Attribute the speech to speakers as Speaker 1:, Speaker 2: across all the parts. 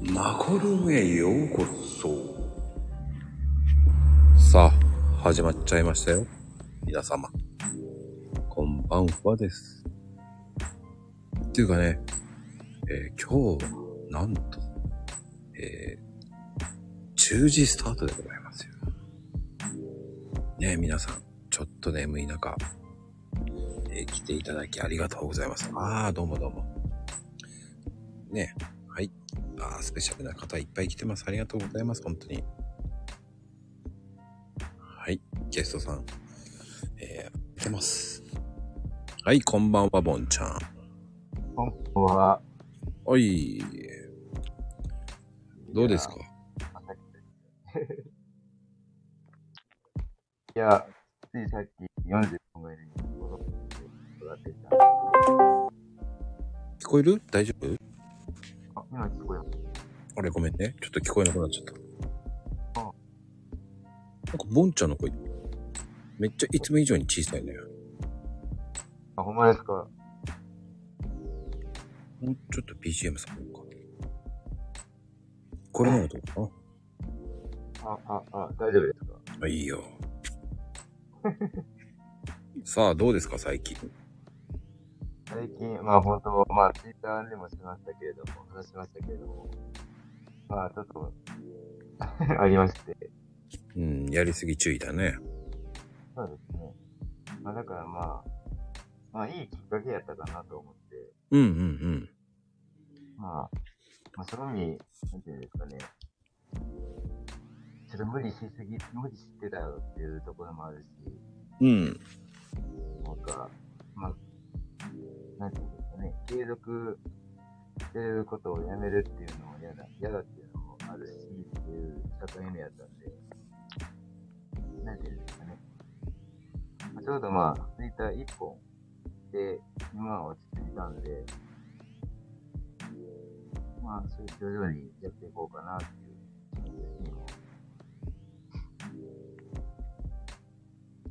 Speaker 1: マコルームへようこそ。さあ、始まっちゃいましたよ。皆様。こんばんはです。っていうかね、えー今日、なんと、えー、10時スタートでございますよ。ねえ、皆さん、ちょっと眠い中、えー来ていただきありがとうございます。ああ、どうもどうも。ねえ、はい。ああ、スペシャルな方いっぱい来てます。ありがとうございます、本当に。はい、ゲストさん。えー、来てます。はい、こんばんは、ボンちゃん。
Speaker 2: こんばんは。
Speaker 1: おい。どうですか
Speaker 2: いや、ついさっき40分ぐらいに戻って育てた。
Speaker 1: 聞こえる大丈夫
Speaker 2: あ、今聞こえます。
Speaker 1: あれごめんね。ちょっと聞こえなくなっちゃった。
Speaker 2: あ
Speaker 1: なんか、ボンちゃんの声、めっちゃいつも以上に小さいね。
Speaker 2: あ、ほんまですか
Speaker 1: もうちょっと BGM さんか。これならどうか
Speaker 2: あ、あ、あ、大丈夫ですか
Speaker 1: なあ、いいよ。 さあ、どうですか、最近。
Speaker 2: 最近、まあ本当、まあ Twitter にもしましたけれども、話しましたけれども、まあちょっと、 ありまして、
Speaker 1: うん、やりすぎ注意だね。
Speaker 2: そうですね。まあだからまあ、まあいいきっかけやったかなと思って、
Speaker 1: うんうんうん。
Speaker 2: まあ、まあ、そのに、なんていうんですかね、ちょっと無理しすぎ、無理してたよっていうところもあるし、
Speaker 1: うん。
Speaker 2: なんか、まあ、なんていうんですかね、継続してることをやめるっていうのも嫌だ、嫌だっていうのもあるし、っていう境目やったんで、なんていうんですかね。まあちょうどまあ、ツイッター1本で、今は落ち着いたんで、まあ、それ徐々にやっていこうかなっていう感じですね。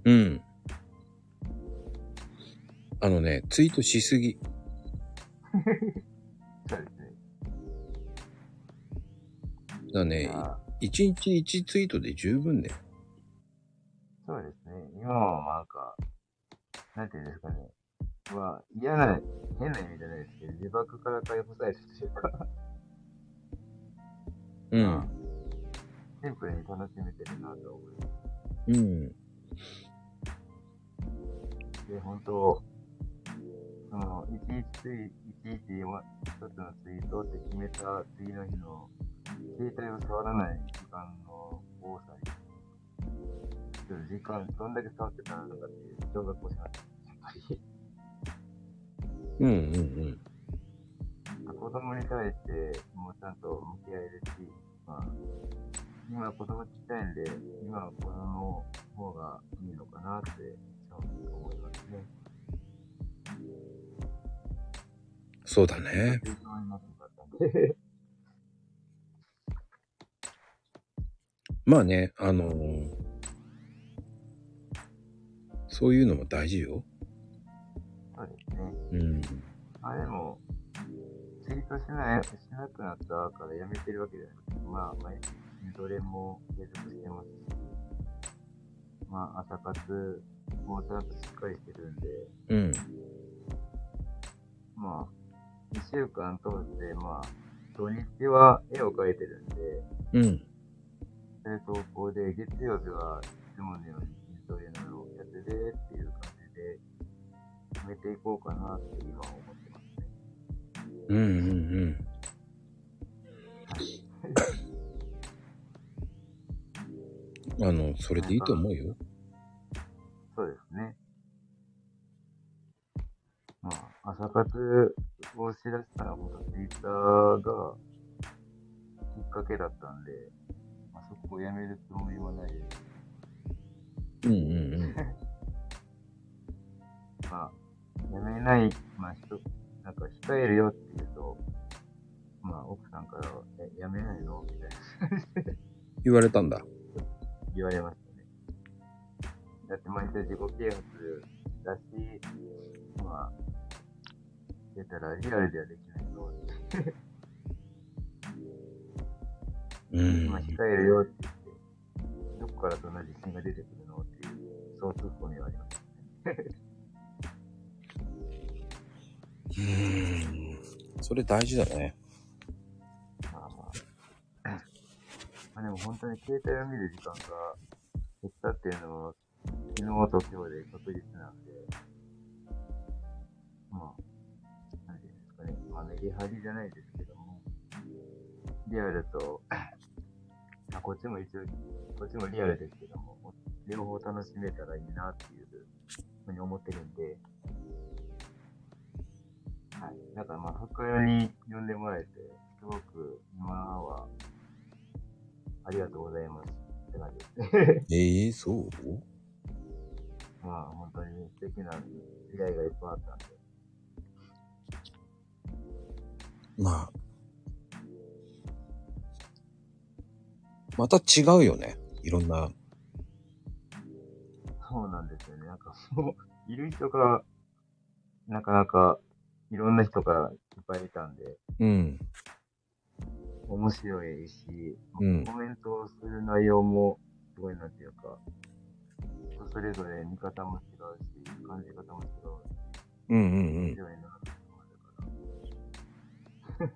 Speaker 1: うん。あのね、ツイートしすぎ。
Speaker 2: そうですね。
Speaker 1: だね、
Speaker 2: まあ
Speaker 1: 1日1ツイートで十分だよ。
Speaker 2: そうですね。今はなんか、なんていうんですかね。まあ、嫌な、変な意味じゃないですけど、自爆から解放されたというか、
Speaker 1: うん。
Speaker 2: シンプルに楽しめてるなと思いま
Speaker 1: うん。
Speaker 2: す。で、本当、その、いちいちツイ、いちいちは一つのツイートって決めた次の日の、携帯を触らない時間の多さに、ちょっと時間、どんだけ触ってたのかっていう、小学校しました。やっぱり。
Speaker 1: うんうん
Speaker 2: 子供に対してもうちゃんと向き合えるし、まあ、今は子供ちっちゃいんで、今は子供の方がいいのかなって、そう思いますね。
Speaker 1: うん。そうだね。
Speaker 2: 勉強になってよかったんで。
Speaker 1: まあね、あのーそういうのも大事よ。
Speaker 2: そうですね。
Speaker 1: うん。
Speaker 2: まあでも、ツイートしない、しなくなったからやめてるわけじゃないですまあ、毎日筋トレも継続してますし、まあ、朝活もちゃんとしっかりしてるんで、
Speaker 1: うん。
Speaker 2: まあ、2週間通して、まあ、土日は絵を描いてるんで、
Speaker 1: うん。
Speaker 2: それ投稿で、月曜日はいつものように筋トレなどをやっててっていう感じで、決めていこうかなって今は思ってますね。
Speaker 1: うんうんうん。あの、それでいいと思うよ。
Speaker 2: そうですね。まあ、朝活をしだしたら、本当ツイッターがきっかけだったんで、まあ、そこをやめるつもりはないです。
Speaker 1: うんうんうん。
Speaker 2: まあ、やめない、まあ、人、なんか控えるよって言うと、まあ、奥さんからは、え、やめないのみたいな
Speaker 1: 言われたんだ。
Speaker 2: 言われましたね。だって毎回自己啓発だし、まあ、出たらリアルではできないのって。
Speaker 1: うん
Speaker 2: 今。控えるよって言って、どこからそんな自信が出てくるのっていう、そう突っ込みはあります。
Speaker 1: うん。それ大事だね。
Speaker 2: まあまあ。まあでも本当に携帯を見る時間が減ったっていうのは、昨日と今日で確実なんで、まあ、なんていうんですかね、まあメリハリじゃないですけども、リアルと、 まあこっちも一応、こっちもリアルですけども、両方楽しめたらいいなっていうふうに思ってるんで、はい。だからまあ、博多屋に呼んでもらえて、すごく今は、ありがとうございますって感じですね。
Speaker 1: ええそう
Speaker 2: まあ、本当に素敵な出会いがいっぱいあったんで。
Speaker 1: まあ。また違うよね。いろんな。
Speaker 2: そうなんですよね。なんか、もう、いる人が、なかなか、いろんな人がいっぱいいたんで、
Speaker 1: うん。
Speaker 2: 面白いし、
Speaker 1: うん
Speaker 2: コメントをする内容も、すごいなんていうか、人それぞれ見方も違うし、感じ方も違う
Speaker 1: うんう
Speaker 2: 面
Speaker 1: ん
Speaker 2: 白いなって思うから。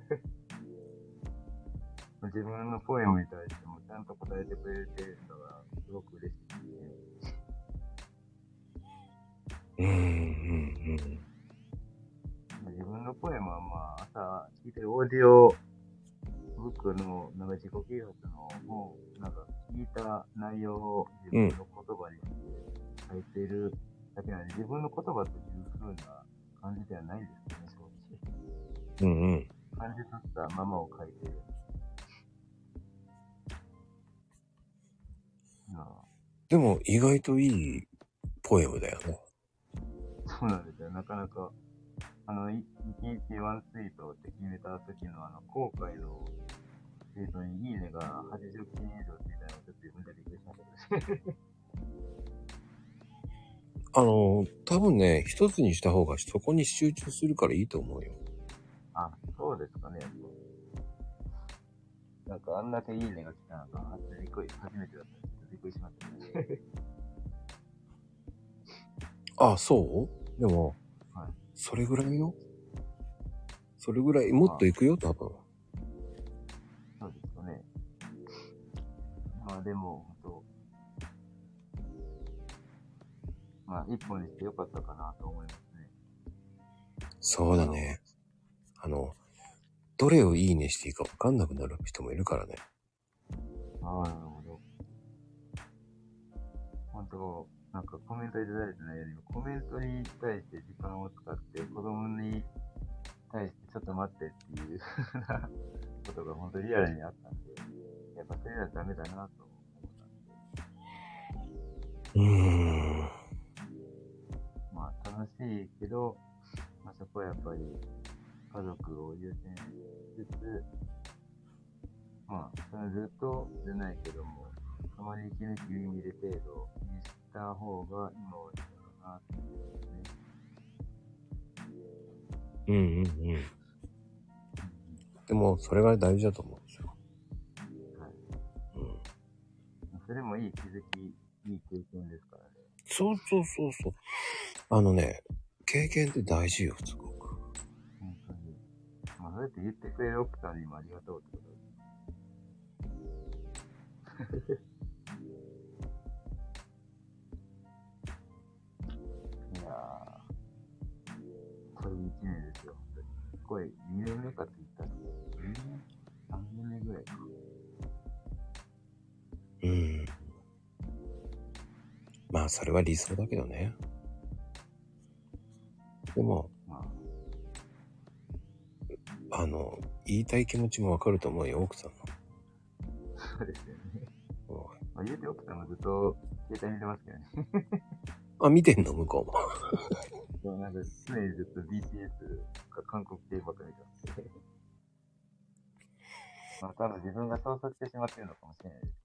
Speaker 2: 自分のポエムに対してもちゃんと答えてくれてるのがすごく嬉しいですね。
Speaker 1: うん。うんうんうん。
Speaker 2: 自分のポエムはまあ朝聞いてるオーディオブックのなんか自己啓発の本、なんか聞いた内容を自分の言葉にして書いてるだけなんで、自分の言葉という風な感じではないですけどね、正直。
Speaker 1: うんうん。
Speaker 2: 感じ取ったままを書いてる。なあ
Speaker 1: でも意外といいポエムだよね。
Speaker 2: そうなんですよ。なかなか、あの、い1日ワンツイートって決めた時のあの、後悔のツイートにいいねが80件以上ついたのちょっと自分でびっくりしましたけど。
Speaker 1: あの、多分ね、一つにした方がそこに集中するからいいと思うよ。
Speaker 2: あ、そうですかね、やっぱなんかあんだけいいねが来たのが、びっくり、初めてだったんですけど、びっくりしましたね。
Speaker 1: あ、そうでも、
Speaker 2: はい
Speaker 1: それぐらいよ。それぐらい、もっといくよ、多分。
Speaker 2: そうですよね。まあでも、本当まあ一本にしてよかったかなと思いますね。
Speaker 1: そうだね。あの、どれをいいねしていいかわかんなくなる人もいるからね。
Speaker 2: ああ、なるほど。本当なんかコメントいただいてないよりも、コメントに対して時間を使って、子供に対してちょっと待ってっていう ことが本当リアルにあったんで、やっぱそれはダメだなと思ったんで。
Speaker 1: うーん。
Speaker 2: まあ楽しいけど、まあ、そこはやっぱり家族を優先しつつ、まあ、それはずっとじゃないけども、たまに息抜き入れ程度にした方が今はいいのかなって思いますね。
Speaker 1: うんうんうん。でも、それが大事だと思うんですよ。
Speaker 2: はい。
Speaker 1: うん。
Speaker 2: それもいい気づき、いい経験ですからね。
Speaker 1: そうそうそうそう。あのね、経験って大事よ、すごく。
Speaker 2: 本当に。まあ、そうやって言ってくれる奥さんにもありがとうってことです。 いやー、これ1年ですよ、本当に。これ2年目かって言ったら、2年 ?3 年目ぐらいか。
Speaker 1: うん。まあ、それは理想だけどね。でも、
Speaker 2: まあ、
Speaker 1: あの、言いたい気持ちもわかると思うよ、奥さん
Speaker 2: そうですよね。
Speaker 1: の。うん
Speaker 2: まあ、言うて奥さんもずっと携帯見てますけどね。
Speaker 1: あ、見てんの向こうも。
Speaker 2: でもなんか常にずっと BTS か韓国系ばっかり見てますけど。まあ多分自分が操作してしまってるのかもしれないです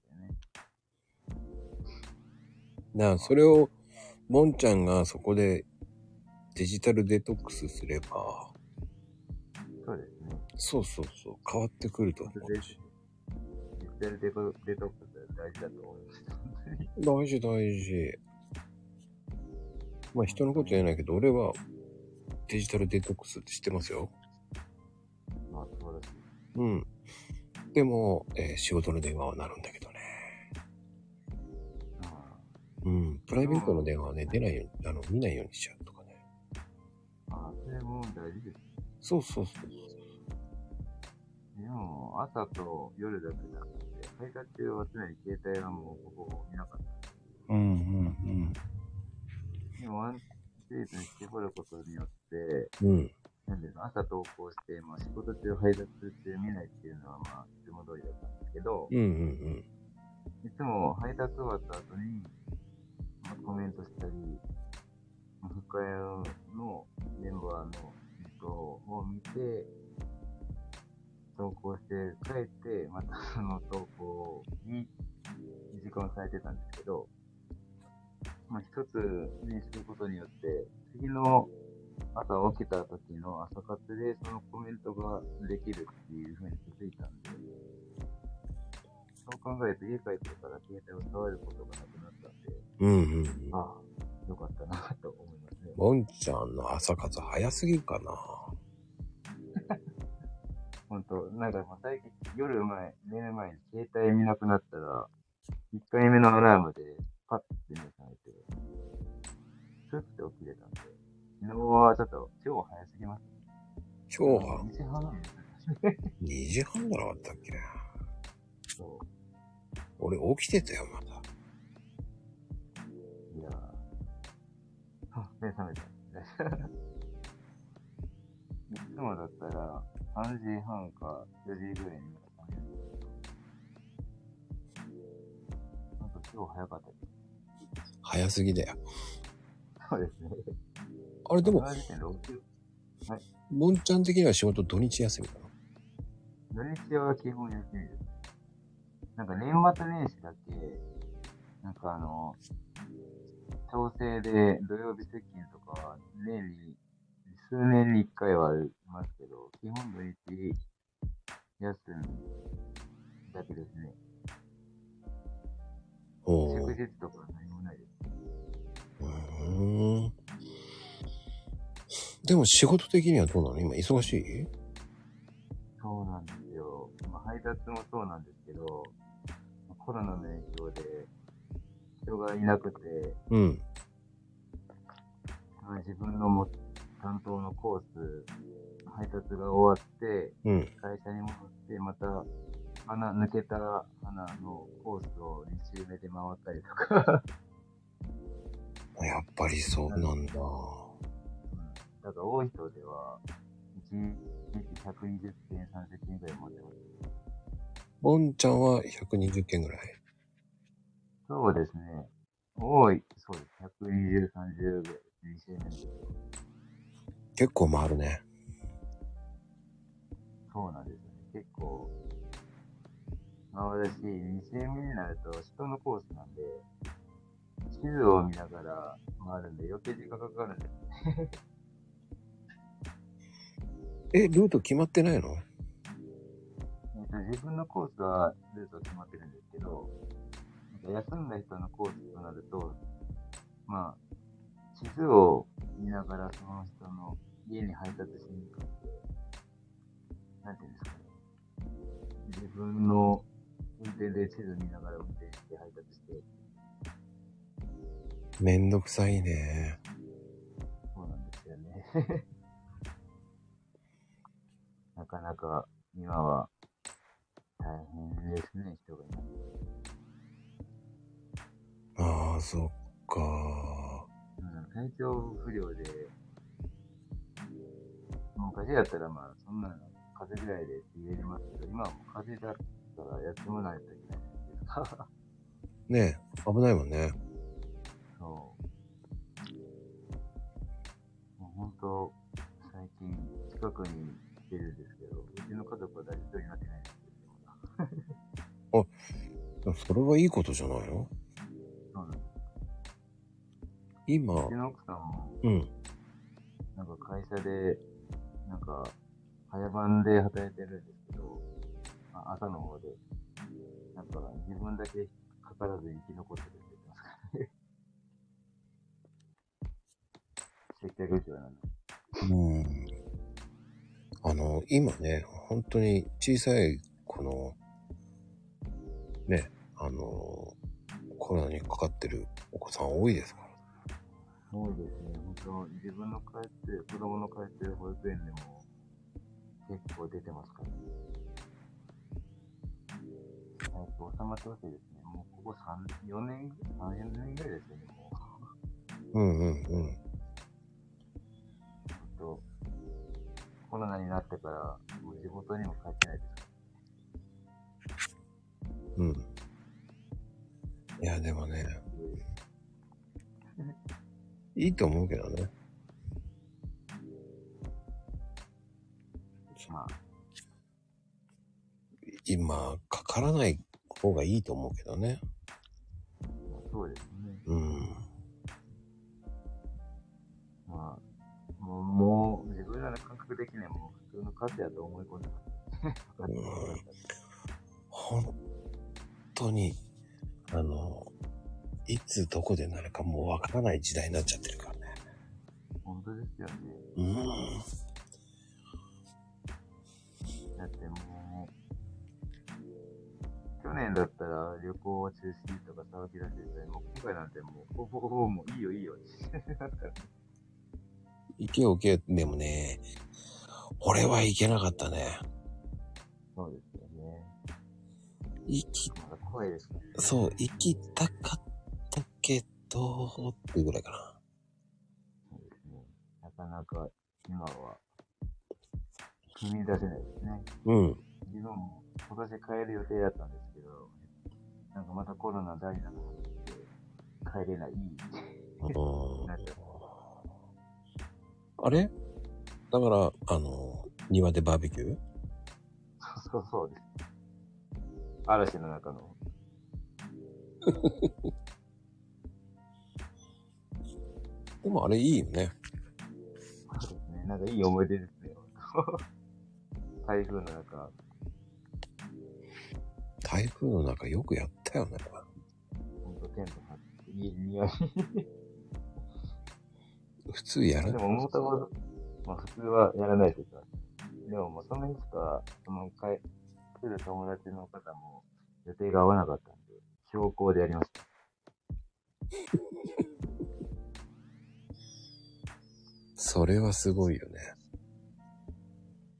Speaker 2: けどね。
Speaker 1: なあ、それを、ボンちゃんがそこでデジタルデトックスすれば、
Speaker 2: そうですね。
Speaker 1: そうそうそう、変わってくると思うし。
Speaker 2: デタルデコデトックスは大事だと思います。
Speaker 1: 大事大事。まあ人のこと言えないけど、俺はデジタルデトックスって知ってますよ。
Speaker 2: まあ、素晴らしい。
Speaker 1: うん。でも、えー仕事の電話はなるんだけどね。
Speaker 2: あ
Speaker 1: うん。プライベートの電話はね、出ないように、あの、見ないようにしちゃうとかね。
Speaker 2: あ、それも大事です。
Speaker 1: そうそうそう。
Speaker 2: でも、朝と夜だけじゃなくて、配達中は常に携帯はもうほぼ見なかった。
Speaker 1: うんうん
Speaker 2: でも、ワンシーズン絞ることによって、
Speaker 1: うん。うん。
Speaker 2: なんで朝投稿して、まあ、仕事中、配達中見ないっていうのは、まあ、いつも通りだったんですけど、
Speaker 1: うんうん
Speaker 2: いつも配達終わった後に、まあ、コメントしたり、まあ深谷のメンバーの人を見て、投稿して帰って、またその投稿に時間を割いてたんですけど、まあ、一つね、することによって、次の朝起きた時の朝活でそのコメントができるっていうふうに気づいたんで、そう考えると家帰ってから携帯を触ることがなくなったんで、
Speaker 1: うん。うんうんうん。
Speaker 2: ああ、よかったなと思いますね。
Speaker 1: もんちゃんの朝活早すぎるかな。
Speaker 2: ほんと、なんかもう最近夜前、寝る前に携帯見なくなったら、1回目のアラームでパッて目覚めて、スッて起きれたんで、昨日はちょっと今日早すぎます。
Speaker 1: 今日は
Speaker 2: 2時半なんですね。
Speaker 1: 2時半じゃなかったっけ
Speaker 2: そ
Speaker 1: 俺起きてたよ、まだ。
Speaker 2: う。いやーあ、目覚め た。いつもだったら3時半か4時ぐらいに目が覚めるんですけど。なんか今日早かったです。
Speaker 1: 早すぎだよ。
Speaker 2: そうですね。
Speaker 1: あれでも、
Speaker 2: 7時点で起きる
Speaker 1: もんちゃん的には仕事土日休みだな。
Speaker 2: 土日は基本休みです。なんか年末年始だけ、なんかあの、調整で土曜日接近とかは年に、数年に一回はありますけど、基本土日休みだけですね。
Speaker 1: お
Speaker 2: 祝
Speaker 1: ー
Speaker 2: 日とかは何もないです。
Speaker 1: うーん。でも仕事的にはどうなの今忙しい
Speaker 2: そうなんですよ。まあ、配達もそうなんですけど、コロナの影響で人がいなくて、
Speaker 1: うん。
Speaker 2: まあ自分のも担当のコース、配達が終わって、
Speaker 1: うん。
Speaker 2: 会社に戻って、また、花、抜けた花のコースを2周目で回ったりとか、
Speaker 1: やっぱりそうなんだ。
Speaker 2: うんだから多い人では、1日120件、30件ぐらい持ってます。
Speaker 1: もんちゃんは120件ぐらい。
Speaker 2: そうですね。多い、そうです。120、30ぐらい、2周目で。
Speaker 1: 結構回るね。
Speaker 2: そうなんですよね。結構、回るし、2周目になると人のコースなんで、地図を見ながら回るんで余計時間かかるんです。
Speaker 1: え、ルート決まってないの
Speaker 2: えっと自分のコースはルート決まってるんですけど、なんか休んだ人のコースとなると、まあ、地図を見ながらその人の家に配達しに行くんで、なんていうんですかね。自分の運転で地図見ながら運転して配達して、
Speaker 1: めんどくさいね。
Speaker 2: そうなんですよね。 なかなか今は大変ですね、人がいない。
Speaker 1: ああ、そっか。
Speaker 2: うん、体調不良で、もう風邪だったらまあ、そんなの風邪ぐらいでって言えますけど、今はもう風邪だったら休まないといけないじゃないですか。
Speaker 1: ねえ、危ないもんね。
Speaker 2: そう。もう本当、最近近くに来てるんですけど、うちの家族は大丈夫になってないんですよ。
Speaker 1: それはいいことじゃないの
Speaker 2: そうなんです。
Speaker 1: 今、
Speaker 2: うちの奥さんも、
Speaker 1: うん。
Speaker 2: なんか会社で、なんか、早番で働いてるんですけど、あ朝の方で。なんか自分だけかからず生き残ってるって言ってますからね。 接客業なんで。
Speaker 1: うん。あの、今ね、本当に小さい、この、ね、あの、コロナにかかってるお子さん多いですから。
Speaker 2: そうですね、本当自分の通ってる、子供の通ってる保育園でも結構出てますからね。早く収まってほしいですね。もうここ3、4年、3、4年ぐらいですよね、もう。
Speaker 1: うんうんうん。
Speaker 2: ちょっと、コロナになってから、もう地元にも帰ってないです。
Speaker 1: うん。いや、でもね、いいと思うけどね。
Speaker 2: まあ、
Speaker 1: 今、かからない方がいいと思うけどね。
Speaker 2: そうですね。
Speaker 1: うん。
Speaker 2: まあ、もう、もう自分らの感覚的にはもう普通の家事やと思い込んでます。
Speaker 1: 本当に、あの、いつどこでなるかもうわからない時代になっちゃってるからね。
Speaker 2: 本当ですよね。
Speaker 1: うん。
Speaker 2: だってもう、去年だったら旅行は中止とか騒ぎ出してたり、もう今回なんてもう、ほぼほぼもういいよいいよってなんか
Speaker 1: 行けよ行けよ。でもね、俺は行けなかったね。
Speaker 2: そうですよね。
Speaker 1: 行き、
Speaker 2: まだ声ですね。
Speaker 1: そう、行きたかったけど、っていうぐらいかな。
Speaker 2: そうですね。なかなか今は、踏み出せないですね。
Speaker 1: うん。
Speaker 2: 自分も今年帰る予定だったんですけど、なんかまたコロナ大事なので、帰れないって
Speaker 1: うん
Speaker 2: なっちゃう。
Speaker 1: あれだから、あの、庭でバーベキュー
Speaker 2: そうそうそうです。嵐の中の。
Speaker 1: でもあれいいよね。
Speaker 2: そうですね。なんかいい思い出ですね。台風の中、
Speaker 1: 台風の中よくやったよね。
Speaker 2: ほんとテント張って、いい匂い。
Speaker 1: 普通や
Speaker 2: で
Speaker 1: らない。
Speaker 2: も、もともと、まあ普通はやらないですから。でも、もうその日しか、その会、来る友達の方も予定が合わなかったんで、強行でやりました。
Speaker 1: それはすごいよね。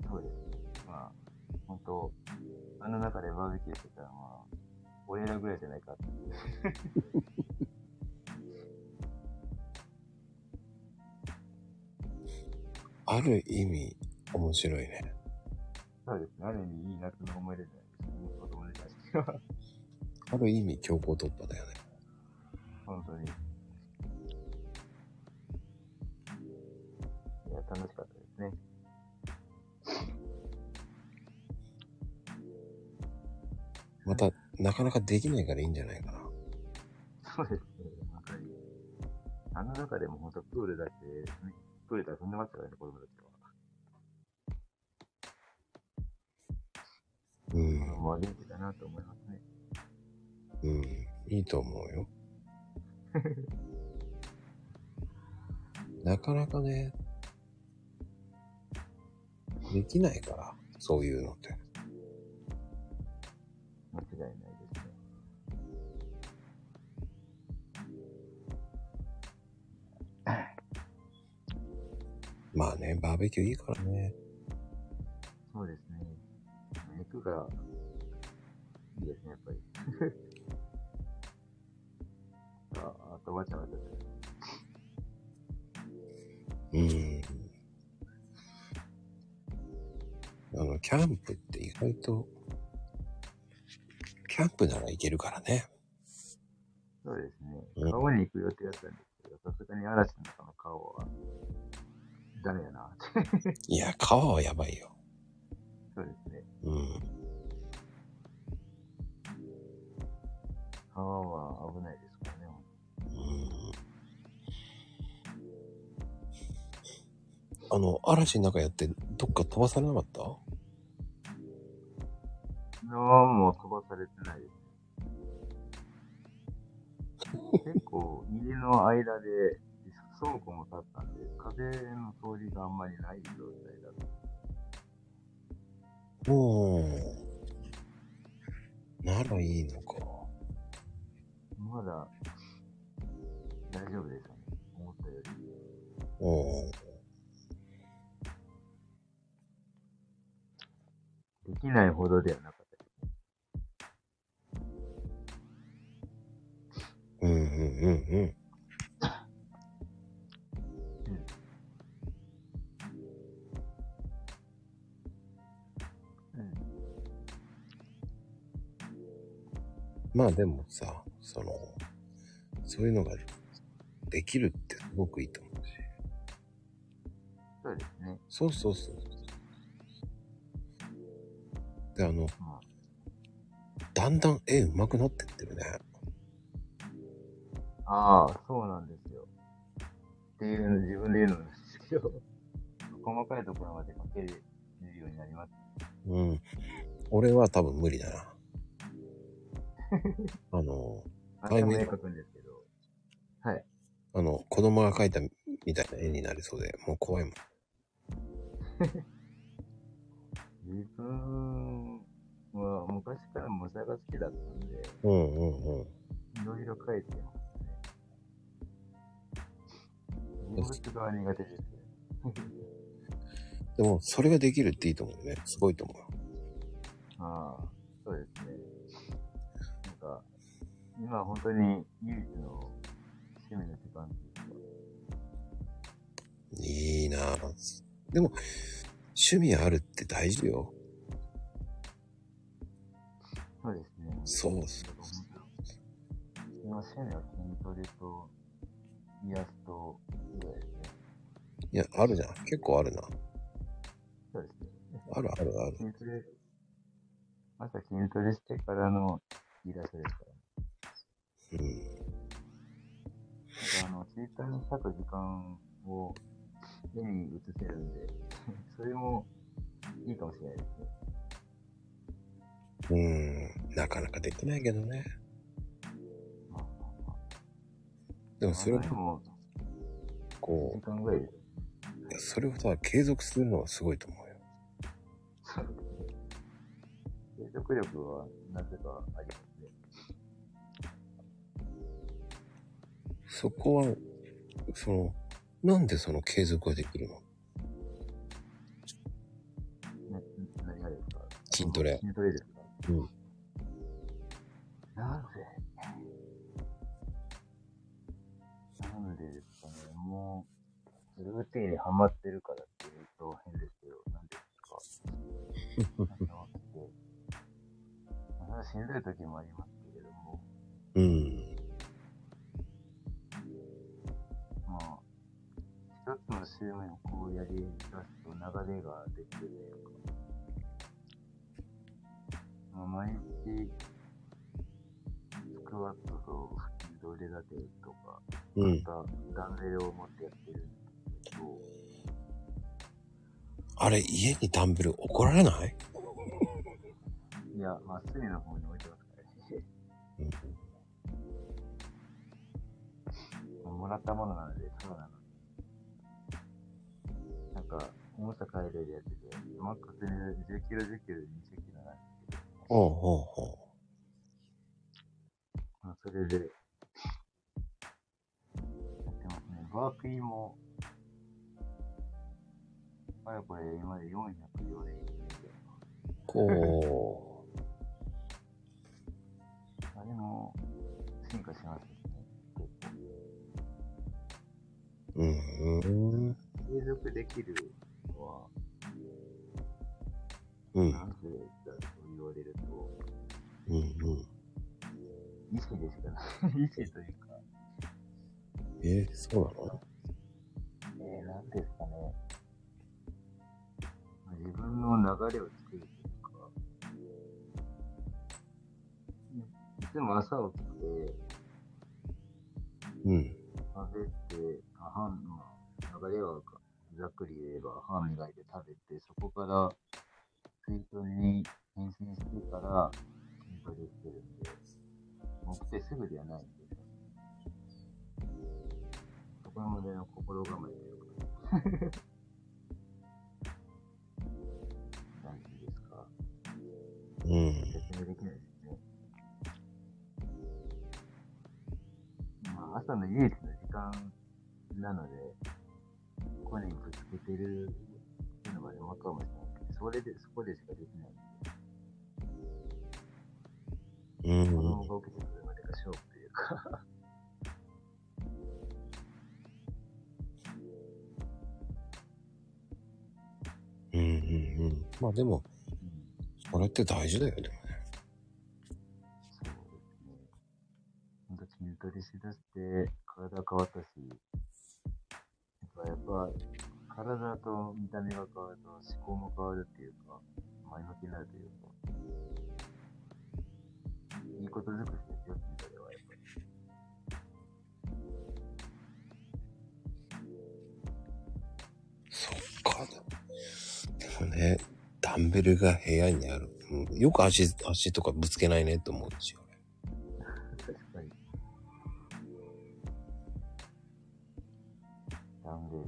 Speaker 2: そうですね。まあ、本当あの中でバーベキューしてたら、まあ、俺らぐらいじゃないかって。
Speaker 1: ある意味、面白いね。
Speaker 2: そうですね。ある意味、いい夏の思い出じゃないですか。子供でたちは。
Speaker 1: ある意味、強行突破だよね。
Speaker 2: 本当に。いや、楽しかったですね。
Speaker 1: また、なかなかできないからいいんじゃないかな。
Speaker 2: そうですね。なんかあの中でも本当プールだって、ねプールから踏んでましたからね、子供たち
Speaker 1: う
Speaker 2: は。
Speaker 1: ん。
Speaker 2: もう元気だなと思いますね。
Speaker 1: うん。いいと思うよ。なかなかね、できないから、そういうのって。
Speaker 2: 間違いないですね。
Speaker 1: まあね、バーベキューいいからね。
Speaker 2: そうですね。肉が、いいですね、やっ ぱり。ああと、おばあちゃんがちょっと
Speaker 1: うん。あの、キャンプって意外と、キャンプならいけるからね。
Speaker 2: そうですね
Speaker 1: うん。
Speaker 2: 川に行く予定だったんですけど、さすがに嵐の中の川は、ダメだなって。
Speaker 1: いや、川はやばいよ。
Speaker 2: そうですね。
Speaker 1: うん。
Speaker 2: 川は危ないですからね。
Speaker 1: あの、嵐の中やって、どっか飛ばされなかった
Speaker 2: のもう飛ばされてないですね。結構家の間で倉庫も建ったんで、風の通りがあんまりない状態だった。
Speaker 1: おー。ならいいのか。
Speaker 2: まだ大丈夫ですかね。思ったより。
Speaker 1: おー。
Speaker 2: できないほどではなかった。
Speaker 1: うんうんうんうん。
Speaker 2: うん。
Speaker 1: まあでもさ、その、そういうのができるってすごくいいと思うし。
Speaker 2: そうですね。
Speaker 1: そうそうそう。で、あの、
Speaker 2: まあ、
Speaker 1: だんだん絵上手くなってってるね。
Speaker 2: ああ、そうなんですよ。っていうの、自分で言うのもなんですけど、細かいところまで書けるようになります。
Speaker 1: うん。俺は多分無理だな。あの、タイミング
Speaker 2: 頭で書くんですけど、
Speaker 1: あの、子供が描いたみたいな絵になりそうで、もう怖いもん。
Speaker 2: 自分は昔から模写が好きだったんで、
Speaker 1: うんうんうん。
Speaker 2: いろいろ書いてますね。人物画は苦手ですけど。
Speaker 1: でも、それができるっていいと思うね。すごいと思う。
Speaker 2: ああ、そうですね。なんか、今本当に唯一の趣味の時間っていうか、
Speaker 1: いいなぁ。でも、趣味あるって大事よ。
Speaker 2: そうですね。
Speaker 1: そう
Speaker 2: ですね。今、趣味は筋トレと、イラストぐらいですね。
Speaker 1: いや、あるじゃん。結構あるな。
Speaker 2: そうですね。
Speaker 1: あるあるある。
Speaker 2: 筋トレ、朝筋トレしてからのイラストですか
Speaker 1: う
Speaker 2: ら。
Speaker 1: ん。
Speaker 2: あの、ツイッターに書く時間を絵に移せるんで、それもいいかもしれないですね。
Speaker 1: うん。なかなかできないけどね。
Speaker 2: まあまあまあ。
Speaker 1: でもそれを
Speaker 2: でも、
Speaker 1: こ
Speaker 2: 時間ぐらいです。
Speaker 1: う、いやそれをさ、継続するのはすごいと思うよ。
Speaker 2: 継続力はなぜかありますね。
Speaker 1: そこは、その、なんでその継続ができるの
Speaker 2: な何がですか
Speaker 1: 筋トレ
Speaker 2: 筋トレですか
Speaker 1: うん。
Speaker 2: なんでなんでですかね。もう、ルーティンにハマってるからって言うと変ですけど、なんでです かなんかこうまあしんどい時もありますけれども、
Speaker 1: うん。
Speaker 2: まあ、一つの週目をこうやり出すと流れができるというか、まあ、毎日、スクワットと筋トレだけとか、
Speaker 1: うん。
Speaker 2: またダンベルを持ってやってるんですけど、
Speaker 1: あれ、家にダンベル怒られない
Speaker 2: いや、まあ、隅の方に置いてますからね。
Speaker 1: うん。
Speaker 2: もらったものなので、そうなのに。なんか、重さ変えるやつで、マックスに10キロ、10キロ、20キロなんですけど、
Speaker 1: ほうほうほ
Speaker 2: まあ、それで、やってますね。バークイも、あれこれ今で404年で、
Speaker 1: う。こ
Speaker 2: あれも進化しますね。結
Speaker 1: う。うん。
Speaker 2: 構。継続できるのは、
Speaker 1: うん。
Speaker 2: なんてだと言われると、
Speaker 1: うん。うん。
Speaker 2: 意志ですから、意志 というか、
Speaker 1: えーそうなの
Speaker 2: えー、なんですかね。自分の流れを作るというか、いいつも朝起きて、
Speaker 1: うん。
Speaker 2: 食べて、あはん、まあ、流れはざっくり言えば、歯磨いて食べて、そこから、ツイートに返信してから、筋トレしてるんで、目的すぐではないんで、これまでの心構えというか。なんていうんですか。
Speaker 1: うん。
Speaker 2: 説明できないですね。まあ、朝の唯一の時間なので、これにぶつけてるっていうのが山かもしれないけど、それで、そこでしかできない。
Speaker 1: う
Speaker 2: 子
Speaker 1: ん。
Speaker 2: 供が起きてくるまでが勝負というか。
Speaker 1: うん。うん。まあでも、それって大事だよね。
Speaker 2: そうですね。本当筋トレしだして、体変わったし、やっぱ、やっぱ、体と見た目が変わると思考も変わるっていうか、前向きになるというか、いいこと尽くしですよ、筋トレはやっぱり。
Speaker 1: そっか。でもね、ダンベルが部屋にある。うん、よく足、足とかぶつけないねって思うんですよ。
Speaker 2: 確かに。ダンベル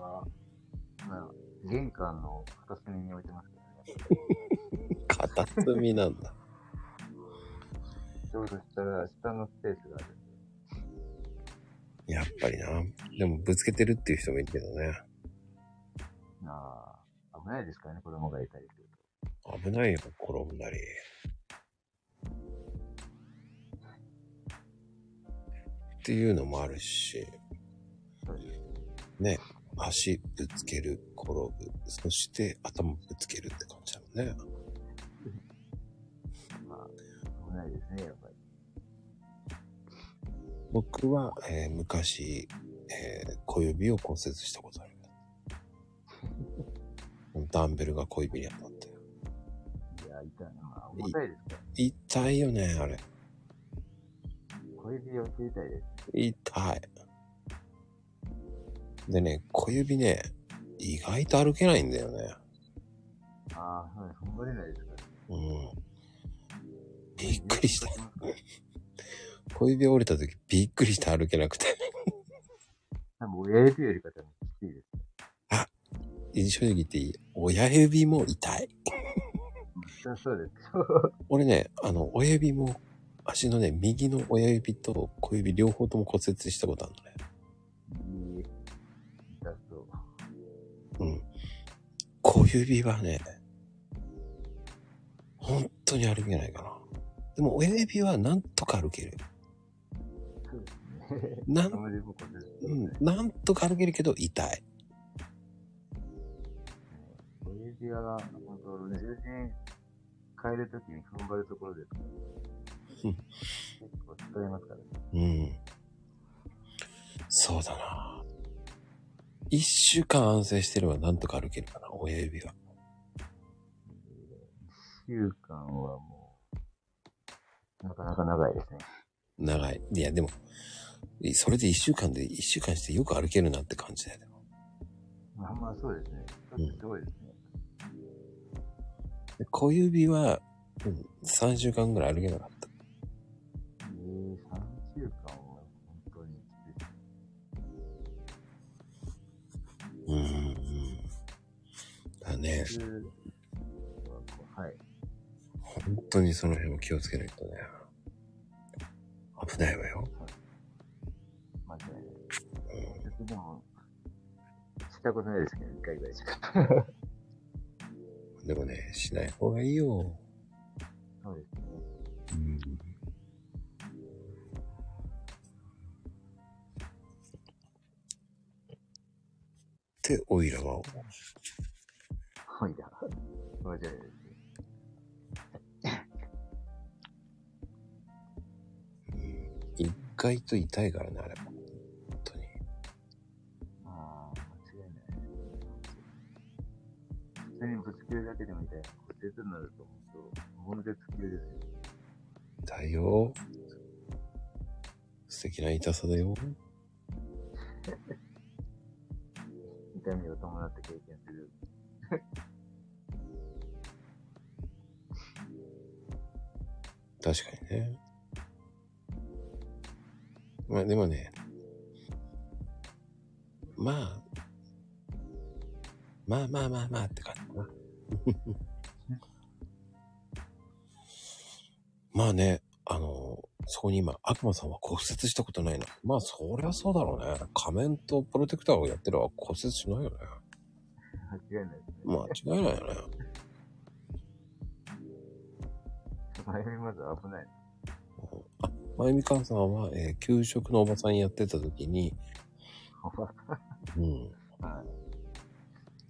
Speaker 2: は、まあ、玄関の片隅に置いてますけどね。
Speaker 1: 片隅なんだ。
Speaker 2: ちょうどしたら、下のスペースがあるんで。
Speaker 1: やっぱりな。でもぶつけてるっていう人もいるけどね。
Speaker 2: ああ、危ないですからね、子供がいたりする
Speaker 1: 危ないよ、転んだり。っていうのもあるし、
Speaker 2: と。そうですね。
Speaker 1: ね、足ぶつける、転ぶ、そして頭ぶつけるって感じだもんね。
Speaker 2: まあ、危ないですね、やっぱり。
Speaker 1: 僕は、えー昔、えー小指を骨折したことある。 ダンベルが小指に当たって。
Speaker 2: いや、痛い。まあ、重たいですから。
Speaker 1: 痛いよね、あれ。
Speaker 2: 小指をついたいです。
Speaker 1: 痛い。でね、小指ね、意外と歩けないんだよね。
Speaker 2: ああ、そうです。踏ん張れないですからね。
Speaker 1: うん。びっくりした。小指折れた時びっくりして歩けなくて。
Speaker 2: 多分、親指よりか多分きついです。
Speaker 1: 正直言っていい親指も痛い。
Speaker 2: そりゃそうです。そう
Speaker 1: 俺ね、あの、親指も、足のね、右の親指と小指両方とも骨折したことあるのね。
Speaker 2: いい痛そう。
Speaker 1: うん。小指はね、本当に歩けないかな。でも親指はなんとか歩ける。
Speaker 2: そうですね。
Speaker 1: なん
Speaker 2: あ、まりもこれ、
Speaker 1: う
Speaker 2: う
Speaker 1: ん
Speaker 2: ね、、
Speaker 1: なんとか歩けるけど痛い。
Speaker 2: 小指は、本当、重心変えるときに踏ん張るところですから。
Speaker 1: うん
Speaker 2: 結構使いますからね。
Speaker 1: うん。そうだな。一週間安静してればなんとか歩けるかな、親指は。
Speaker 2: 一週間はもう、なかなか長いですね。
Speaker 1: 長い。いや、でも、それで一週間で、一週間してよく歩けるなって感じだよ。
Speaker 2: まあまあそうですね。だってすごいですね。
Speaker 1: で小指は、うん、3週間ぐらい歩けなかった。
Speaker 2: えー、3週間は本当にきついですね。
Speaker 1: うんうんうん。だね、
Speaker 2: 普通はこうはい。
Speaker 1: 本当にその辺も気をつけないとね。危ないわよ。
Speaker 2: 間違いない。
Speaker 1: うん
Speaker 2: ちょっとでも、したことないですけど、一回ぐらいしか。
Speaker 1: でもね、しない方がいいよ。
Speaker 2: そうですね。
Speaker 1: うんって、オイラは、
Speaker 2: ほいだ。間違いないですね。
Speaker 1: うん一回と痛いからね、あれも。本当に。
Speaker 2: ああ、間違いないですね。普通にぶつけるだけでも痛い。骨折になると本当、悶絶級ですね。
Speaker 1: 痛いよ。素敵な痛さだよ。
Speaker 2: 痛みを伴って経験する。
Speaker 1: 確かにね。まあでもね、まあ、まあまあまあまあって感じかな。 まあね、あの、そこに今、悪魔さんは骨折したことないな。まあ、そりゃそうだろうね。仮面とプロテクターをやってれば骨折しないよね。
Speaker 2: 間違いないですね。
Speaker 1: まあ、違いないよね。
Speaker 2: 前にまず危ない。
Speaker 1: あ、まゆみかんさんは、えー給食のおばさんやってた時に、
Speaker 2: おば
Speaker 1: うん。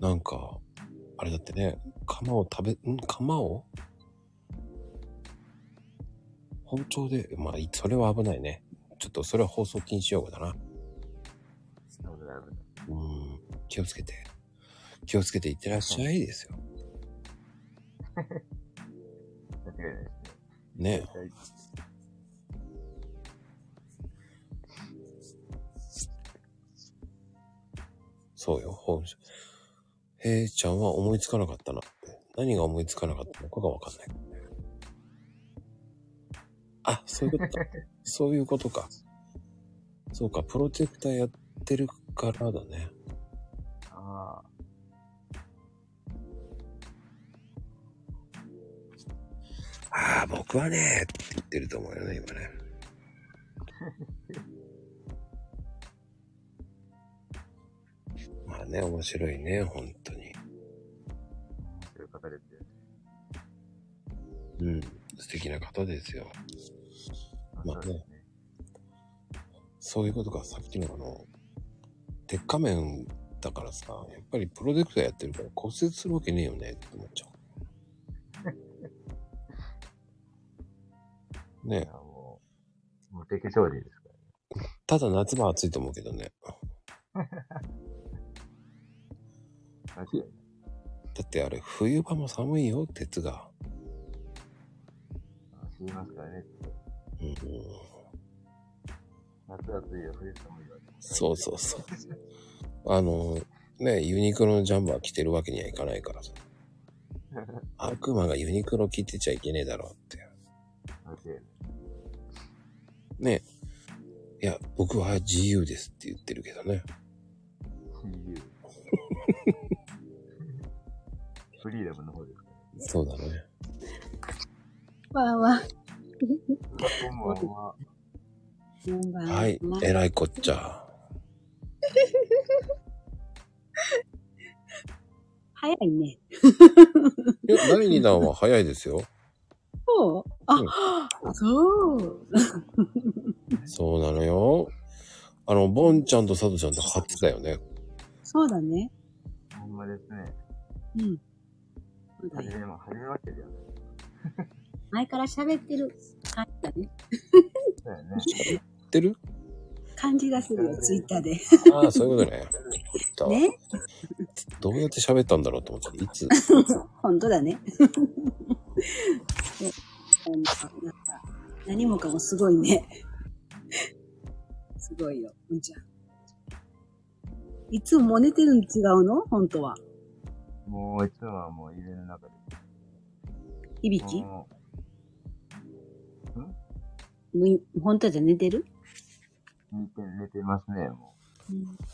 Speaker 1: なんか、あれだってね、釜を食べ、ん釜を包丁で、まあ、いそれは危ないね。ちょっとそれは放送禁止用語だな。
Speaker 2: 危ない危ない。
Speaker 1: うん。気をつけて。気をつけていってらっしゃいですよ。
Speaker 2: 間違いないですね。
Speaker 1: ねえ。
Speaker 2: はい
Speaker 1: そうよ、法務省。へいちゃんは思いつかなかったな。何が思いつかなかったのかがわかんない。あ、そういう ことか。そういうことか。そうか、プロジェクターやってるからだね。
Speaker 2: ああ、
Speaker 1: ああ、僕はね、って言ってると思うよね、 今ね。まあね、面白いね、本当に。
Speaker 2: 面白い方ですよね。
Speaker 1: うん。素敵な方ですよ。まあね
Speaker 2: そうですね。
Speaker 1: そういうことか、さっきのあの、鉄仮面だからさ、やっぱりプロジェクターやってるから骨折するわけねえよねって思っち ゃう。
Speaker 2: い
Speaker 1: ね
Speaker 2: やもう、無敵勝利ですか
Speaker 1: え、ただ夏場は暑いと思うけどね。
Speaker 2: ら。間違いない。
Speaker 1: だってあれ、冬場も寒いよ、鉄が。
Speaker 2: あ死にますからね。
Speaker 1: うんうん、
Speaker 2: 夏暑いよ、冬寒いよ。
Speaker 1: そうそうそう。あの、ねえユニクロのジャンバー着てるわけにはいかないから さ。悪魔がユニクロ着てちゃいけねえだろうって。
Speaker 2: 間違いない。
Speaker 1: ねえ。いや、僕は自由ですって言ってるけどね。
Speaker 2: 自由。フリーダムの方ですかね。
Speaker 1: そうだね。
Speaker 3: わあわあ。
Speaker 2: こんばんは。
Speaker 1: はい。えらいこっちゃ。
Speaker 3: 早いね。
Speaker 1: いや、第2弾は早いです よ。
Speaker 3: そうあ、そう。
Speaker 1: そうなのよ。あの、ボンちゃんとサトちゃんと初だよね。
Speaker 3: そうだね。
Speaker 2: ほんまですね。
Speaker 3: うん。そう
Speaker 2: は
Speaker 3: だ
Speaker 2: じ
Speaker 3: よ。
Speaker 2: めま、はじめましてじゃん。
Speaker 3: 前から喋ってる感じだね。
Speaker 2: そうやね。
Speaker 1: 知って る
Speaker 3: 感じがするよ、ツイッターで。
Speaker 1: ああ、そういうことね。だわ
Speaker 3: ね。
Speaker 1: どうやって喋ったんだろうと思って、い つ。
Speaker 3: 本当だね。 そうなんかなんか何もかもすごいね。 すごいよ、うんちゃん。いつも寝てるの違うの本当は。
Speaker 2: もう、いつもはもう家の中で。
Speaker 3: 響き
Speaker 2: も
Speaker 3: む本当じゃ寝てる、
Speaker 2: う寝て、寝てますね、も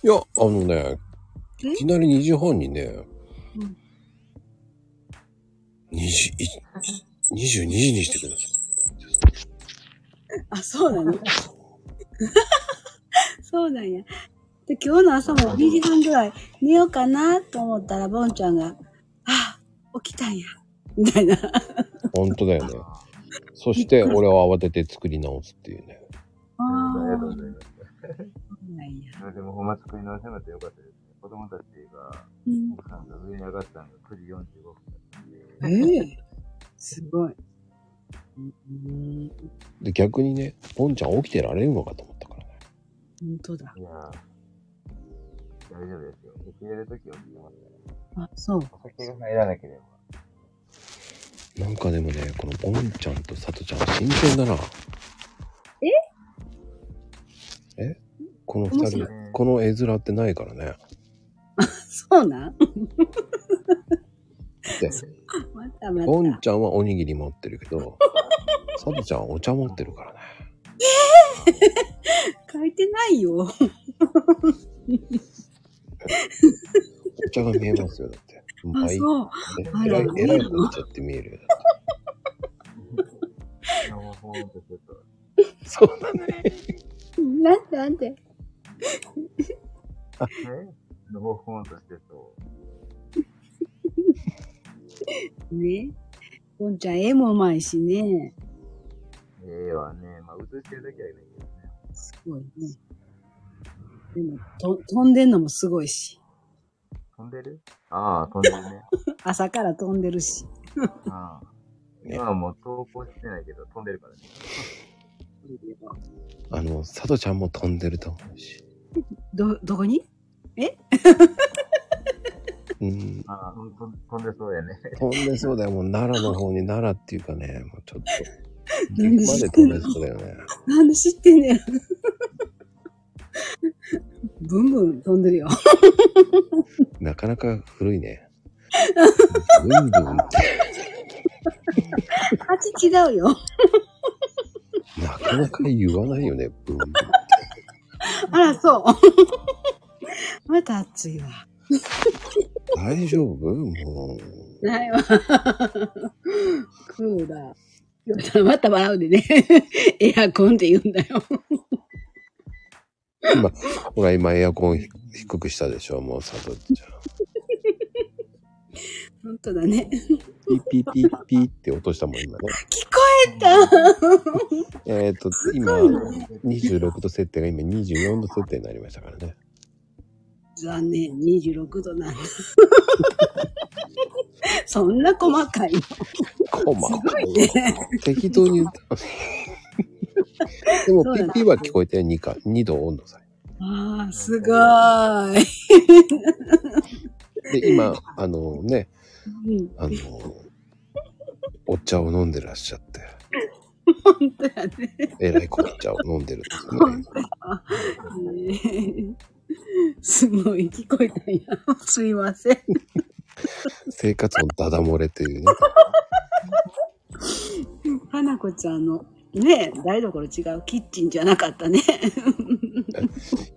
Speaker 1: いや、あのね、いきなり2時半にね、
Speaker 3: うん
Speaker 1: 2時、い22時にしてください。
Speaker 3: あ、そうなの そうなんや。で今日の朝も2時半ぐらい寝ようかなと思ったら、ボンちゃんが、あ、起きたんや。みたいな。
Speaker 1: 本当だよ
Speaker 2: う。
Speaker 1: ね。
Speaker 2: あ
Speaker 1: そして、俺は慌てて作り直すっていうね。
Speaker 3: あ
Speaker 2: ありがとう
Speaker 3: そ
Speaker 2: ございます。
Speaker 3: うなんや。
Speaker 2: でも、ほんま作り直せなくてよかったですね。子供たちが、
Speaker 3: うん
Speaker 2: 奥さんが上に上がったのが9時45分だったんで、
Speaker 3: ええすごい。うん、
Speaker 1: で、逆にね、ボンちゃん起きてられるのかと思ったからね。
Speaker 3: 本当だ。
Speaker 2: いやー大丈夫ですよ。起きれるとき起きてます。
Speaker 3: あ、そう。
Speaker 2: お酒が入らなければ。
Speaker 1: なんかでもね、このボンちゃんとサトちゃんは新鮮だな。ええこの二
Speaker 3: 面白
Speaker 1: 人
Speaker 3: い、
Speaker 1: この絵面ってないからね。
Speaker 3: そうなん
Speaker 1: で、
Speaker 3: またまた。
Speaker 1: ボンちゃんはおにぎり持ってるけ ど、サトちゃんはお茶持ってるからね。
Speaker 3: 書いてないよ。
Speaker 1: お茶が見えますよ、だって。
Speaker 3: あ、
Speaker 1: い
Speaker 3: そう。あ
Speaker 1: 偉い
Speaker 3: ら、見え
Speaker 1: 偉
Speaker 3: る
Speaker 1: いこ
Speaker 3: の
Speaker 1: っちゃって見えるよ。
Speaker 2: ほほんとちょっと。
Speaker 1: そうだね。
Speaker 3: なんでなんで
Speaker 2: ねのほほんとしてそ
Speaker 3: ね。ゴンちゃん、絵もうまいしね。
Speaker 2: う。ええわね。まあ、映してるだけはいないけどね。
Speaker 3: すごいね。でも、と飛んでんのもすごいし。
Speaker 2: 飛んでるああ、飛んでるね。
Speaker 3: 朝から飛んでるし。
Speaker 2: ああ
Speaker 1: ね
Speaker 2: 今はもう投稿してないけど、飛んでるからね。
Speaker 1: あの、佐藤ちゃんも飛んでると思うし。
Speaker 3: ど、どこに
Speaker 1: うん。
Speaker 2: ああ、うん、飛ん飛んでそうやね。
Speaker 1: 飛んでそうだよ。もう奈良の方に奈良っていうかね、もうちょっと。
Speaker 3: なんで
Speaker 1: い
Speaker 3: 知
Speaker 1: ま
Speaker 3: っ
Speaker 1: で
Speaker 3: て
Speaker 1: 飛
Speaker 3: ん
Speaker 1: ん
Speaker 3: の
Speaker 1: でそうだよね。
Speaker 3: なんで知ってんねん。ブンブン飛んでるよ。
Speaker 1: なかなか古いね。ブンブンって、
Speaker 3: 味違うよ。
Speaker 1: なかなか言わないよね、ブンブン。
Speaker 3: あら、そう。また暑いわ。
Speaker 1: 大丈夫もう。
Speaker 3: ないわ。クーラー。また笑うでね。エアコンって言うんだよ。
Speaker 1: 今、ほら今エアコン低くしたでしょ、もう佐藤ちゃん。
Speaker 3: 本当だね。
Speaker 1: ピッピッピッピッって落としたもん、今ね。
Speaker 3: 聞こえた
Speaker 1: えっ、と、今、26度設定が今24度設定になりましたからね。
Speaker 3: 残念、26度なんだ。 そんな細かいの。
Speaker 1: こまかい
Speaker 3: ね。
Speaker 1: 適当に言った。でも、ピッピは聞こえてよ、2か、2度温度差。
Speaker 3: ああ、すごーい。
Speaker 1: で、今、あのね、
Speaker 3: うん
Speaker 1: あの、お茶を飲んでらっしゃって、
Speaker 3: 本当やね。
Speaker 1: えらいこっちゃを飲んでるんですよね。
Speaker 3: すごい、聞こえたんや。すいません。
Speaker 1: 生活のダダ漏れというね。
Speaker 3: 花子ちゃんの、ね台所違う、キッチンじゃなかったね。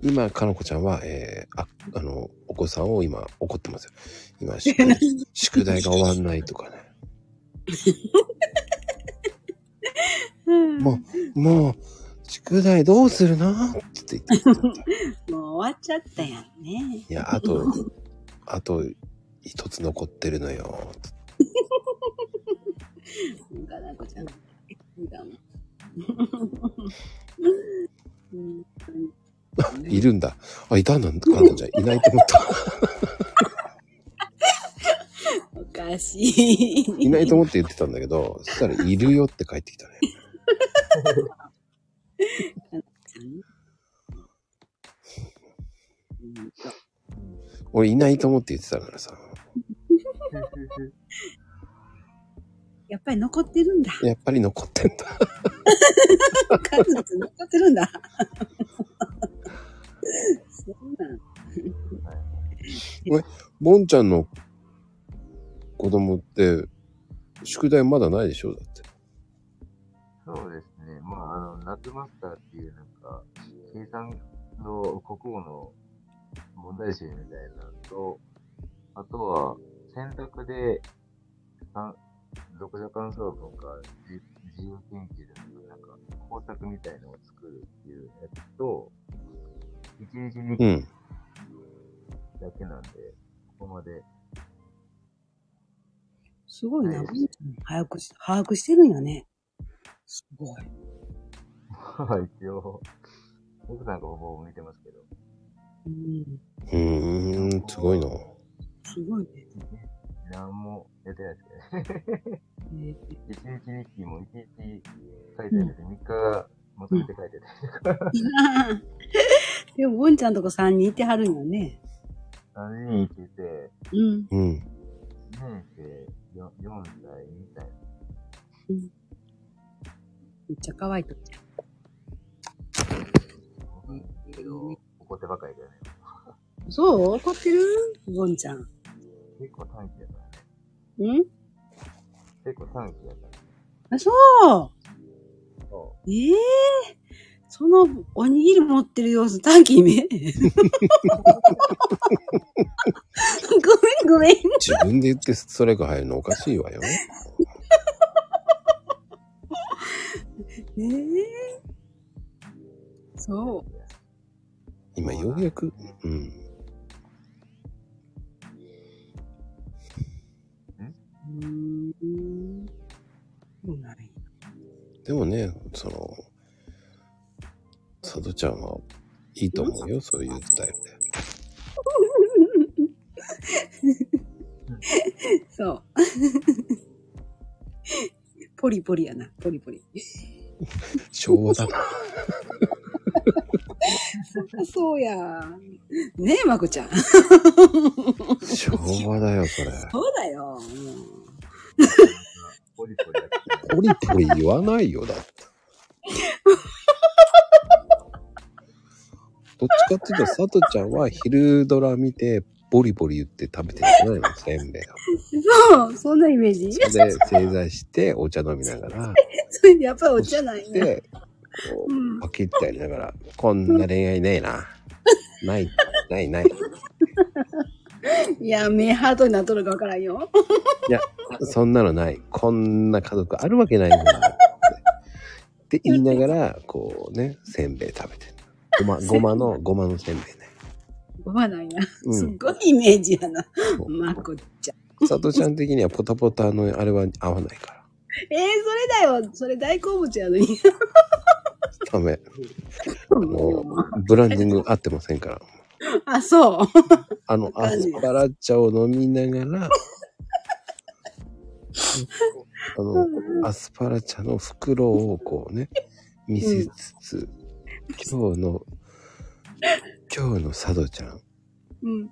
Speaker 1: 今、かのこちゃんは、えー、あ、あの、お子さんを今怒ってますよ。今、宿題
Speaker 3: そ
Speaker 1: 宿題が終わんないとかね。もう、もう、宿題どうするのって言って言って。
Speaker 3: もう終わっちゃったやんね。
Speaker 1: いや、あと、あと、一つ残ってるのよ。
Speaker 3: 花子ち ゃん、だもん。うん
Speaker 1: いるんだ。あ、いたんだ、かのこちゃん。 いないと思った。
Speaker 3: おかしい。
Speaker 1: いないと思って言ってたんだけど、そしたら、いるよって帰ってき たね。
Speaker 3: うんと
Speaker 1: 俺、いないと思って言ってたからさ。
Speaker 3: やっぱり残ってるんだ。
Speaker 1: やっぱり残ってんだ。
Speaker 3: 数々残ってるんだ。そうなん。
Speaker 1: ボンちゃんの子供って、宿題まだないでしょだって。
Speaker 2: そうですね。まあ、あの、夏マスターっていう、なんか、計算の国語の問題集みたいなのと、あとは、選択で、三読者感想文か、じ自由研究で、なんか、工作みたいのを作るっていうやつと、一日に
Speaker 1: うん。
Speaker 2: だけなんで、ここまで。
Speaker 3: すごいな、
Speaker 2: はい
Speaker 3: ボンちゃん。早くし、把握してるんやね。すごい。
Speaker 2: はい、一応、僕なんかほぼほぼ見てますけど。
Speaker 3: うん。
Speaker 1: うーん、すごいな。
Speaker 3: すごいね。
Speaker 2: 何もやってないですけどね。
Speaker 3: え
Speaker 2: 一日日記も一日書いてあるて、3日がまとめて書いてあ
Speaker 3: ーでも、ボンちゃんとこ3人いてはるんやね。
Speaker 2: る。3人いてて、
Speaker 3: うん。
Speaker 1: うん。
Speaker 2: 1年生 4, 4歳、2歳。
Speaker 3: めっちゃ可愛いとっちゃん。
Speaker 2: けど、怒ってばかりだよね。
Speaker 3: そう怒ってるボンちゃん。ん
Speaker 2: 結構短期やからね。結構短期やからね。
Speaker 3: あ、そう
Speaker 2: そ
Speaker 3: ええそのおにぎり持ってる様子、短期め。ごめんごめん。
Speaker 1: 自分で言ってストライク入るのおかしいわよ。
Speaker 3: ねえ。そう。
Speaker 1: 今ようやく、うん。
Speaker 3: うーん。そうなんや
Speaker 1: でもね、その、さとちゃんはいいと思うよ、そういうスタイルで。
Speaker 3: そう。ポリポリやな、ポリポリ。
Speaker 1: 昭和だな。
Speaker 3: そうや。ねえ、まこちゃん。
Speaker 1: 昭和だよ、それ。
Speaker 3: そうだよ。もう
Speaker 2: ポリポリやってた
Speaker 1: ポリポリ言わないよ、 だって。どっちかっていうと、さとちゃんは昼ドラ見て、ボリボリ言って食べてるじゃないの、せんべい
Speaker 3: そう、そんなイメージ。
Speaker 1: を。で、正座して、お茶飲みながら、
Speaker 3: それやっぱりお茶ないね。
Speaker 1: で、こ
Speaker 3: う
Speaker 1: う、
Speaker 3: ん
Speaker 1: パキッてやりながら、こんな恋愛ねえな。ない、ない、ない。
Speaker 3: いや、目ハートになっとるかわからんよ。
Speaker 1: そんなのない。こんな家族あるわけないんだよ。 って言いながら、こうね、せんべい食べてる。ご ま、ごまの、ごまのせんべいね。
Speaker 3: ごまないな。
Speaker 1: う
Speaker 3: すっ
Speaker 1: ん。
Speaker 3: ごいイメージやな
Speaker 1: そ。う
Speaker 3: まこちゃん。
Speaker 1: さとちゃん的にはポタポタのあれは合わないから。
Speaker 3: えー、それだよ。それ大好物やのに。
Speaker 1: ダメ。もう、ブランディング合ってませんから。
Speaker 3: あ、そう。
Speaker 1: あの、アスパラッチャを飲みなが ら、あの、アスパラチャの袋をこうね、見せつつ、今日の、今日のサドちゃん、
Speaker 3: うん。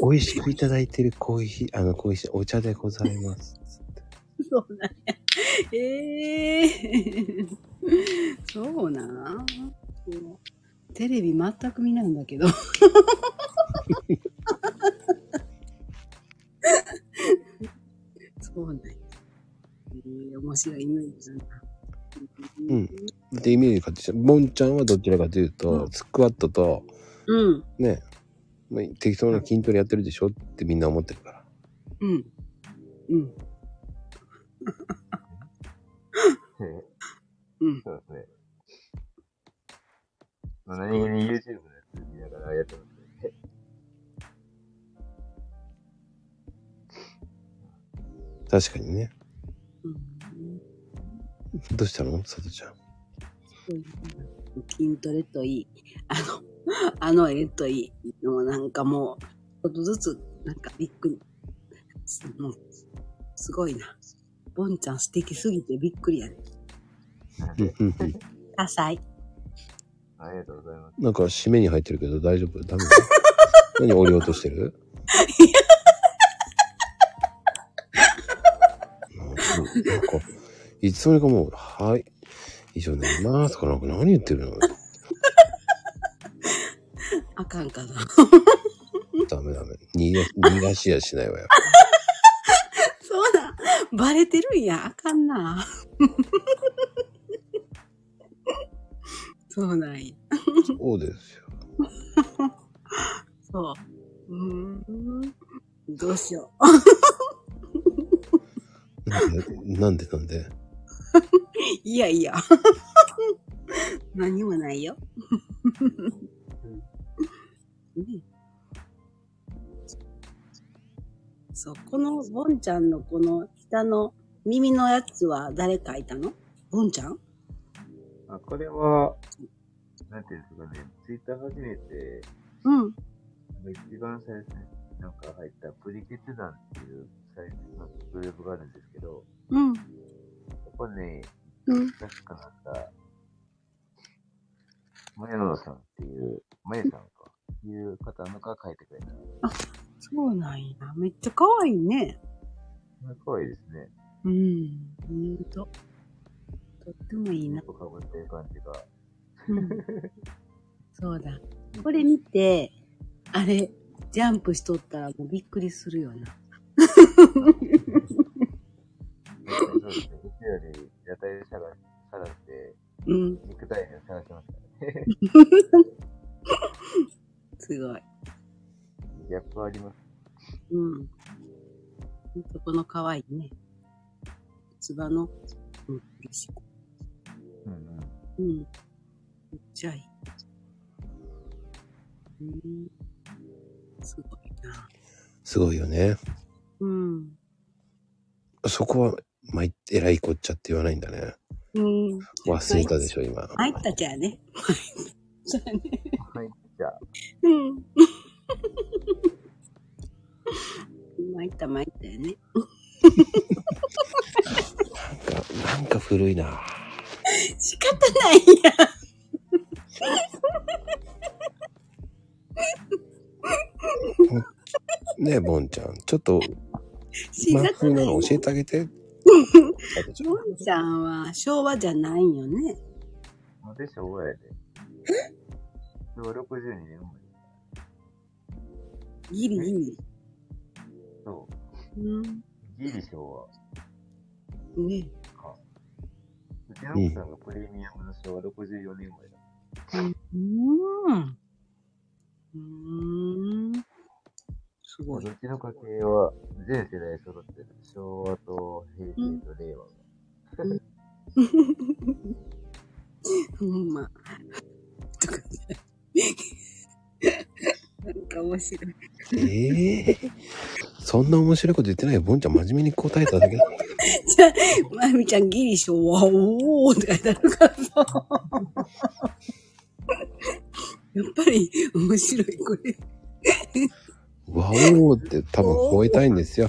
Speaker 1: 美味しくいただいてるコーヒー、あの、コーヒー、お茶でございます。
Speaker 3: そうなんや。ええー。そうなんそうテレビ全く見ないんだ けど。そうなんや。えー、面白いイメージだな。
Speaker 1: うん。で、イメージかって、ボンちゃんはどちらかというと、スクワットと、
Speaker 3: うん。
Speaker 1: ね、まあ適当な筋トレやってるでしょってみんな思ってるから。
Speaker 3: うん。うん。
Speaker 2: で
Speaker 3: うん。
Speaker 2: そうですね。まあ、何気に YouTube のやつ見ながらやってますね。
Speaker 1: 確かにね。
Speaker 3: うん
Speaker 1: どうしたのサドちゃん。
Speaker 3: 筋トレといい、あの、あの絵といい、もうなんかもう、ちょっとずつ、なんかびっくり。すもうすごいな。ボンちゃん素敵すぎてびっくりやね。
Speaker 1: うんうんうん
Speaker 3: 多彩。
Speaker 2: ありがとうございます。
Speaker 1: なんか締めに入ってるけど大丈夫 ダメ何折り落としてる なんか、いつの間にかもう、はい、以上になりますから、なんか何言ってるの
Speaker 3: あかんかな。
Speaker 1: ダメダメ。逃げ、逃がしやしないわよ。
Speaker 3: そうだ。バレてるんや。あかんな。そうなんや。
Speaker 1: そうですよ。
Speaker 3: そう。うーん。どうしよう。
Speaker 1: なんで、 なんで、なんで。
Speaker 3: いやいや。何もないよ。ねそう、このボンちゃんのこの下の耳のやつは誰描いたのボンちゃん
Speaker 2: あ、これは、なんていうんですかね、Twitter 始めて、
Speaker 3: うん。
Speaker 2: 一番最初になんか入ったプリケツ団っていうサイトのグループがあるんですけど、
Speaker 3: うん。
Speaker 2: ここに、
Speaker 3: うん。
Speaker 2: 確かなんか、マヤノさんっていう、マヤさんか、いう方のが書いてくれた。
Speaker 3: そうなんや。めっちゃ可愛いね。
Speaker 2: 可愛いですね。
Speaker 3: うん。ほんと。とってもいいな。
Speaker 2: 猫かぶってる感じ が。
Speaker 3: そうだ。これ見て、あれ、ジャンプしとったらもうびっくりするよな。
Speaker 2: そうですね。うちより、屋台探し、探して、
Speaker 3: うん。
Speaker 2: 肉体を探してますからね。
Speaker 3: そこの可愛いね、つばの、うん、嬉しい。
Speaker 2: うんうん。
Speaker 3: うん。めっちゃいい。うん。すごいな。
Speaker 1: すごいよね。
Speaker 3: うん。
Speaker 1: そこは、まい、えらいこっちゃって言わないんだね。
Speaker 3: うん。
Speaker 1: 忘れたでしょ、今。
Speaker 3: 入ったじゃあね。そうやね。
Speaker 2: はい、じゃあ、
Speaker 3: うん。 参った参ったよね。
Speaker 1: なんか、なんか古いな。
Speaker 3: 仕方ないやん。
Speaker 1: ねえ、ボンちゃん。ちょっと、
Speaker 3: 仕
Speaker 1: マ
Speaker 3: 方
Speaker 1: 風
Speaker 3: な。
Speaker 1: ないの教えてあげ て。
Speaker 3: ボンちゃんは昭和じゃないよね。
Speaker 2: 私は親やで。えは62年生まれ。
Speaker 3: ギリギリ。
Speaker 2: そ
Speaker 3: うん。
Speaker 2: う。ギリ昭和。
Speaker 3: ね。
Speaker 2: うちの奥さんがプレミアムの昭和64年生まれだ。
Speaker 3: うん。うん。すごい。
Speaker 2: うちの家系は全世代揃ってる。昭和と平成と令和が。
Speaker 3: ほんま。とかなんか面白い。
Speaker 1: ええそんな面白いこと言ってないよ。ボンちゃん真面目に答えただけだ。
Speaker 3: じゃあ、まゆみちゃんギリ昭和、おーって書いてあるからさ。やっぱり面白い、これ。
Speaker 1: わおーって多分吠えたいんですよ。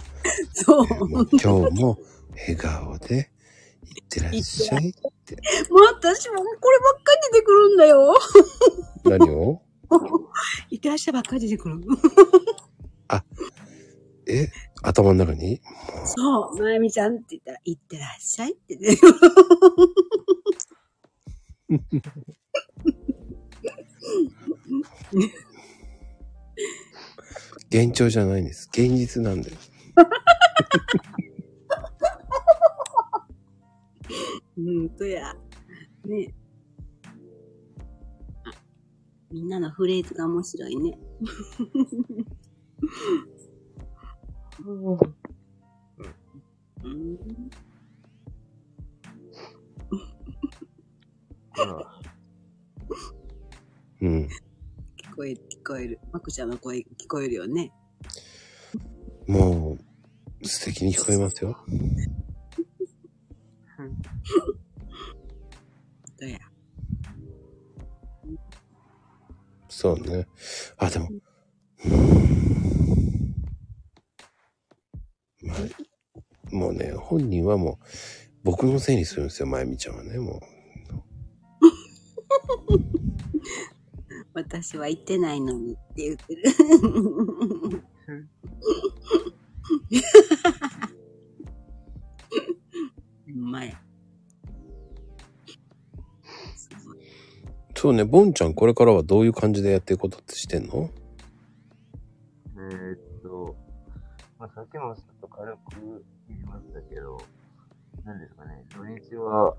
Speaker 3: そう。
Speaker 1: もう今日も笑顔で、いってらっしゃい。
Speaker 3: もう私もこればっかり出てくるんだよ。
Speaker 1: 何を
Speaker 3: いってらっしゃいばっかり出てくる。
Speaker 1: え頭の中に
Speaker 3: そう、まゆみちゃんって言ったら、いってらっしゃいって 出てくる。
Speaker 1: 幻聴じゃないんです。現実なんです。
Speaker 3: うんとや。ねえあみんなのフレーズが面白いね。うん
Speaker 2: 今、
Speaker 1: うん。
Speaker 3: 聞こえる、聞こえる。まくちゃんの声聞こえるよね。
Speaker 1: もう、素敵に聞こえますよ。
Speaker 3: どうや。
Speaker 1: そうね。あ、でも。まあ、もうね、本人はもう、僕のせいにするんですよ、まゆみちゃんはね、も。
Speaker 3: 私は行ってないのにって言ってる。 うまい。すごいう
Speaker 1: そうね、ボンちゃんこれからはどういう感じでやっていくことってしてんの
Speaker 2: えーっと、まあ、さっきもちょっと軽く言いましたけど、なんですかね、土日は、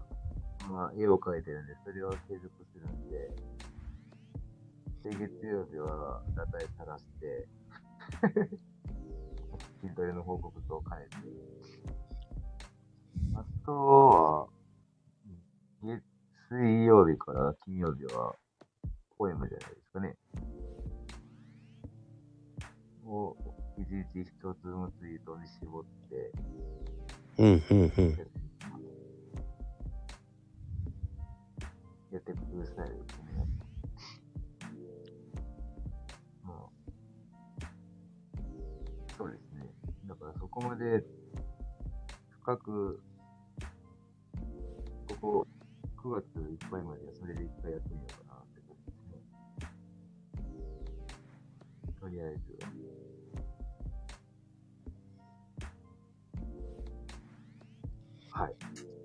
Speaker 2: まあ、絵を描いてるんで、それを継続するんで、で、月曜日は、裸体さらして、 筋トレの報告と兼ねて、あとは、月、水曜日から金曜日は、ポエムじゃないですかね。を一日一つのツイートに絞って、
Speaker 1: うん、うん、うん。
Speaker 2: やっていくスタイルですね。まあ、そうですね。だからそこまで深く、ここ9月いっぱいまではそれで一回やってみようかなって感じですね。とりあえずは。はい。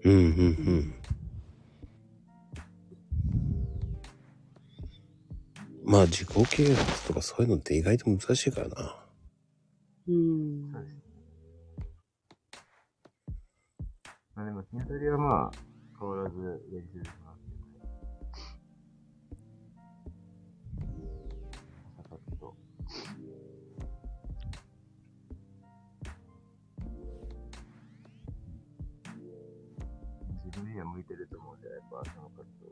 Speaker 1: うん、うん、うん。まあ、自己啓発とかそういうのって意外と難しいからな。
Speaker 3: うん
Speaker 2: そうですね。まあでも、筋トレはまあ、変わらずやり続けますけどね。サクッと。には向いてると思うんで、やっぱその活動。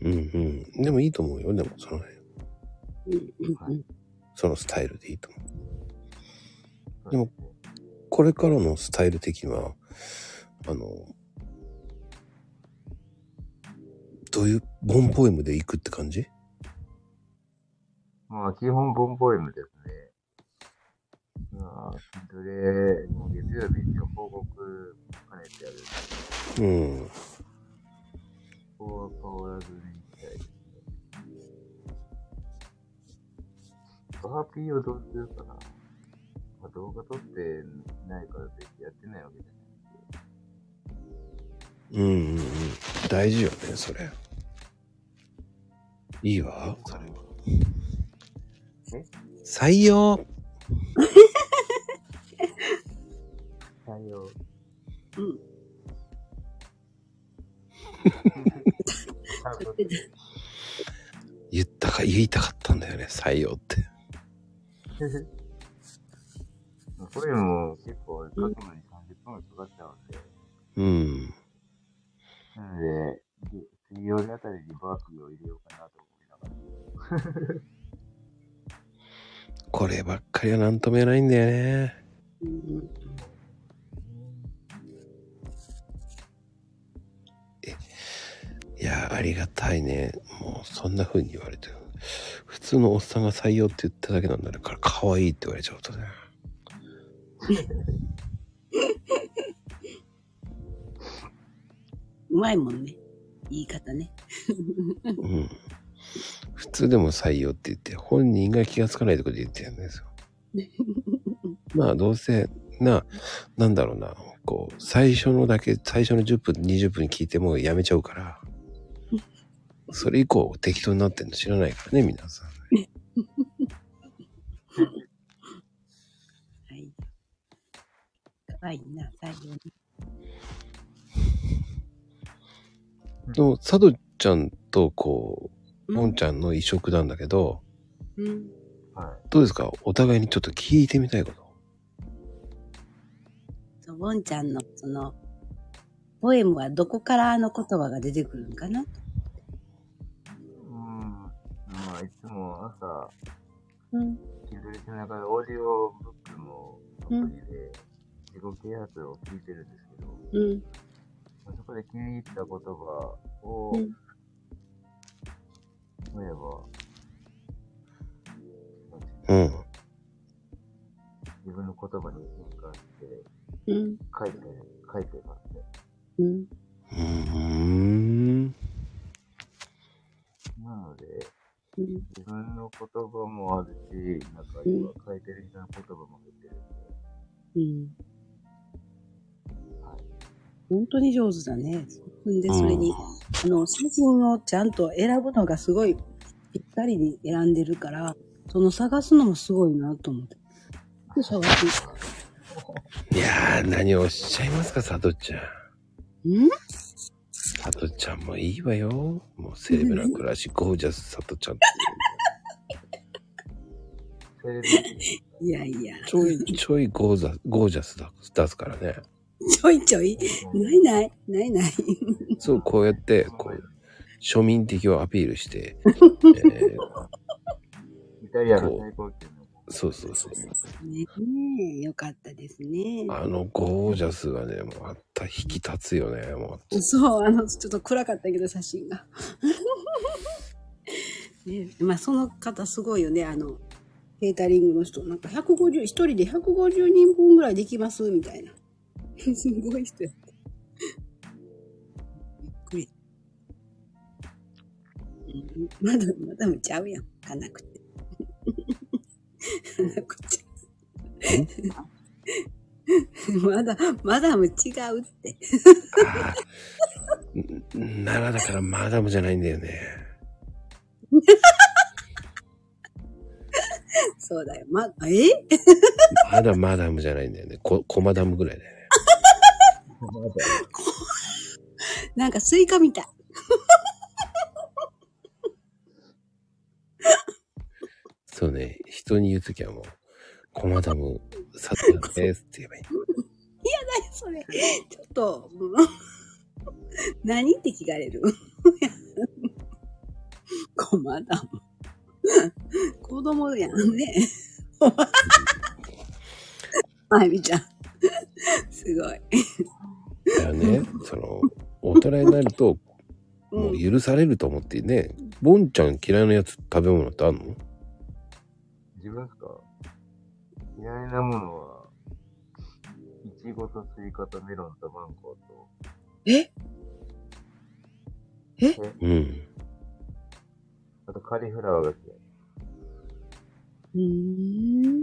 Speaker 1: うんうん。でもいいと思うよ。でも、その辺。
Speaker 3: うんうんうん
Speaker 1: そのスタイルでいいと思う。
Speaker 2: そう
Speaker 1: でも
Speaker 2: すね
Speaker 1: これからのスタイル的には、あの、どういう、ボンポエムで行くって感じ
Speaker 2: まあ、基本ボンポエムですね。まあ、筋トレ、もう月曜日一応報告兼ねてやる。
Speaker 1: うん。
Speaker 2: そこは変わらずに行きたいですね。バーピーをどうするかな、まあ、動画撮ってないからといってやってないわけじゃない。
Speaker 1: うんうんうん。大事よね、それ。いいわ、それは。採用
Speaker 2: 採用。
Speaker 3: うん。
Speaker 2: 多分
Speaker 1: 言ったか、言いたかったんだよね、採用って。
Speaker 2: これも結構書くのに30分もかかっちゃうんで、
Speaker 1: うん。
Speaker 2: なので、で水曜日あたりにバーピーを入れようかなと思いながら。
Speaker 1: こればっかりはなんとも言えないんだよね。
Speaker 3: うんうん
Speaker 1: いや、ありがたいね。もう、そんな風に言われてる。普通のおっさんが採用って言っただけなんだから、可愛いって言われちゃうとね。
Speaker 3: うまいもんね。言い方ね。
Speaker 1: うん。普通でも採用って言って、本人が気がつかないとこで言ってるん ですよ。まあ、どうせ、な、なんだろうな、こう、最初のだけ、最初の10分、20分聞いてもうやめちゃうから、それ以降適当になってるの知らないからね、皆さん。
Speaker 3: はい。可愛いな、最後に。
Speaker 1: でも、佐渡ちゃんと、こう、
Speaker 3: う
Speaker 1: もん
Speaker 3: ん。
Speaker 1: ちゃんの移植なんだけど、
Speaker 3: うん。
Speaker 2: はい。
Speaker 1: どうですかお互いにちょっと聞いてみたいこと。
Speaker 3: そう、ボンちゃんの、その、ポエムはどこからあの言葉が出てくるんかな
Speaker 2: うん。まあ、いつも朝、
Speaker 3: うん。
Speaker 2: 筋トレしながらオーディオブックのアプリで自己啓発を聞いてるんですけど、
Speaker 3: うん。
Speaker 2: まあそこで気に入った言葉を
Speaker 3: うん
Speaker 2: 思えば、
Speaker 1: うん。
Speaker 2: 自分の言葉に変換して
Speaker 3: うん。
Speaker 2: 書いて、書いてますね。
Speaker 3: うん。
Speaker 1: うん。
Speaker 2: なので、
Speaker 3: うん。
Speaker 2: 自分の言葉もあるし、なんか今書いてる人の言葉も出てるんで、
Speaker 3: うん。本当に上手だね。で、それに、あの、写真をちゃんと選ぶのがすごいぴったりに選んでるから、その探すのもすごいなと思って。で、探す。
Speaker 1: いやー、何をおっしゃいますか、佐藤ちゃん。
Speaker 3: ん
Speaker 1: 佐藤ちゃんもいいわよ。もうセレブラクラシゴージャス佐藤ちゃんって。
Speaker 2: それで、
Speaker 3: いやいや、
Speaker 1: ちょいちょいゴーザゴージャスだ出すからね。
Speaker 3: ちょいちょい。ないない、ないない。
Speaker 1: そう、こうやって、こう、庶民的をアピールして、えー
Speaker 2: イタリアの最高級の
Speaker 1: そうそうそう。
Speaker 3: ねえ、よかったですね。
Speaker 1: あのゴージャスがね、もうあった引き立つよね。もう
Speaker 3: そう、あの、ちょっと暗かったけど、写真 が。ねえ、まあ、その方すごいよね、あの、ケータリングの人、なんか150、一人で150人分ぐらいできます、みたいな。 すごい人やった。びっくり。うんまだ、まだもちゃうやん。かなくて。かなくちゃ。 まだ、まだも違うって。
Speaker 1: あーん奈良だからマダムじゃないんだよね。
Speaker 3: そうだよ。ま、え
Speaker 1: まだマダムじゃないんだよね。こ、コマダムぐらいだよね。
Speaker 3: なんかスイカみたい。
Speaker 1: そうね、人に言うときはもう、駒田も、さてですって言えばいい。
Speaker 3: それ、ちょっと、もう何って聞かれる。 困だもん。子供やんね。 まゆみちゃん。すごい。
Speaker 1: だからね、その、大人になると、もう
Speaker 3: う、
Speaker 1: ん許されると思ってね、ボンちゃん嫌いなやつ食べ物ってあるの
Speaker 2: 自分ですか嫌いなものは、いちごとスイカとメロンとマンゴーと、
Speaker 3: え
Speaker 1: うん。
Speaker 2: あとカリフラワーが嫌い。
Speaker 3: うーん。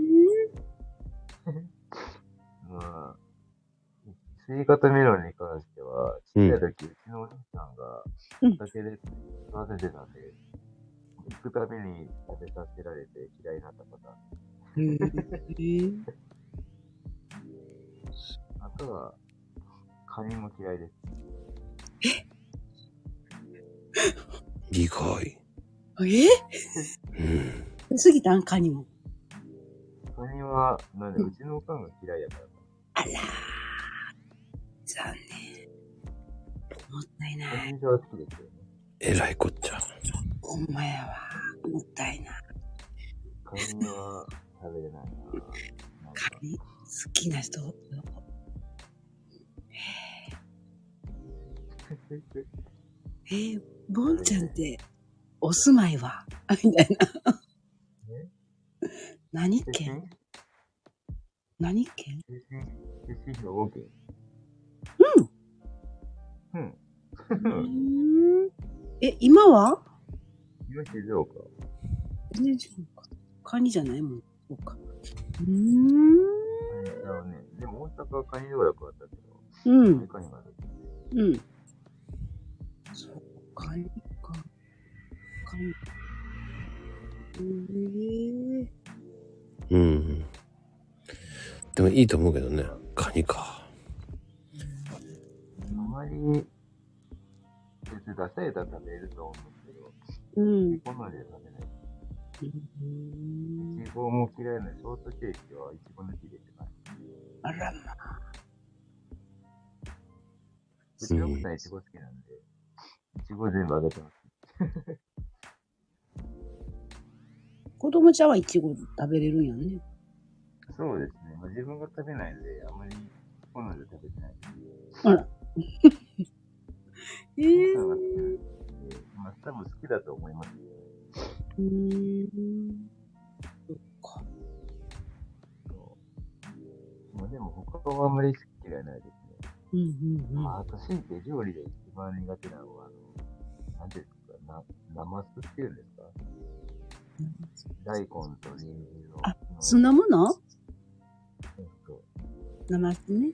Speaker 2: まあ、スイカとメロンに関しては、ちっちゃい時、うちのおじいさんが
Speaker 3: うん
Speaker 2: 畑で育ててたんで、行くたびに食べさせられて嫌いになったパターン。
Speaker 3: えー
Speaker 2: あとは、カニも嫌いです。
Speaker 1: 理解。
Speaker 3: え
Speaker 1: うん。
Speaker 3: 過ぎたんかにも。
Speaker 2: カニは、なんで、うちのおかんが嫌いやから。
Speaker 3: あらー。残念。もったいな
Speaker 2: カ
Speaker 3: い。
Speaker 2: ニ以上は好きですよね。
Speaker 1: えらいこっちゃ。
Speaker 3: ほんまやわ。もったいない。
Speaker 2: カニは食べれないな。なんか
Speaker 3: カニ、好きな人。えー、ボンちゃんって、お住まいは あみたいな。何
Speaker 2: 出身
Speaker 3: 県何県
Speaker 2: 出身出身兵庫県。うん。う。
Speaker 3: うんん。え、今は
Speaker 2: 今静岡。
Speaker 3: 全然違うのか。カニじゃないもん。そうか。うーん。
Speaker 2: あのね、でも大阪はカニ道楽あったけど、
Speaker 3: う
Speaker 2: アメ
Speaker 3: ん。
Speaker 2: カニがある。
Speaker 3: うん。そう、カニか。カニ。ええ
Speaker 1: うん。でもいいと思うけどね。カニか。
Speaker 2: あまり、別に出されたら食べれると思うんですけど、
Speaker 3: うん。
Speaker 2: 好みで食べない。いちごも嫌いなショートケーキはいちご抜きでって感
Speaker 3: あらま。
Speaker 2: じ。うちの奥さんいちご好きなんで、いちご全部あげてます。
Speaker 3: 子供ちゃんはいちご食べれるんやね。
Speaker 2: そうですね。まあ、自分が食べないんで、あまり好みで食べてない。
Speaker 3: え
Speaker 2: 奥
Speaker 3: え
Speaker 2: さんが好きなんで、まあ多分好きだと思います。
Speaker 3: うーん。そっか。
Speaker 2: そうまあでも他はあんまり好き嫌いないですね。
Speaker 3: うんうんうん。
Speaker 2: まあ、私って料理で一番苦手なのは、あの、なんていうんですか、な、ナマスっていうんですか大根と人参の。
Speaker 3: あそんなもの
Speaker 2: うんそう
Speaker 3: 生酢ね。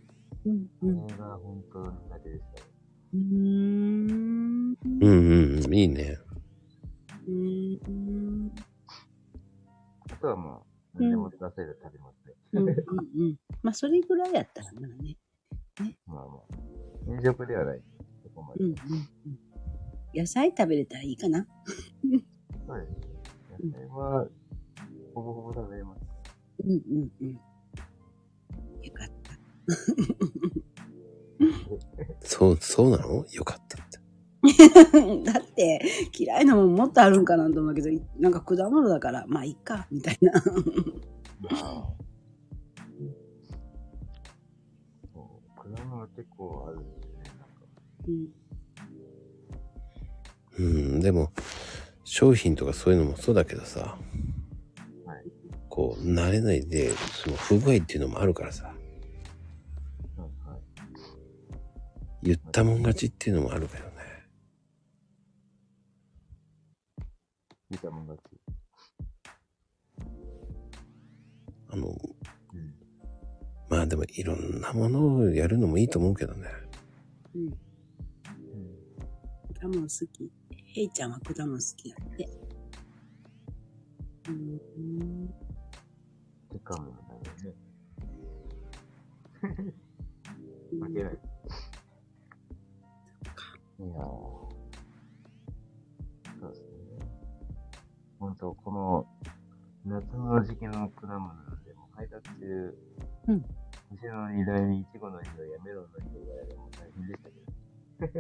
Speaker 3: うん
Speaker 2: こ
Speaker 3: うん。う
Speaker 2: れが本当に苦手でしたね。
Speaker 3: ーん。
Speaker 1: うんうんうん。いいね。
Speaker 3: うーん。
Speaker 2: あとはもう、何でも出せる食べますね。
Speaker 3: うんうんうん。まあ、それぐらいやったらなね。
Speaker 2: まあまあ。飲食ではない。そこまで。
Speaker 3: うんうんうん。野菜食べれたらいいかな。
Speaker 2: そうですね。野菜は、ほぼほぼ食べれます。
Speaker 3: うんうんうん。よかった。
Speaker 1: そう、そうなのよかったって。
Speaker 3: だって、嫌いなもんもっとあるんかなと思うけど、いなんか果物だから、まあいいか、みたいな。
Speaker 2: そう。果物結構あるんですよね。なんか。
Speaker 3: うん
Speaker 1: うん。でも、商品とかそういうのもそうだけどさ。
Speaker 2: はい
Speaker 1: こう、慣れないで、その不具合っていうのもあるからさ。
Speaker 2: うんはい。
Speaker 1: 言ったもん勝ちっていうのもあるからね。
Speaker 2: 見たもん勝ち。
Speaker 1: あの、
Speaker 2: うん。
Speaker 1: まあでもいろんなものをやるのもいいと思うけどね。
Speaker 2: うん
Speaker 3: 果物好き。ヘイちゃんは果物好きだって。うん。
Speaker 2: 手かもだよね。負けない。いやーそうですね。本当この、夏の時期の果物なんで、もう配達中、
Speaker 3: うん。
Speaker 2: 後ろの荷台にイチゴの匂いやメロンの匂いがやでもう大変で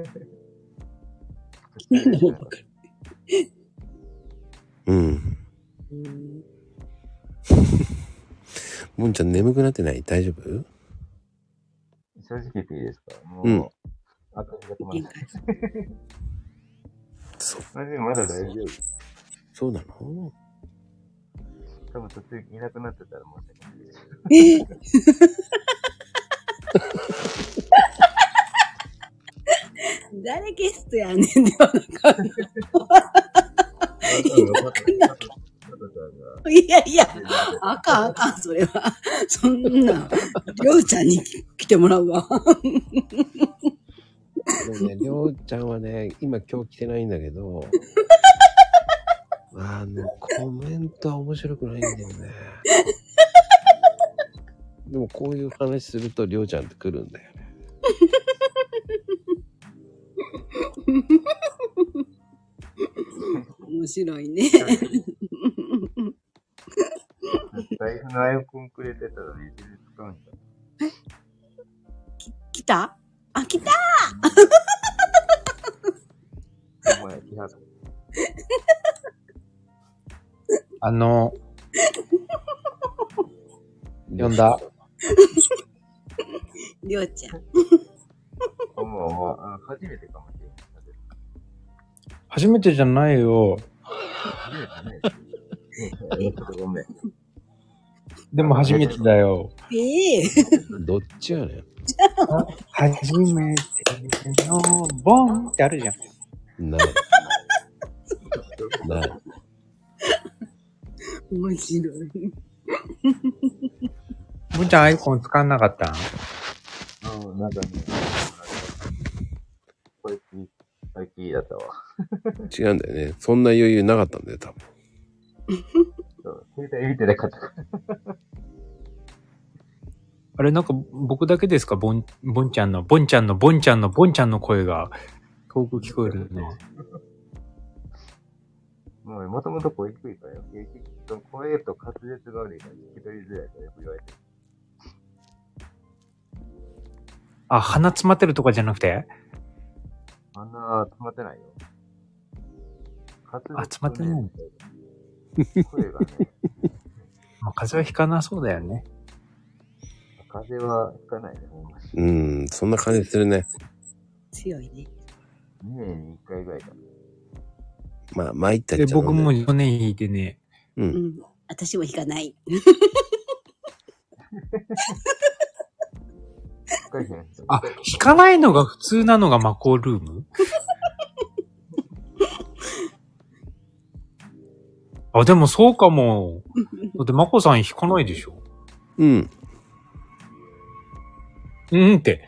Speaker 2: したけど。
Speaker 3: 変なもんばっかり。
Speaker 1: うん。
Speaker 3: うん
Speaker 1: もんちゃん眠くなってない大丈夫
Speaker 2: 正直言っていいですかも
Speaker 1: うん
Speaker 2: う、あとが止まらない。
Speaker 1: そ、
Speaker 2: まあでもまだ大丈夫。
Speaker 1: そうなの
Speaker 2: 多分途中いなくなってたら申し訳ないですけど。
Speaker 3: えー、誰ゲストやねんではなかっ た。いやいや、あかんあかん、それは。そんな、りょうちゃんに来てもらうわ。
Speaker 1: でもね、りょうちゃんはね、今今日来てないんだけど、あの、コメントは面白くないんだよね。でもこういう話するとりょうちゃんって来るんだよね。
Speaker 3: 面白いね。
Speaker 2: 財布のアイコンくれてたらね、手で使うんだ。
Speaker 3: 来たあ、来た
Speaker 2: お前、気迫。
Speaker 4: あ の、呼んだ。
Speaker 3: りょうちゃん。
Speaker 2: お前は、あ初めてかもしれない。
Speaker 4: 初めてじゃないよ。
Speaker 2: 初めてね。ねちょっとごめん。
Speaker 4: でも初めてだよ。
Speaker 3: ええ
Speaker 1: どっちやね
Speaker 4: 初めてのボンってあるじゃん。
Speaker 1: ん。ない。ない。
Speaker 3: 面白い。
Speaker 4: ボンちゃんアイコン使わなかったん
Speaker 2: うん、なんかね、これ、最近だったわ。
Speaker 1: 違うんだよね。そんな余裕なかったんだよ、多分。
Speaker 2: そう携帯見てなかったから。
Speaker 4: あれなんか僕だけですかボン、ボンちゃんの、ボンちゃんの、ボンちゃんの、ボンちゃんの声が遠く聞こえるね。
Speaker 2: もう、もともと声低いからよ。結局声と滑舌が悪いから、聞き取りづらいからよく言われてる。
Speaker 4: あ、鼻詰まってるとかじゃなくて
Speaker 2: あんな、詰まってないよ。滑舌、
Speaker 4: あ詰まってないん
Speaker 2: い。声がね、
Speaker 4: まあ風邪はひかなそうだよね。
Speaker 2: 風は吹かないね、ほんまに。
Speaker 1: うん、そんな感じするね。
Speaker 3: 強いね。
Speaker 2: 2年に1回ぐらいかな。
Speaker 1: まあ、参ったっちゃな
Speaker 4: で、
Speaker 1: んだよ
Speaker 4: 僕も去年引いてね、
Speaker 1: う。
Speaker 3: うんん。私も引かない。
Speaker 2: 1回じゃないです
Speaker 4: あ、引かないのが普通なのがマコールー ムあ、でもそうかも。だってマコさん引かないでしょ
Speaker 1: うん。
Speaker 4: うんって。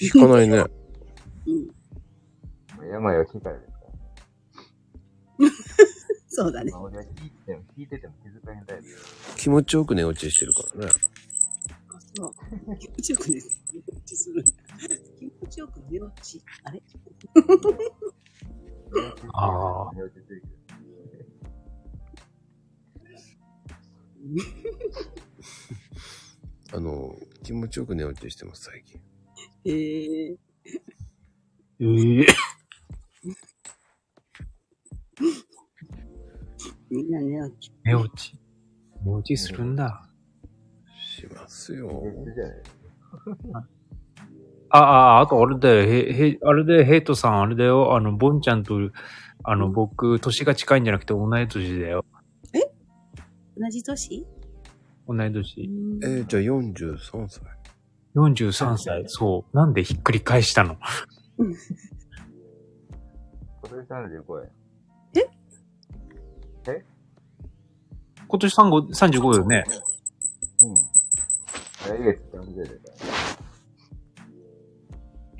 Speaker 1: 引かないね。
Speaker 3: うん。
Speaker 2: 病は気からですから。
Speaker 3: そうだね
Speaker 2: ま。あ、俺は聞いてても、聞いてても気づかへんタイプ。
Speaker 1: 気持ちよく寝落ちしてるからね。
Speaker 3: そう。気持ちよく寝落ちするんだ。気持ちよく寝落ち。あれ
Speaker 4: ああ
Speaker 2: 寝落ちするけど。
Speaker 1: あの、気持ちよく寝落ちしてます、最近。
Speaker 3: ええ
Speaker 4: ええ
Speaker 3: みんな寝落ち。
Speaker 4: 寝落ち。寝落ちするんだ。
Speaker 1: しますよ。
Speaker 2: 寝落ちじゃない。
Speaker 4: ああ、あとあれだよ。へ、へ、あれでヘイトさん、あれだよ。あの、ボンちゃんと、あの、僕、年が近いんじゃなくて同い年だよ。
Speaker 3: 同じ年
Speaker 4: 同い年。
Speaker 1: えー、じゃあ43歳。
Speaker 4: 43歳。そう。なんでひっくり返したの
Speaker 2: 今年35円。
Speaker 4: 今年35 35よね。
Speaker 2: うん。来月誕生日だから。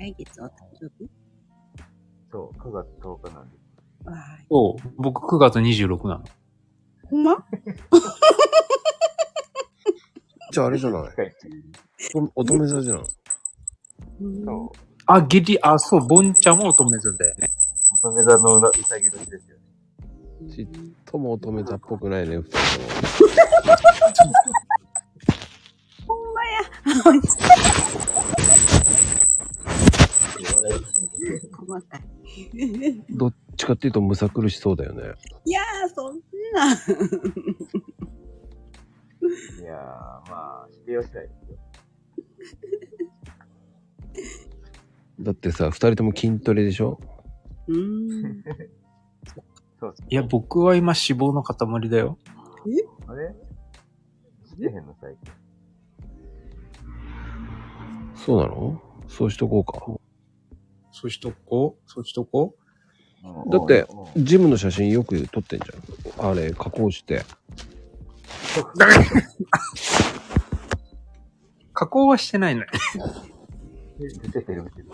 Speaker 3: 来月お誕生日
Speaker 2: そう、9月10日なんで。
Speaker 3: わーい。
Speaker 4: そう。僕9月26なの。
Speaker 3: ほんま
Speaker 1: じゃああれじゃない
Speaker 2: 近い
Speaker 1: お乙女座じゃん。
Speaker 3: うん
Speaker 2: そう。
Speaker 4: あ、ギリ、あ、そう、ボンちゃんも乙女座だよね。
Speaker 2: 乙女座のうさぎ年ですよね。
Speaker 1: ちっとも乙女座っぽくないね。二人
Speaker 3: ほんまや。細かい。
Speaker 1: ともどっちかっていうとむさ苦しそうだよね。
Speaker 3: いやー、そんな。
Speaker 2: いやー、まあ、否定はしたいですよ。
Speaker 1: だってさ、二人とも筋トレでしょ
Speaker 3: うーん。
Speaker 2: そうですね。
Speaker 4: いや、僕は今脂肪の塊だよ。
Speaker 2: あれしてへんの最近。
Speaker 1: そうなのそうしとこう
Speaker 4: そうしとこうそうしとこう
Speaker 1: だって
Speaker 2: う
Speaker 1: か。
Speaker 2: ん、
Speaker 1: ジムの写真よく撮ってんじゃん。あれ、加工して。
Speaker 4: 加工はしてないの、
Speaker 2: 出てるけど。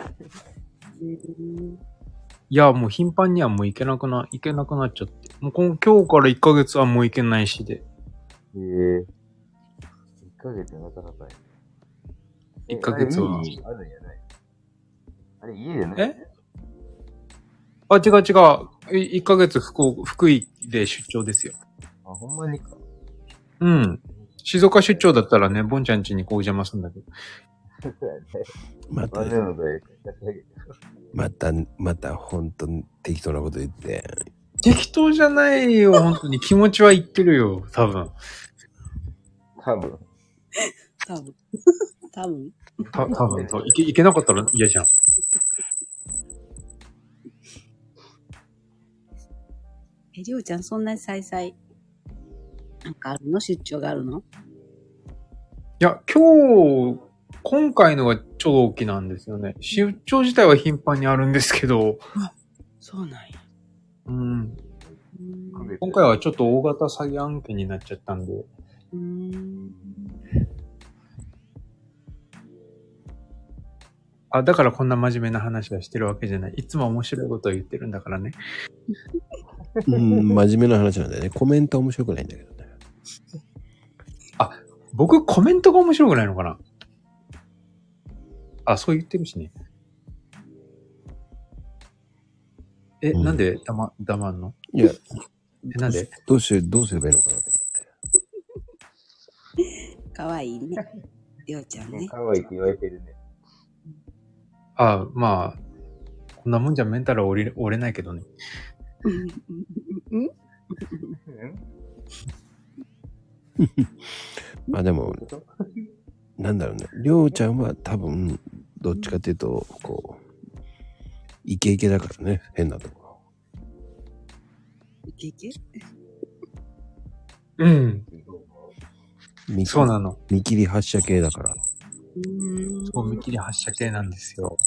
Speaker 4: いや、もう頻繁にはもう行けなくな、行けなくなっちゃって。もうこん今日から1ヶ月はもう行けないしで。
Speaker 2: ええ。1ヶ月なかなかやえ
Speaker 4: 一ヶ月は
Speaker 2: あれ家にあるんやないあれ、家じゃない
Speaker 4: えあ、違う違う。い1ヶ月福岡福井で出張ですよ。
Speaker 2: あ、ほんまにか。
Speaker 4: うん。静岡出張だったらね、ボンちゃん家にこうお邪魔するんだけど。
Speaker 2: そうやね。
Speaker 1: また
Speaker 2: あ、、でもどれか。
Speaker 1: また、また、ほんと適当なこと言って。
Speaker 4: 適当じゃないよ、本当に。気持ちは言ってるよ、多分。
Speaker 2: 多分。
Speaker 3: 多分。 多分。
Speaker 4: た多分そう。いけ、いけなかったら嫌じゃん。
Speaker 3: え、りょうちゃん、そんなにさいさい。なんかあるの出張があるの
Speaker 4: いや、今日、今回のが超大きなんですよね。出張自体は頻繁にあるんですけど、
Speaker 3: そうなんや。
Speaker 4: うん。
Speaker 3: うーん
Speaker 4: 今回はちょっと大型詐欺案件になっちゃったんで、
Speaker 3: うーん。
Speaker 4: あ、だからこんな真面目な話はしてるわけじゃない。いつも面白いことを言ってるんだからね。
Speaker 1: うん、真面目な話なんだよね。コメントは面白くないんだけどね。
Speaker 4: 僕、コメントが面白くないのかなあ、そう言ってるしね。え、
Speaker 1: うん
Speaker 4: なんで黙、黙んの
Speaker 1: いや、
Speaker 4: え、なんで
Speaker 1: どうしよう、どうすればいいのかなと
Speaker 3: かわいいね。りょうちゃんね。
Speaker 2: 可愛いって言われてるね。
Speaker 4: あ、まあ、こんなもんじゃメンタルは折れ折れないけどね。
Speaker 3: うん
Speaker 1: 思って。あ、でも、なんだろうね。りょうちゃんは多分、どっちかっていうと、こう、イケイケだからね。変なところ。
Speaker 3: いけいけ
Speaker 4: うん。
Speaker 1: 見
Speaker 4: そうなの。
Speaker 1: 見切り発車系だから。
Speaker 3: うーん。
Speaker 4: そう、見切り発射系なんですよ。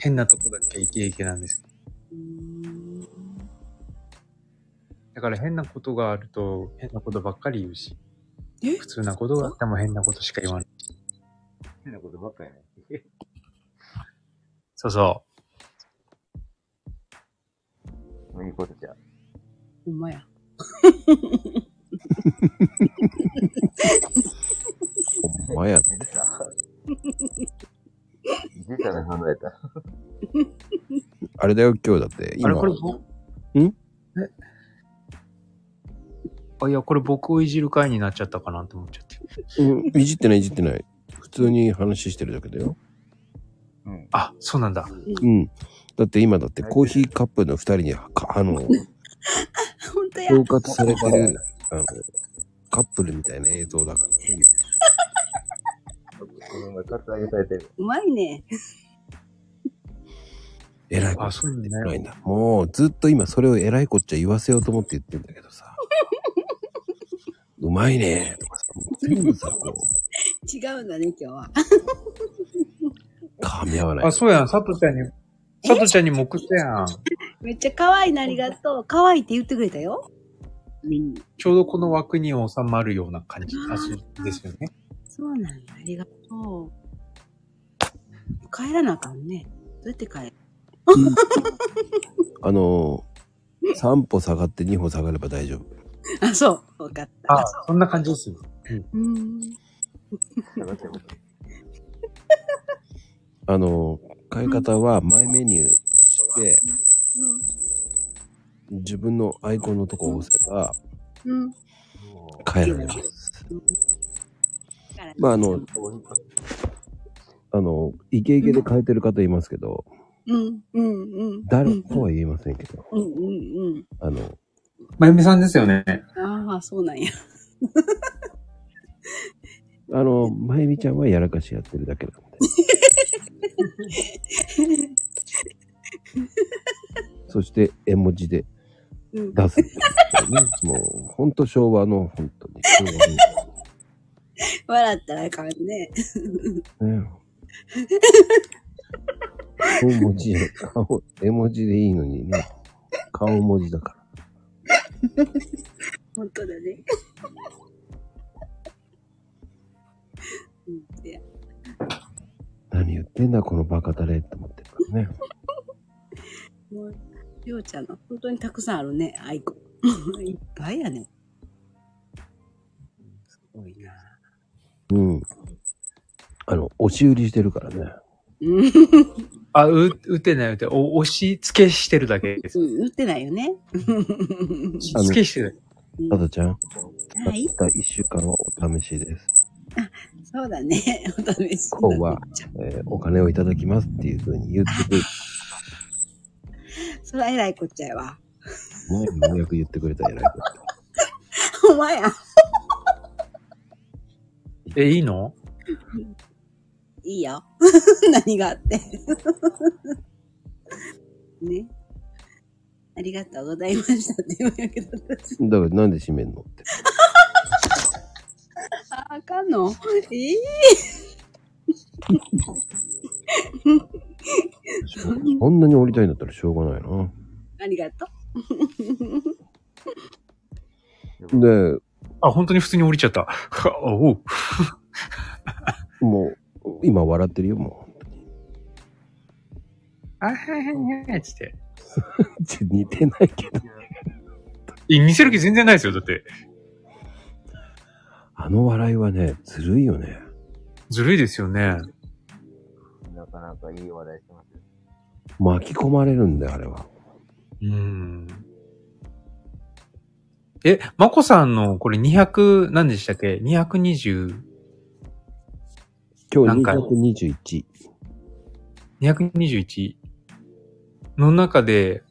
Speaker 4: 変なとこだけイケイケなんです。
Speaker 3: うーん
Speaker 4: だから変なことがあると、変なことばっかり言うし。
Speaker 3: え
Speaker 4: 普通なことがあっても変なことしか言わない。
Speaker 2: 変なことばっかりやね。
Speaker 4: そうそ
Speaker 2: 無理ことじ ゃ。
Speaker 3: ほんまや。
Speaker 1: ほんまやって。
Speaker 2: 出た。出たな、考えた。
Speaker 1: あれだよ、今日だって。
Speaker 4: う。
Speaker 1: 今
Speaker 4: あれ、これ、
Speaker 1: ん
Speaker 4: えあ、いや、これ僕をいじる回になっちゃったかなって思っちゃって。
Speaker 1: うん、いじってない、いじってない。普通に話してるだけだよ。
Speaker 2: うん。
Speaker 4: あ、そうなんだ。
Speaker 1: うん。だって今だってコーヒーカップの二人に、かあの、
Speaker 3: ほんとや。
Speaker 1: 統括されてる、あの、カップルみたいな映像だから。
Speaker 2: この前、カツアゲされてる。
Speaker 3: うまいね。
Speaker 1: えらいこ
Speaker 4: あ、
Speaker 1: っ
Speaker 4: そうなん
Speaker 1: ちゃ
Speaker 4: だ
Speaker 1: ない
Speaker 4: ね。
Speaker 1: んだ。もうずっと今それをえらいこっちゃ言わせようと思って言ってんだけどさ。うまいねとかさ、もう全部さ、こう、
Speaker 3: 違うんだね、今日は。
Speaker 1: 噛み合わない
Speaker 4: あ、。そうやん。佐藤ちゃんに、佐藤ちゃんにも送ったやん。
Speaker 3: めっちゃ可愛いな、ありがとう。可愛いって言ってくれたよ。うん。
Speaker 4: ちょうどこの枠に収まるような感じあそうですよね。
Speaker 3: そうなんだ、ありがとう。帰らなあかんね。どうやって帰る
Speaker 1: あの、3歩下がって2歩下がれば大丈夫。
Speaker 3: あ、そう。わかった。
Speaker 4: あ、そんな感じですよ。
Speaker 3: うーん。
Speaker 2: 下がっても
Speaker 1: あの、買い方はマイメニューして、
Speaker 3: うん
Speaker 1: 自分のアイコンのとこを押せば
Speaker 3: うん。
Speaker 1: 変えられます。
Speaker 3: だから
Speaker 1: まああの、 あの、イケイケで変えてる方いますけど、
Speaker 3: うん、うん、うん。
Speaker 1: 誰
Speaker 3: うん
Speaker 1: とは言えませんけど、
Speaker 3: うん、うん、
Speaker 1: あの、
Speaker 5: まゆみさんですよね。
Speaker 3: うん。ああ、そうなんや。
Speaker 1: あの、まゆみちゃんはやらかしやってるだけなんで。そして、絵文字で
Speaker 3: うん。
Speaker 1: 出すっていうね。 もう、ほんと昭和の、本当に。昭
Speaker 3: 笑ったらあかんね。
Speaker 1: 和のね。顔文字、顔、絵文字でいいのにね。顔文字だから。
Speaker 3: 本当だね。うん、せや
Speaker 1: 何言ってんだ、このバカタレって思ってるからね。
Speaker 3: もう、りょうちゃんの本当にたくさんあるね、アイコン。 いっぱいやね。すごいな。
Speaker 1: うん。あの、押し売りしてるからね。
Speaker 3: うん、
Speaker 4: あ、う、打てない打てない。お、押し付けしてるだけです。
Speaker 3: 打ってない よね。うん
Speaker 4: 押し付けしてる。
Speaker 1: ただちゃん、たっ
Speaker 3: はい、
Speaker 1: た1週間はお試しです。
Speaker 3: そうだね。 お試し。
Speaker 1: 今日は、えーお金をいただきますっていうふうに言ってくれ
Speaker 3: そら偉いこっちゃやわ。
Speaker 1: ね、ようやく言ってくれた偉いこ
Speaker 3: お前や。
Speaker 4: え、いいの
Speaker 3: いいよ。 何があって。 ね。ありがとうございましたって言われるけど、私
Speaker 1: と。だからなんで閉めんのって。
Speaker 3: ああかんの ええ
Speaker 1: こんなに降りたいんだったらしょうがないな。
Speaker 3: ありがと
Speaker 1: で、
Speaker 4: あ、本当に普通に降りちゃった。 おう。
Speaker 1: もう、今笑ってるよ、も
Speaker 4: あはいはいはい、つって。
Speaker 1: う。ち似てないけど。
Speaker 4: え似せる気全然ないですよ、だって。
Speaker 1: あの笑いはね、ずるいよね。
Speaker 4: ずるいですよね。
Speaker 2: なかなかいい話題してますよ。
Speaker 1: 巻き込まれるんだよ、あれは。
Speaker 4: うん。え、まこさんの、これ200、何でしたっけ ?220、
Speaker 1: 今
Speaker 4: なんか
Speaker 1: 日221。
Speaker 4: 221の中で、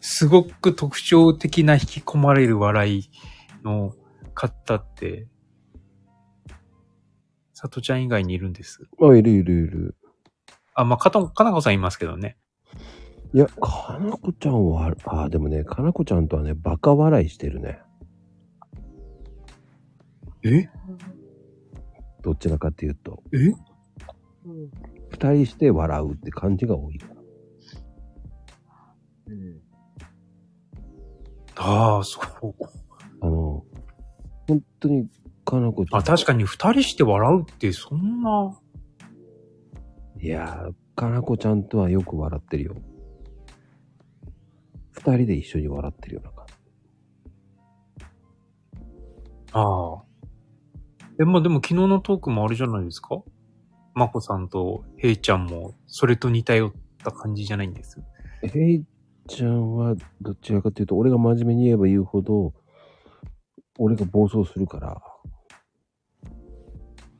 Speaker 4: すごく特徴的な引き込まれる笑いの方って、さとちゃん以外にいるんです。
Speaker 1: あ、いるいるいる。
Speaker 4: あ、まあ、かと、かなこさんいますけどね。
Speaker 1: いや、かなこちゃんは、あ、でもね、かなこちゃんとはね、バカ笑いしてるね。
Speaker 4: え
Speaker 1: どちらかっていうと。
Speaker 4: え
Speaker 3: う。
Speaker 1: 二人して笑うって感じが多いから。
Speaker 2: うん。
Speaker 4: ああ、そう。
Speaker 1: あの、本当に、かなこちゃん。
Speaker 4: あ、確かに二人して笑うってそんな、
Speaker 1: いやー、かなこちゃんとはよく笑ってるよ。二人で一緒に笑ってるよ、なんか。
Speaker 4: ああ。え、まあでも昨日のトークもあれじゃないですかまこさんとへいちゃんも、それと似たよった感じじゃないんです。
Speaker 1: へいちゃんは、どちらかというと、俺が真面目に言えば言うほど、俺が暴走するから、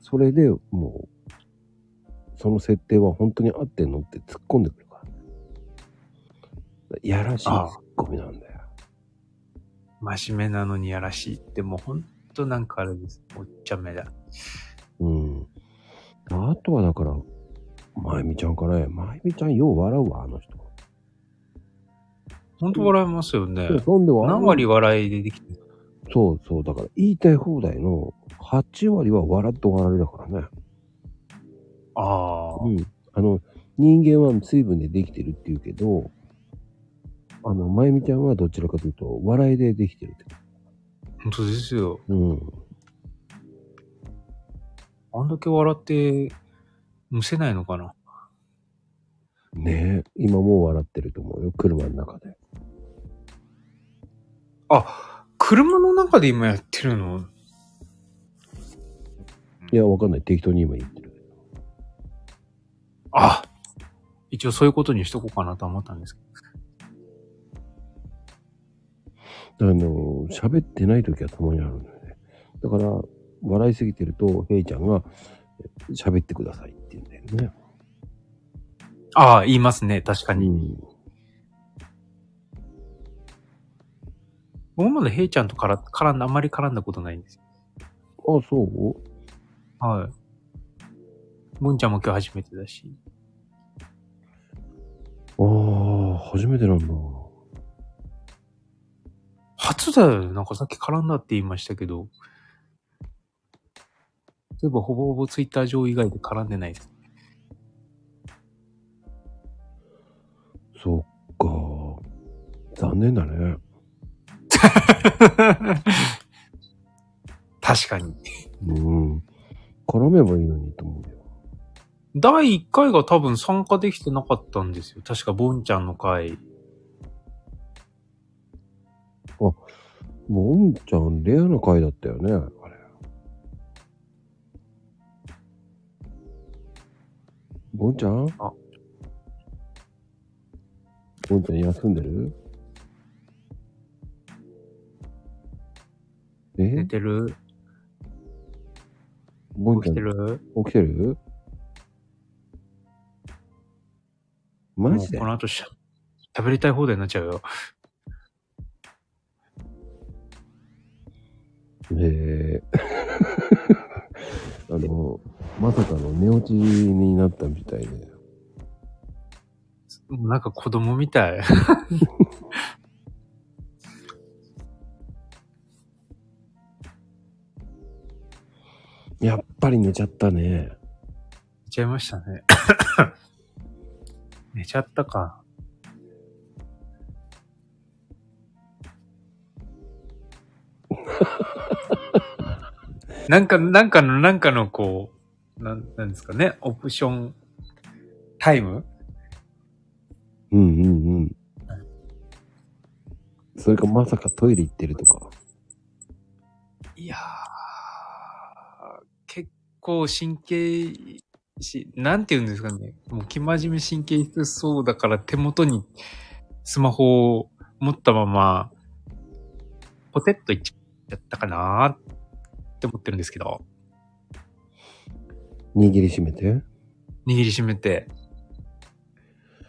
Speaker 1: それでもう、その設定は本当に合ってんのって突っ込んでくるから。やらしい
Speaker 4: ああ
Speaker 1: 突っ込みなんだよ。
Speaker 4: 真面目なのにやらしいって、もうほんとなんかあれです。おっちゃめだ。
Speaker 1: うん。あとはだから、まゆみちゃんかね。まゆみちゃんよう笑うわ、あの人。
Speaker 4: ほんと笑いますよね。
Speaker 1: そうなんで笑う
Speaker 4: 何割笑いでできてる
Speaker 1: そうそう。だから言いたい放題の8割は笑って終わられだからね。
Speaker 4: ああ、
Speaker 1: うん。あの、人間は水分でできてるって言うけど、あの、まゆみちゃんはどちらかというと、笑いでできてるって。
Speaker 4: ほんとですよ。
Speaker 1: うん。
Speaker 4: あんだけ笑って、むせないのかな。
Speaker 1: ねえ。今もう笑ってると思うよ。車の中で。
Speaker 4: あ、車の中で今やってるの
Speaker 1: いや、わかんない。適当に今言ってる。
Speaker 4: あ一応そういうことにしとこうかなとは思ったんですけど。
Speaker 1: あの、喋ってない時はたまにあるんだよね。だから、笑いすぎてると、ヘイちゃんが、え喋ってくださいって言うんだよね。
Speaker 4: ああ、言いますね、確か
Speaker 1: う
Speaker 4: に。
Speaker 1: ん。
Speaker 4: 僕まだヘイちゃんとから絡んだ、あんまり絡んだことないんですよ。
Speaker 1: あ、そう
Speaker 4: はい。ボンちゃんも今日初めてだし。
Speaker 1: ああ、初めてなんだ。
Speaker 4: 初だよね。なんかさっき絡んだって言いましたけど。例えばほぼほぼツイッター上以外で絡んでないです。
Speaker 1: そっか。残念だね。
Speaker 4: 確かに。
Speaker 1: うん。絡めばいいのにと思うよ。
Speaker 4: 第1回が多分参加できてなかったんですよ。確かボンちゃんの回。
Speaker 1: もんちゃん、レアな回だったよね。あれ。ボンちゃん
Speaker 4: あ
Speaker 1: ボンちゃん休んでる
Speaker 4: 寝
Speaker 1: え
Speaker 4: てる
Speaker 1: ボン
Speaker 4: 起
Speaker 1: ちゃん
Speaker 4: きてる
Speaker 1: 起きてるマジで
Speaker 4: もうこの後しゃ喋りたい放題になっちゃうよ。
Speaker 1: えー あの、まさかの寝落ちになったみたいで。
Speaker 4: もうなんか子供みたい。
Speaker 1: やっぱり寝ちゃったね。
Speaker 4: 寝ちゃいましたね。寝ちゃったか。なんか、なんかの、なんかのこう、なん、なんですかね、オプション、タイム
Speaker 1: うんうんうん。それかまさかトイレ行ってるとか。
Speaker 4: いやー、結構神経し、なんて言うんですかね。もう、生真面目神経質そうだから手元にスマホを持ったまま、ポテッといっちゃったかなーって思ってるんですけど、
Speaker 1: 握りしめて。
Speaker 4: 握りしめて、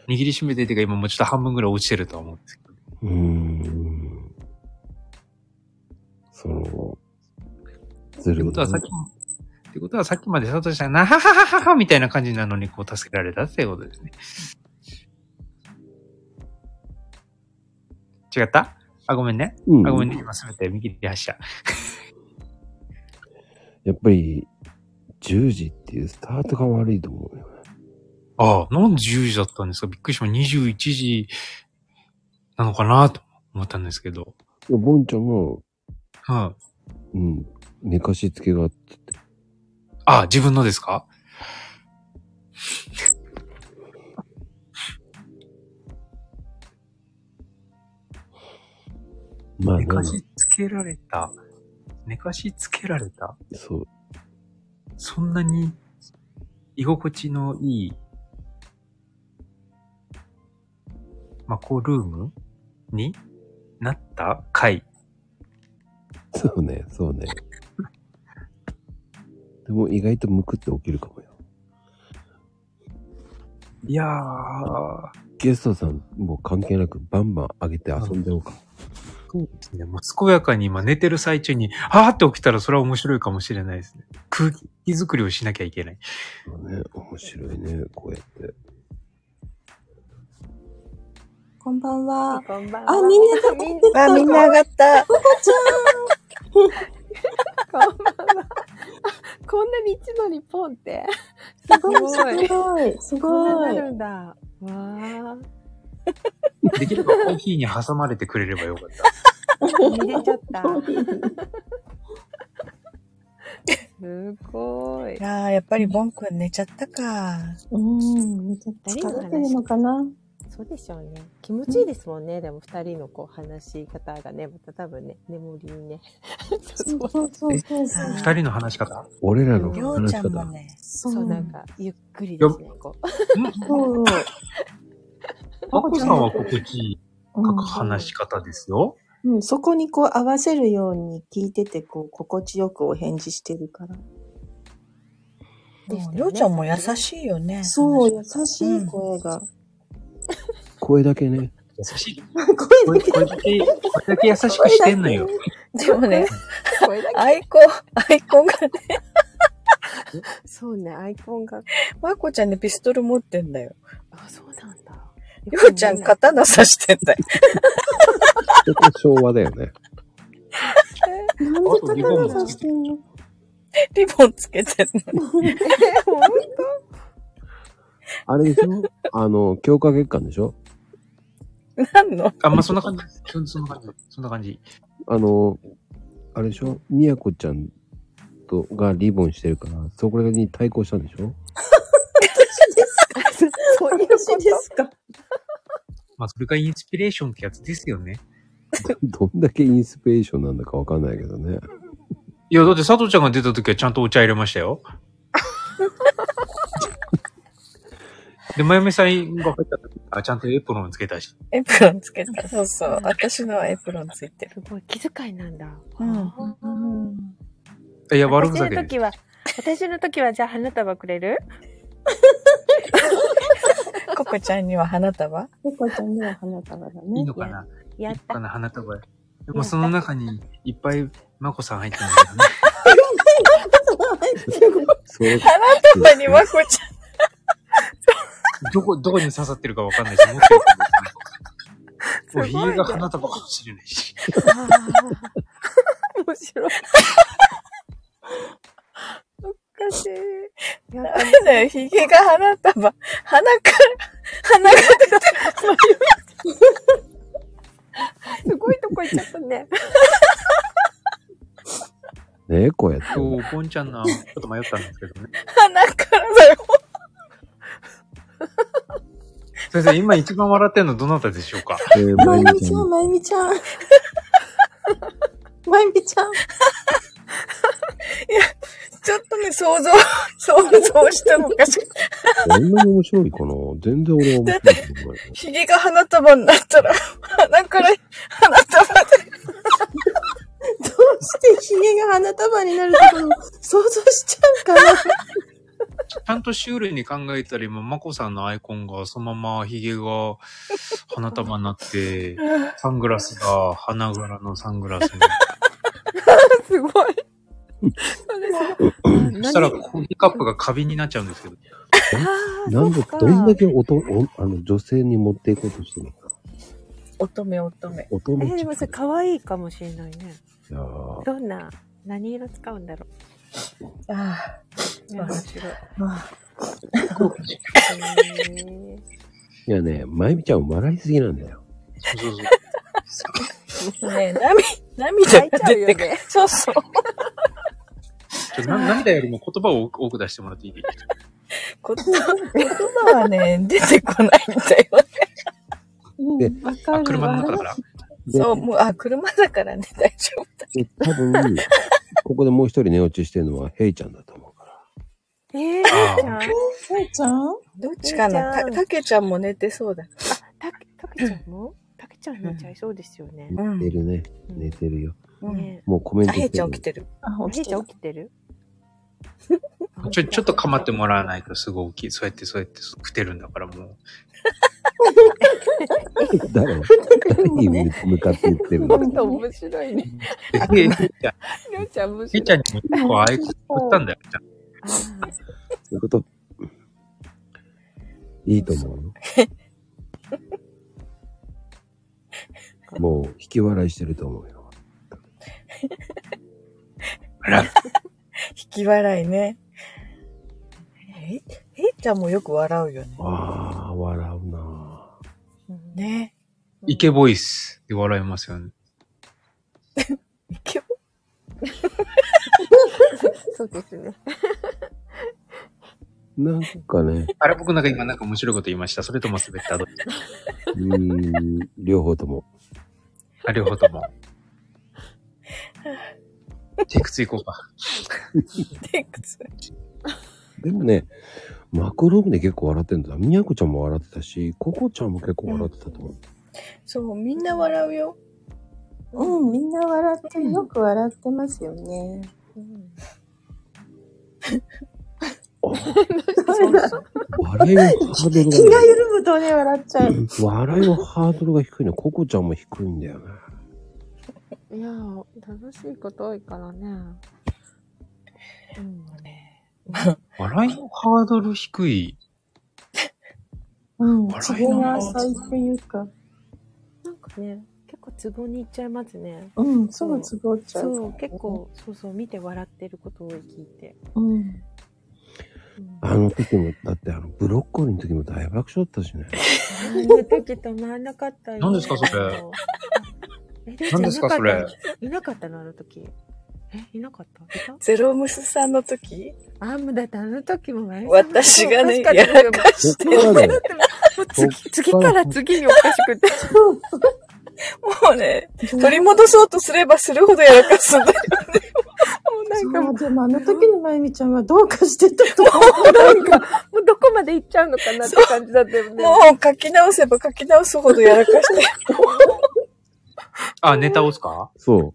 Speaker 4: 握りしめてっていうか今もうちょっと半分ぐらい落ちてるとは思うんですけど。
Speaker 1: うーん。その、ず
Speaker 4: って
Speaker 1: るいね
Speaker 4: ことはさっきも、ってことはさっきまでサトシさん、なはははははみたいな感じなのにこう助けられたっていうことですね。違ったあ、ごめんね。
Speaker 1: うん
Speaker 4: あ、ごめんね。今すべて見切りました。
Speaker 1: やっぱり、10時っていうスタートが悪いと思うよ。
Speaker 4: ああ、なんで10時だったんですかびっくりしました。21時なのかなと思ったんですけど。
Speaker 1: いやボンちゃんが、
Speaker 4: はい、
Speaker 1: うん、寝かしつけがあって、
Speaker 4: あ。あ、自分のですか
Speaker 1: まあね
Speaker 4: 寝、かしつけられた。寝かしつけられた
Speaker 1: そう、
Speaker 4: そんなに居心地のいい、まあ、こうルームになった回。
Speaker 1: そうね、そうね。でも意外とむくって起きるかもよ。
Speaker 4: いやー、
Speaker 1: ゲストさんも関係なくバンバン上げて遊んでおうか。
Speaker 4: そうですね。もう健やかに今寝てる最中に、あーって起きたらそれは面白いかもしれないですね。空気作りをしなきゃいけない。
Speaker 1: ね、面白いね、こうやって。
Speaker 6: こんばんは。
Speaker 7: こんばんは。
Speaker 6: あ、みんなが、
Speaker 7: みん
Speaker 6: な
Speaker 7: な、
Speaker 6: あみんな
Speaker 8: 上がった。
Speaker 7: こんばんは。こんなに一度にポンって。すごい。
Speaker 8: すごい。す
Speaker 7: こんな
Speaker 8: ご。
Speaker 7: ないるんだ。わあ。
Speaker 4: できればコーヒーに挟まれてくれればよかった。
Speaker 7: 入れちゃった。すごい
Speaker 8: い。やー、やっぱりボン君寝ちゃったか。
Speaker 6: うん、めちゃ
Speaker 7: 誰の
Speaker 8: 疲れてる
Speaker 7: 話
Speaker 8: のかな
Speaker 7: そうでしょうね。気持ちいいですもんね。でも二人のこう話し方がね、また多分ね、眠りにね。
Speaker 6: そうそうそうそうそう。
Speaker 8: あー
Speaker 4: 二人の話し方
Speaker 1: 俺らの
Speaker 8: りょう
Speaker 1: 話
Speaker 8: ち
Speaker 1: し
Speaker 8: ゃんも
Speaker 1: 方。
Speaker 8: ね。
Speaker 7: そう、なんか、ゆっくりですね。こう。
Speaker 8: そう。
Speaker 4: マコさんは心地いい話し方ですよ。
Speaker 6: うん、そこにこう合わせるように聞いてて、こう、心地よくお返事してるから。
Speaker 8: うんりょうちゃんも優しいよね。
Speaker 6: そう、優しい声が。
Speaker 9: 声だけね。
Speaker 4: 優しい。
Speaker 6: 声だけ。
Speaker 4: 声だけ、声だけ優しくしてんのよ。
Speaker 8: でもね、アイコン、アイコンがね、
Speaker 7: そうね、アイコンが。
Speaker 8: まこちゃんね、ピストル持ってんだよ。
Speaker 7: あ、そうなんだ。
Speaker 8: りょうちゃん刀刺してんだよ。
Speaker 1: そこ昭和だよね。
Speaker 6: なんで刀さしてんの
Speaker 8: リボンつけてんのに。
Speaker 7: え、ほん
Speaker 1: あれでしょあの、強化月間でしょ
Speaker 8: 何の
Speaker 4: あんまそんな感じ。そそんな感じ。そんな感じ。
Speaker 1: あの、あれでしょみやこちゃんとがリボンしてるから、そこらに対抗したんでしょ
Speaker 6: そういうことですか。
Speaker 4: まあ、それがインスピレーションってやつですよね。
Speaker 1: どんだけインスピレーションなんだかわかんないけどね。
Speaker 4: いや、だって佐藤ちゃんが出た時はちゃんとお茶入れました よ。で、まゆみさんが入った時あ、ちゃんとエプロンつけたし。
Speaker 8: エプロンつけた。そうそう。私のはエプロンついてる。
Speaker 7: すごい、気遣いなんだ。
Speaker 8: うん。
Speaker 4: いや、悪ふ
Speaker 7: 私
Speaker 4: ざけ
Speaker 7: の
Speaker 4: です
Speaker 7: 時は、私の時は、じゃあ花束くれる
Speaker 8: ココちゃんには花束
Speaker 6: 猫ちゃんには花束だ
Speaker 4: いい
Speaker 6: ね。
Speaker 4: のかな
Speaker 7: やっ
Speaker 4: あ
Speaker 7: た。
Speaker 4: の花束。でもその中にいっぱいまこさん入ってるんだよ ね。
Speaker 1: それ
Speaker 8: 花束にまこち
Speaker 4: どこ、どこに刺さってるかわかんないし、持ってるか もわかんないし。もうひげが花束かもしれない し。
Speaker 7: あー面白い。
Speaker 8: ゃんおかしい。
Speaker 7: や
Speaker 8: ダメだよ。ひげが花束。鼻から、鼻が
Speaker 7: すごいとこ行っちゃったね。
Speaker 1: ね、こうやって。
Speaker 4: 今日、ポンちゃんの、ちょっと迷ったんですけどね。
Speaker 8: 鼻からだよ。
Speaker 4: 先生、今一番笑ってるのどなたでしょうか
Speaker 1: え ー、
Speaker 6: ま
Speaker 1: ま
Speaker 6: ゆ
Speaker 1: ゆ
Speaker 6: み
Speaker 1: み
Speaker 6: ち
Speaker 1: ちゃ
Speaker 6: ゃん、
Speaker 1: ん。
Speaker 6: まゆみ ちゃん。まゆみちゃん。
Speaker 8: ちょっとね、想像、想像したのかしら。
Speaker 1: こんなに面白いかな全然俺は面白いと思うよ。
Speaker 8: ひげが花束になったら、鼻から、花束で。
Speaker 6: どうしてヒゲが花束になるところを想像しちゃうかな。
Speaker 4: ちゃんとシュールに考えたりも、まこさんのアイコンがそのままヒゲが花束になって、サングラスが花柄のサングラスに。
Speaker 7: すごい。それすごい。
Speaker 4: そしたらコーヒーカップが花瓶になっちゃうんですけど。
Speaker 1: なんで、
Speaker 7: そっか
Speaker 1: どんだけおとおあの女性に持っていこうとしてるの
Speaker 8: 乙女乙女。
Speaker 1: 乙
Speaker 7: え
Speaker 1: 女ち
Speaker 7: ーで
Speaker 1: ゃん。い
Speaker 7: もそれ可愛いかもしれないね。
Speaker 1: やー
Speaker 7: どんな、何色使うんだろ
Speaker 8: あ
Speaker 7: う。面白い。
Speaker 8: あ。
Speaker 7: へー
Speaker 1: いやね、まゆみちゃん笑いすぎなんだよ。
Speaker 4: そうそう
Speaker 8: ね涙、涙が出てくる。そうそ
Speaker 4: そ
Speaker 8: う。
Speaker 4: う。ちょな涙よりも言葉を多く多く出してもらっていい
Speaker 8: 言葉、言葉はね、出てこないん だよ。
Speaker 6: う
Speaker 1: で
Speaker 6: ん、わか
Speaker 4: あ、
Speaker 6: る。
Speaker 4: 車の中だから。
Speaker 1: で、
Speaker 8: そう、もう、あ、車だからね、大丈夫だ。
Speaker 1: で多分、ここでもう一人寝落ちしてるのはヘイちゃんだと思うから。
Speaker 7: えー、
Speaker 4: あ
Speaker 7: じゃ
Speaker 4: ー
Speaker 7: あ
Speaker 6: まゆちゃん
Speaker 8: どっちかな。
Speaker 7: じゃ
Speaker 8: た、
Speaker 7: あ
Speaker 8: たけちゃんも寝てそうだ。
Speaker 7: たけ、たけちゃんもたけちゃん寝ちゃいそうですよね。
Speaker 8: うん
Speaker 1: 寝てるね。
Speaker 7: うん
Speaker 1: 寝てるよ。
Speaker 8: うん。
Speaker 7: ね
Speaker 1: もうコメン
Speaker 8: あ、
Speaker 1: ト
Speaker 8: へい
Speaker 1: して
Speaker 8: ちゃん
Speaker 1: る
Speaker 8: 起きてる。
Speaker 6: あ、
Speaker 7: お
Speaker 6: 起
Speaker 7: じい
Speaker 6: き
Speaker 7: ち
Speaker 6: て
Speaker 7: ゃん
Speaker 6: る。
Speaker 7: 起きてる
Speaker 4: ちょ、ちょっと構ってもらわないとすごい大きい。そうやってそうやって食ってるんだからもう。
Speaker 1: 誰誰に向かって言ってるの
Speaker 7: 本当面白いね。
Speaker 4: で ヘイヘイちゃん、
Speaker 7: りょうちゃん面
Speaker 4: ヘイ
Speaker 7: 白い
Speaker 4: ち。ゃんにも一個アイコン送ったんだよ。ちゃん
Speaker 7: あー
Speaker 1: そういうこと。いいと思うよ。もう、引き笑いしてると思うよ。
Speaker 8: 引き笑いね。へい、へいちゃんもよく笑うよね。
Speaker 1: ああ、笑うな
Speaker 7: うん
Speaker 8: ね。
Speaker 4: イケボイスで笑いますよね。
Speaker 8: いけば
Speaker 7: そうですね。
Speaker 1: なんかね、
Speaker 4: あれ僕なんか今なんか面白いこと言いました。それとも滑ったどっち
Speaker 1: うーん、両方とも。
Speaker 4: あ、両方とも。テイク2行こうか。
Speaker 8: テイクツ
Speaker 1: でもね、マクロームで結構笑ってんだ。みやこちゃんも笑ってたし、ココちゃんも結構笑ってたと思う。
Speaker 8: そう、みんな笑うよ。
Speaker 10: うん、みんな笑って、よく笑ってますよね。
Speaker 1: 笑いはハードル
Speaker 10: 気が
Speaker 1: が、
Speaker 10: 緩むとね、笑っちゃう。
Speaker 1: 笑いはハードルが低いの。ココちゃんも低いんだよね。
Speaker 7: いやー、楽しいこと多いからね。うん、
Speaker 4: 笑いのハードル低い。
Speaker 10: うん、
Speaker 4: 笑
Speaker 10: 都
Speaker 4: い
Speaker 10: 合
Speaker 4: の
Speaker 10: が浅いっていうか。
Speaker 7: なんかね、結構都合に行っちゃいますね。
Speaker 10: うんそう都合っちゃうからね
Speaker 7: そう、結構、そうそう、見て笑ってること多い聞いて。
Speaker 10: うん。
Speaker 1: あの時も、だってあの、ブロッコリーの時も大爆笑だったしね。
Speaker 7: あの時止まんなかったよ。
Speaker 1: 何ですかそれ
Speaker 7: あの。え、りょうちゃん
Speaker 1: 何ですかそれ
Speaker 7: いなかったのいなかったのあの時。え、いなかったいた
Speaker 8: ゼロムスさんの時
Speaker 7: あ、もうだってあの時もね
Speaker 8: 私がね、
Speaker 7: おかし
Speaker 8: や
Speaker 7: かった
Speaker 8: らかして
Speaker 7: もう
Speaker 8: る。
Speaker 7: 次次から次におかしくて。
Speaker 8: もうね、取り戻そうとすればするほどやらかすんだよ
Speaker 10: なんかもう、でもあの時のまゆみちゃんはどうかしてたと思
Speaker 7: う。なんか、もうどこまで行っちゃうのかなって感じだったよね。
Speaker 8: もう書き直せば書き直すほどやらかして。
Speaker 4: あ、ネタをすか
Speaker 1: そう。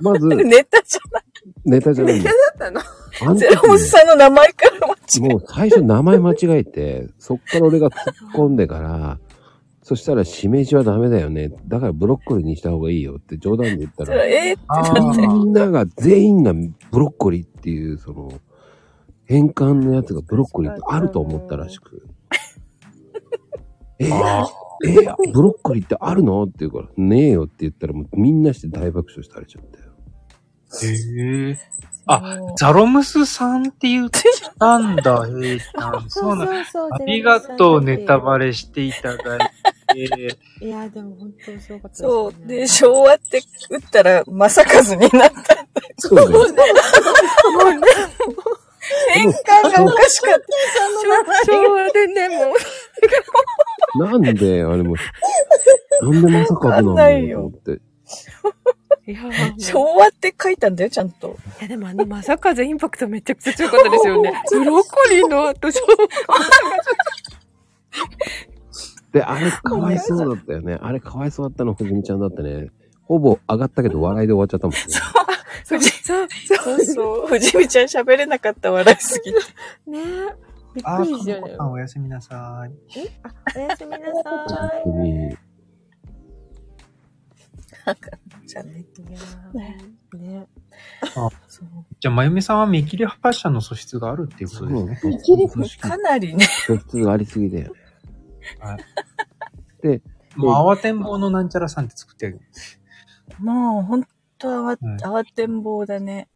Speaker 1: まず、
Speaker 8: ネタじゃない。
Speaker 1: ネタじゃないんだよ
Speaker 8: ったの
Speaker 1: あの時
Speaker 8: ゼ
Speaker 1: ね
Speaker 8: ロムスさんの名前から も
Speaker 1: もう最初名前間違えて、そっから俺が突っ込んでから、そしたら、しめじはダメだよね。だからブロッコリーにした方がいいよって冗談で言ったら、
Speaker 8: え
Speaker 1: みんなが、全員がブロッコリーっていう、その、変換のやつがブロッコリーってあると思ったらし く。えー、えーブロッコリーってあるのって言うから、ねえよって言ったら、もうみんなして大爆笑されちゃったよ。
Speaker 4: へえ。あ、ザロムスさんって言ったんだ、へえ。そうなんだ
Speaker 7: そうそう
Speaker 4: ありがとう、ネタバレしていただいて。
Speaker 7: いや、でも本当にすごかった。
Speaker 8: そう。で、昭和って打ったら、まさかずになったんだよ。
Speaker 1: そう
Speaker 8: ね。もうね、変換がおかしかった。
Speaker 7: 昭和でね、もう。
Speaker 1: なんで、あれも、なんでまさかぶ
Speaker 8: わかん
Speaker 1: な
Speaker 8: なんい
Speaker 1: だろ
Speaker 8: よ
Speaker 1: うと思って。
Speaker 8: 昭和って書いたんだよ、ちゃんと。
Speaker 7: いや、でもあの、まさかぜインパクトめちゃくちゃ強かったですよね。ブロッコリーの後、昭
Speaker 1: で、あれかわいそうだったよね。あれかわいそうだったの、ふじみちゃんだったね。ほぼ上がったけど笑いで終わっちゃったもんね。
Speaker 8: そうそうそう。藤見ちゃん喋れなかった笑いすぎて。
Speaker 7: 和。ねえ。びっ
Speaker 4: あ
Speaker 7: くり
Speaker 4: ー、
Speaker 7: した
Speaker 4: かもこ
Speaker 7: よね
Speaker 4: さ。んおやすみなさい。
Speaker 7: えあおやすみなさい。
Speaker 8: じゃあね。
Speaker 7: いやーね。
Speaker 4: あじゃあ、まゆみさんは見切り発車の素質があるっていうことですね。
Speaker 1: 見切り
Speaker 8: かなりね。
Speaker 1: 素質がありすぎだよね。
Speaker 4: はい。
Speaker 1: で、
Speaker 4: もう慌てんぼうのなんちゃらさんって作ってあげる。
Speaker 8: もう、ほんと慌て、慌てんぼうだね。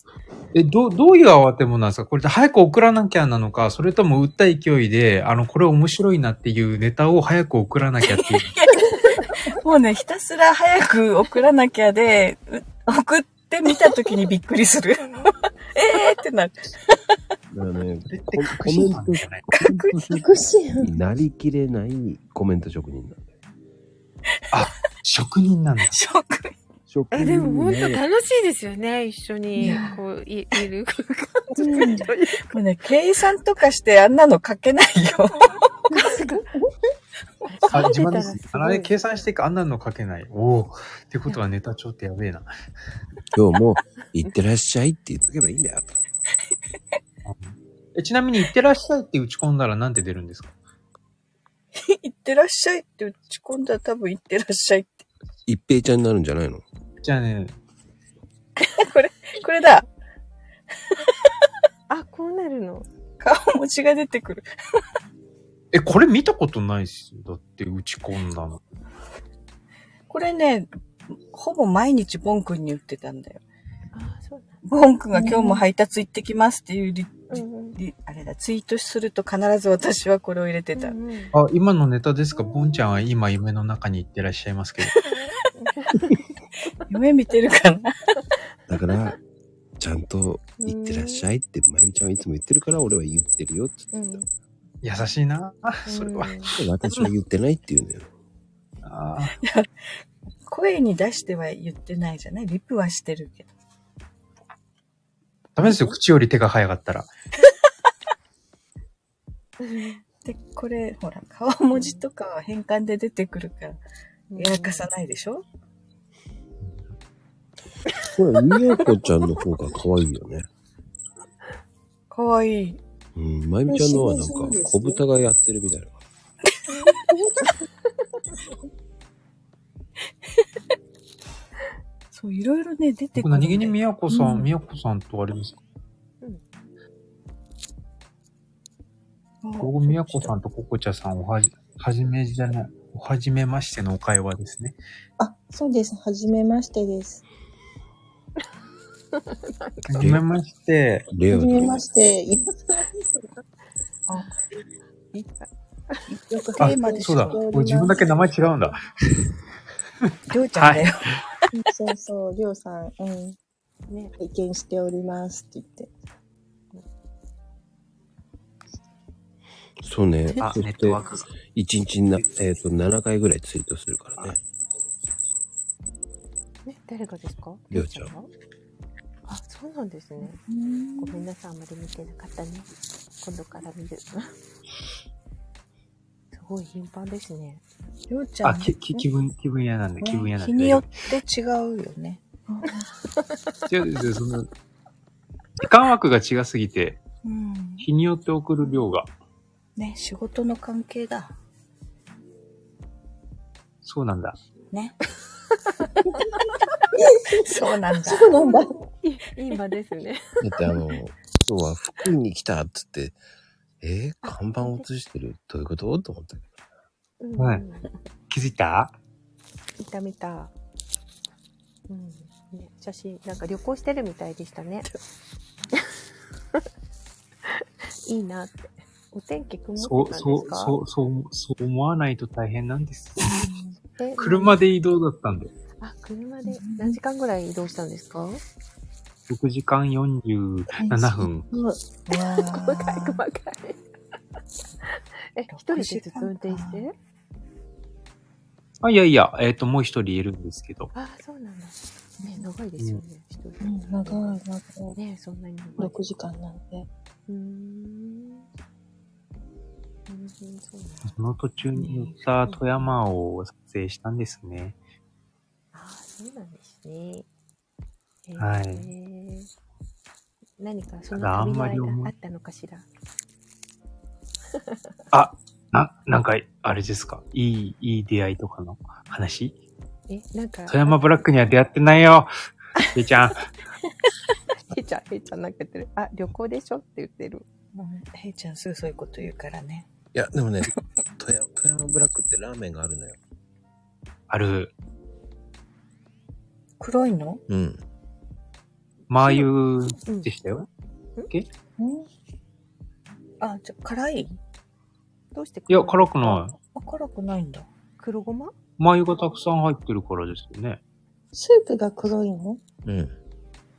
Speaker 4: え、どう、どういう慌てもなんですかこれで早く送らなきゃなのか、それとも打った勢いで、あの、これ面白いなっていうネタを早く送らなきゃっていう。
Speaker 8: もうね、ひたすら早く送らなきゃで、う送ってみたときにびっくり する。えーってなる。
Speaker 1: だからね、ココメント
Speaker 8: 隠し
Speaker 1: になりきれないコメント職人なんだよ。
Speaker 4: あ、職人なんだ。
Speaker 8: 職
Speaker 1: 職
Speaker 7: え、でも本
Speaker 1: ね
Speaker 7: 当楽しいですよね。一緒に、こう、い、いる。
Speaker 8: うんもうね、計算とかしてあんなの書けないよ。
Speaker 4: あ、自慢です。あれ計算していくあんなの書けない。おお。ってことはネタ帳ってやべえな。
Speaker 1: 今日も、いってらっしゃいって言っとけばいいんだよ。
Speaker 4: えちなみに、いってらっしゃいって打ち込んだらなんて出るんですか
Speaker 8: いってらっしゃいって打ち込んだら多分いってらっしゃいって。
Speaker 1: 一平ちゃんになるんじゃないの
Speaker 4: じゃあね、
Speaker 8: これ、これだ。
Speaker 7: あ、こうなるの。
Speaker 8: 顔文字が出てくる。
Speaker 4: え、これ見たことないっすよ。だって打ち込んだの。
Speaker 8: これね、ほぼ毎日ボン君に売ってたんだよ。
Speaker 7: そう
Speaker 8: ボン君が今日も配達行ってきますっていうリ、リリあれだ、ツイートすると必ず私はこれを入れてた。
Speaker 4: あ、今のネタですかボンちゃんは今夢の中に行ってらっしゃいますけど。
Speaker 8: 夢見てるかな
Speaker 1: だから、ちゃんと、いってらっしゃいって、まゆみちゃんはいつも言ってるから、俺は言ってるよって。
Speaker 7: うん。
Speaker 4: 優しいな。あ、それは。
Speaker 1: 私は言ってないって言うのよ。
Speaker 4: あ
Speaker 8: 声に出しては言ってないじゃないリプはしてるけど。
Speaker 4: ダメですよ。口より手が早かったら。
Speaker 8: で、これ、ほら、顔文字とかは変換で出てくるから、やらかさないでしょ
Speaker 1: これ、みやこちゃんの方が可愛いよね。
Speaker 8: かわいい。
Speaker 1: うん、まゆみちゃんのはなんか
Speaker 8: そうですね
Speaker 1: 小豚がやってるみたいな。
Speaker 8: そう、いろいろね、出てくる、
Speaker 4: 何気にみやこさ、
Speaker 8: うん
Speaker 4: みやこさんとあれですか僕、みやこさんとここちゃさん、おはじ、はじめじゃない、おはじめましてのお会話ですね。
Speaker 10: そうです。はじめましてです。
Speaker 4: はじめまして。
Speaker 10: はじめまして。
Speaker 8: あ、
Speaker 10: よく
Speaker 4: あ
Speaker 10: テーマで、
Speaker 4: そうだ。俺自分だけ名前違うんだ。
Speaker 8: りょう
Speaker 4: ちゃんだよ。
Speaker 10: そうそう、りょうさん、うん。ね、拝見しておりますって言って。
Speaker 1: そうね。
Speaker 10: あ
Speaker 1: そ
Speaker 10: ネ
Speaker 1: し
Speaker 10: ット
Speaker 1: て
Speaker 10: ワークが、
Speaker 1: 一日な、えっ、と、7回ぐらいツイートするからね。
Speaker 7: ね、誰がですか
Speaker 1: りょうちゃん
Speaker 7: があ、そうなんですね。ごめんなさい、あまり見てなかったね。今度から 見る。すごい頻繁ですね。りょうちゃん。
Speaker 4: あ、き、き、気分、気分嫌なんで、気分嫌なんで。
Speaker 8: 日によって違うよね。
Speaker 4: 違うですよ、その、時間枠が違すぎて、
Speaker 8: うん。
Speaker 4: 日によって送る量が。
Speaker 8: ね、仕事の関係だ。
Speaker 4: そうなんだ。
Speaker 8: ね。そうなんだ。
Speaker 10: そうなんだ。
Speaker 7: いい場ですね。
Speaker 1: だってあの、今日は福井に来たっつって、えー、看板を映してるどういうことと思ったけ
Speaker 7: うん
Speaker 1: ど。
Speaker 7: はい。
Speaker 4: 気づいた
Speaker 7: 見た見た。うん。ね、写真、なんか旅行してるみたいでし たね。いいなって。お天気曇
Speaker 4: そう、
Speaker 7: ってたん
Speaker 4: そ
Speaker 7: で
Speaker 4: う
Speaker 7: す、か
Speaker 4: そう、そう、そう思わないと大変なんです。
Speaker 7: え
Speaker 4: 車で移動だったんで。
Speaker 7: あ、車で何時間ぐらい移動したんですか
Speaker 4: 6時間47分。
Speaker 7: うわー細かい細かい。え、一人でずっと運転して
Speaker 4: あ、いやいや、えっ、と、もう一人いるんですけど。
Speaker 7: ああ、そうなんだ。ね、長いですよね、一人で。
Speaker 10: 長い、
Speaker 7: 長い。ね、そんなに長い。
Speaker 10: 6時間なんで。
Speaker 7: うーん。うん、そうなんだ。
Speaker 4: その途中に乗った富山を撮影したんですね。
Speaker 7: あそうなんですね。えー
Speaker 4: はい
Speaker 7: 何かそ
Speaker 4: ただ
Speaker 7: の
Speaker 4: あん
Speaker 7: 旅の
Speaker 4: まり思
Speaker 7: 間
Speaker 4: い
Speaker 7: あったのかしら。
Speaker 4: あ、な、なんか、あれですか。いい、いい出会いとかの話
Speaker 7: え、なんか。
Speaker 4: 富山ブラックには出会ってないよ。えちゃん。
Speaker 7: へいちゃん、へいちゃんなんか言ってる。あ、旅行でしょって言ってる。
Speaker 8: もう、へいちゃんすぐそういうこと言うからね。
Speaker 1: いや、で もね、富山富山ブラックってラーメンがあるのよ。
Speaker 4: ある。
Speaker 8: 黒いの
Speaker 1: うん。
Speaker 4: マーユでしたよ。
Speaker 8: あ、じゃあ辛い
Speaker 7: どうして
Speaker 4: いや、辛くない。
Speaker 8: あ、辛くないんだ。
Speaker 7: 黒ごま
Speaker 4: マー油がたくさん入ってるからですよね。
Speaker 10: スープが黒いの
Speaker 1: うん。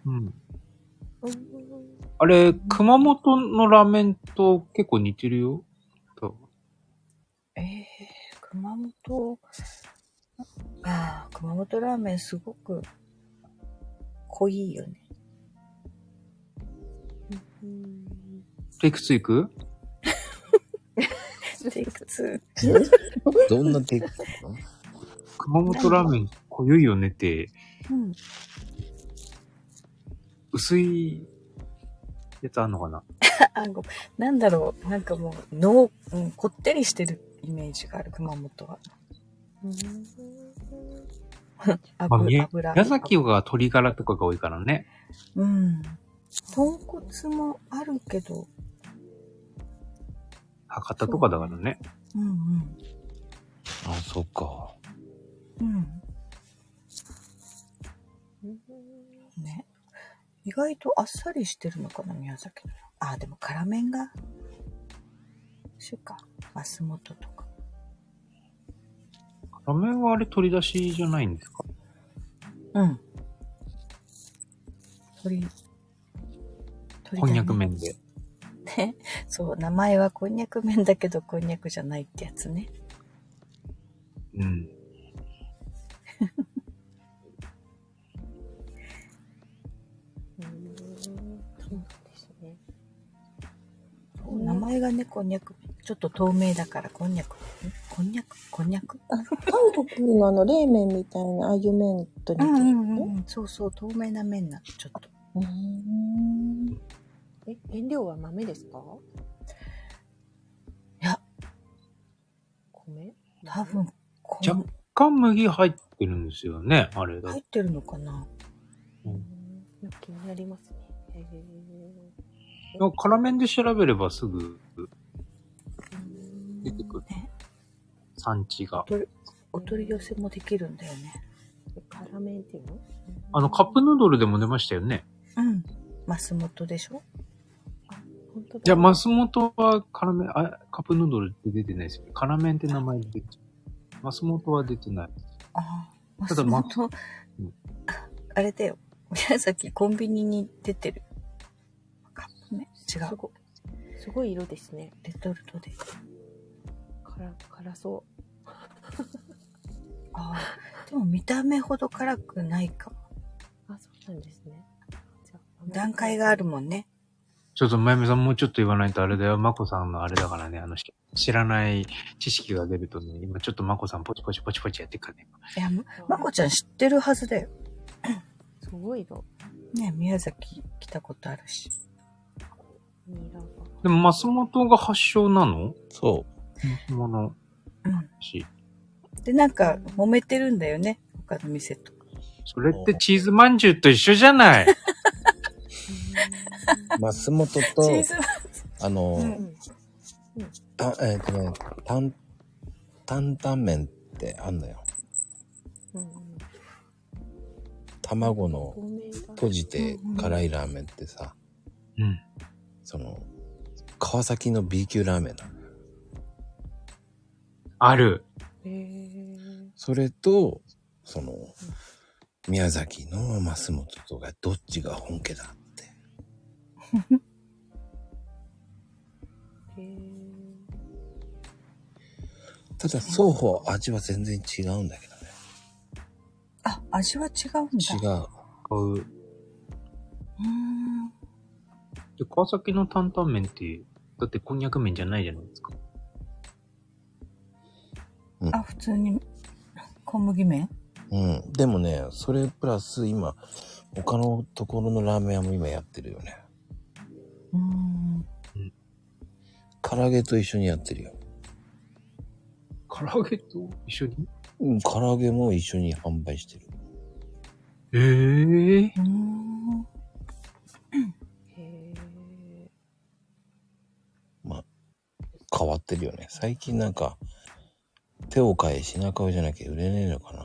Speaker 4: うん。あれ、熊本のラーメンと結構似てるよ。と
Speaker 8: えー、熊本、あー熊本ラーメンすごく濃いよね。
Speaker 4: いくついく
Speaker 8: テイク2。
Speaker 1: どんな テイクの
Speaker 4: 熊本ラーメン濃ゆいよねって、
Speaker 8: うん。
Speaker 4: 薄いやつあんのかな
Speaker 8: あごなんだろう、なんかもう、のうん、こってりしてるイメージがある、熊本は。
Speaker 4: まあ、み
Speaker 8: 油、油。
Speaker 4: 宮崎は鶏ガラとかが多いからね。
Speaker 8: うん。豚骨もあるけど、
Speaker 4: 博多とかだからね。
Speaker 8: うんうん。
Speaker 1: あ、そっか。
Speaker 8: うん。ね。意外とあっさりしてるのかな、宮崎の。あ、でも辛麺が、しゅか、マスモトとか。
Speaker 4: ラーメンはあれ取り出しじゃないんですか
Speaker 8: うん。鳥、鳥
Speaker 4: こんにゃく麺で。
Speaker 8: ね。そう、名前はこんにゃく麺だけど、こんにゃくじゃないってやつね。
Speaker 4: うん。
Speaker 7: うん、そうなんですね。
Speaker 8: 名前がね、こんにゃく麺だちょっと透明だからこんにゃく。んこんにゃくこんにゃく
Speaker 10: あ韓国のあの冷麺みたいなああいう麺と似てるの、
Speaker 8: そうそう、透明な麺なの、ちょっと。
Speaker 7: え、原料は豆ですか
Speaker 8: いや、
Speaker 7: 米
Speaker 8: 多分、
Speaker 4: 若干麦入ってるんですよね、あれだ
Speaker 8: 入。ってるのかな
Speaker 7: 気になりますね。へー
Speaker 4: 辛麺で調べればすぐ出てくる。産地が。
Speaker 8: お取り寄せもできるんだよね。
Speaker 7: 辛麺っていうの
Speaker 4: あの、カップヌードルでも出ましたよね。
Speaker 8: うん。マスモトでしょ
Speaker 4: じゃあ、マスモトは辛麺、あ、カップヌードルって出てないですよね。辛麺って名前で出てマスモトは出てない。
Speaker 8: ああ、
Speaker 4: ただ
Speaker 8: マスモト、 あれだよ。宮崎コンビニに出てる。カップ麺。違う。
Speaker 7: すごい色ですね。
Speaker 8: レトルトで。
Speaker 7: 辛、辛そう。
Speaker 8: ああ、でも見た目ほど辛くないかも。
Speaker 7: あ、そうなんですね。
Speaker 8: 段階があるもんね。
Speaker 4: ちょっと、まゆみさんもうちょっと言わないとあれだよ。まこさんのあれだからね、あの、し知らない知識が出るとね、今ちょっとまこさんポチポチポチポチやってっからね。
Speaker 8: いや、ま、まこちゃん知ってるはずだよ。
Speaker 7: すごいの。
Speaker 8: ね宮崎来たことあるし。
Speaker 7: ニラが。
Speaker 4: でも、マスモトが発祥なのそう。もの。
Speaker 8: うん。
Speaker 4: し、
Speaker 8: で、なんか、揉めてるんだよね。他の店と。
Speaker 4: それってチーズまんじゅうと一緒じゃ ない。
Speaker 1: マスモト
Speaker 8: チ
Speaker 1: と、
Speaker 8: ーズ
Speaker 1: あの、た、えっ、とね、たん、担々麺ってあんのよ。卵の閉じて辛いラーメンってさ、
Speaker 4: うん。
Speaker 1: その、川崎の B 級ラーメンなの。
Speaker 4: ある。
Speaker 1: それと、その、宮崎のマスモトとがどっちが本家だただ双方味は全然違うんだけどね。
Speaker 8: あ、味は違うんだ。
Speaker 1: 違う。
Speaker 4: う
Speaker 8: うん。
Speaker 4: で、川崎の担々麺って、だってこんにゃく麺じゃないじゃないですか。
Speaker 8: あ、普通に、小麦麺
Speaker 1: うん。でもね、それプラス今、他のところのラーメン屋も今やってるよね。唐揚げと一緒にやってるよ。
Speaker 4: 唐揚げと一緒に
Speaker 1: うん、唐揚げも一緒に販売してる。
Speaker 4: ええ
Speaker 1: まあ、変わってるよね。最近なんか、手を変え品変えじゃなきゃ売れねえのかな。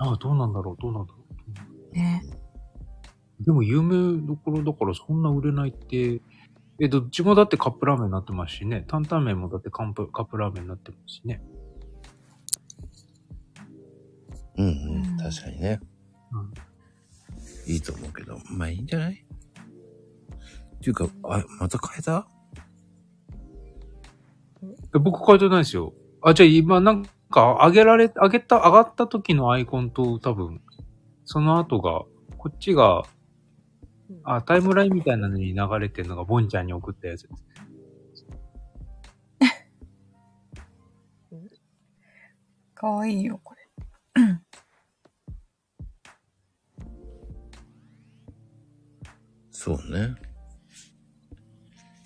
Speaker 4: ああ、どうなんだろう、どうなんだろ
Speaker 8: ね
Speaker 4: う。でも有名どころだからそんな売れないって、え、どっちもだってカップラーメンになってますしね。担々麺もだってカンプカップラーメンになってますしね。
Speaker 1: うんうん、確かにね。いいと思うけど、まあいいんじゃないっていうか、あ、また変えた
Speaker 4: え僕変えてないですよ。あ、じゃあ今なんか上げられ、上げた、上がった時のアイコンと多分、その後が、こっちが、あ、タイムラインみたいなのに流れてるのがボンちゃんに送ったやつです。
Speaker 8: かわいいよ、これ。
Speaker 1: そうね。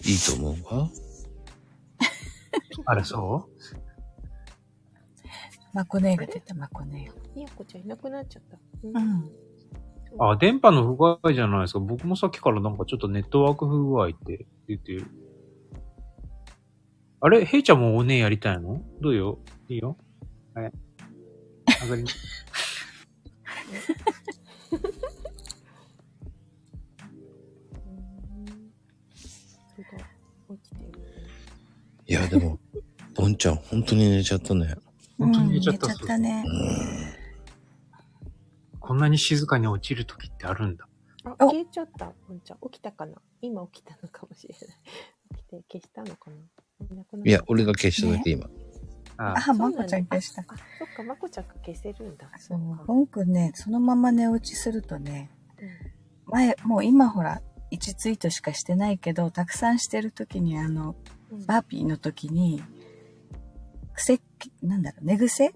Speaker 1: いいと思うわ。
Speaker 4: あれそう
Speaker 8: マコネーが出た、マコネ
Speaker 7: いやこちゃんいなくなっちゃった。
Speaker 8: うん。
Speaker 4: あ、電波の不具合じゃないですか。僕もさっきからなんかちょっとネットワーク不具合って言ってる。あれヘイちゃんもおねえやりたいのどうよいいよはい。上がり。
Speaker 7: それが落ちてる。
Speaker 1: いや、でも、 ボンちゃん、本当に寝ちゃったね。
Speaker 4: 本当に寝ちゃった
Speaker 8: うん寝ちゃったね。
Speaker 4: こんなに静かに落ちる時ってあるんだ。
Speaker 7: あ、消えちゃった。ボンちゃん、起きたかな今起きたのかもしれない。 起きて消したのかないなくなっちゃった
Speaker 1: いや、俺が消しただけ、今。
Speaker 8: あ、マコちゃん消した。
Speaker 7: あ、そっか、まこちゃんが消せるんだ。
Speaker 8: そう、ボンくんね、そのまま寝落ちするとね、前、もう今ほら、 1ツイートしかしてないけど、たくさんしてる時に、あの、バーピーの時に、癖、なんだろう、寝癖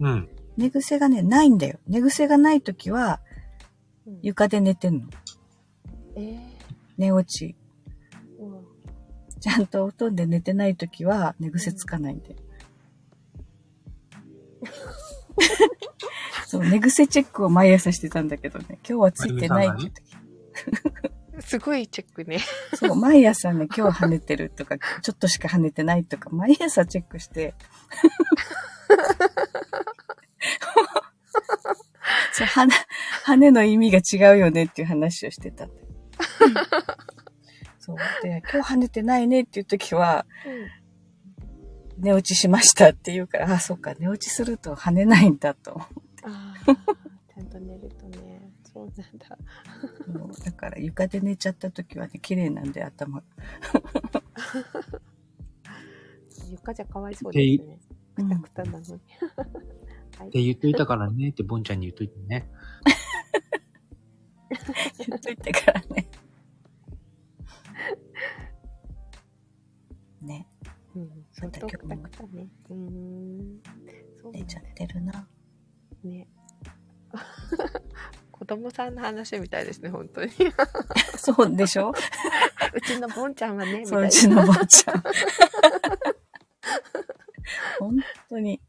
Speaker 4: うん。
Speaker 8: 寝癖がね、ないんだよ。寝癖がない時は、床で寝てんの。寝落ち。ちゃんとお布団で寝てない時は、寝癖つかないんで。 そう、寝癖チェックを毎朝してたんだけどね、今日はついてないって時。
Speaker 7: すごいチェックね。
Speaker 8: そう、毎朝ね、今日跳ねてるとか、ちょっとしか跳ねてないとか、毎朝チェックして。 そう、跳ね、跳ねの意味が違うよねっていう話をしてたんだよ。そう、で、今日跳ねてないねっていう時は、寝落ちしましたって言うから、あ、そっか、寝落ちすると跳ねないんだと思って。
Speaker 7: ああ、ちゃんと寝るとね、そうなんだ。
Speaker 8: そうだから床で寝ちゃった時はね、綺麗なんで頭が。
Speaker 7: 床じゃかわいそ
Speaker 4: っ
Speaker 7: う
Speaker 4: て
Speaker 7: ですね。くたくたなのに。は
Speaker 4: って言っといたからねって、ボンちゃんに言っといてね。
Speaker 8: 言っといてからね。 ね。
Speaker 7: うん、相当くたくたね。うーん。
Speaker 8: 寝ちゃってるな。
Speaker 7: ね。 子供さんの話みたいですね、本当に。
Speaker 8: そうでしょ
Speaker 7: うちのボンちゃんはね、みたい
Speaker 8: そう、
Speaker 7: な
Speaker 8: うちの坊ちゃん。 本当に。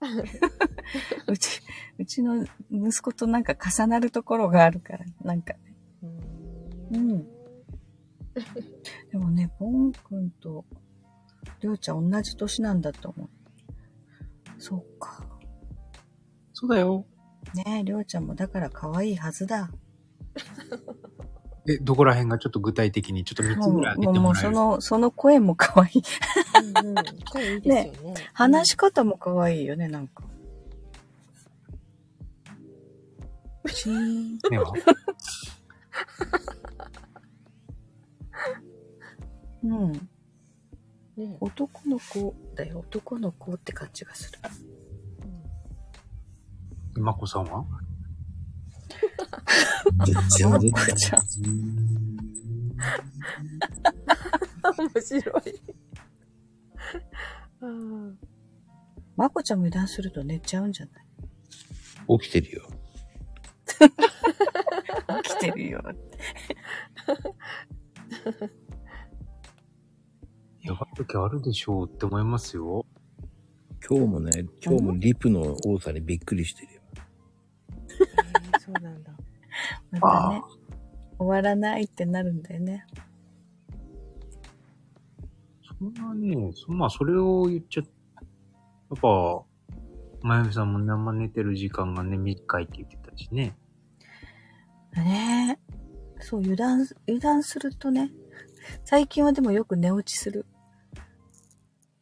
Speaker 8: うち、うちの息子となんか重なるところがあるから、なんかね。うん。でもね、ボン君と、りょうちゃん同じ年なんだと思う。そうか。
Speaker 4: そうだよ。
Speaker 8: ねえ、りょうちゃんもだから可愛いはずだ。
Speaker 4: え、どこら辺がちょっと具体的に、ちょっと3つ
Speaker 8: も
Speaker 4: ぐらい挙
Speaker 8: う、
Speaker 4: げて
Speaker 8: も
Speaker 4: も
Speaker 8: う
Speaker 4: らえ
Speaker 8: そ
Speaker 4: る。
Speaker 8: の、その声も可愛い。
Speaker 7: 声いい
Speaker 8: ね話し方も可愛いよね、なんか。シーン。
Speaker 4: ねわ
Speaker 8: うん。男の子だよ、男の子って感じがする。
Speaker 4: まこさんは
Speaker 8: まこちゃん。
Speaker 7: 面 白い。うん
Speaker 8: まこちゃんも油断すると寝ちゃうんじゃない
Speaker 11: 起きてるよ。
Speaker 8: 起きてるよ。
Speaker 4: やばい時あるでしょうって思いますよ。
Speaker 11: 今日もね、今日もリプの多さにびっくりしてるよ。
Speaker 8: そうなんだ。またね、終わらないってなるんだよね。
Speaker 4: そんなね、そまあそれを言っちゃ、やっぱ、まゆみさんも生寝てる時間がね、短いって言ってたしね。
Speaker 8: ねえ。そう、油断、油断するとね。最近はでもよく寝落ちする。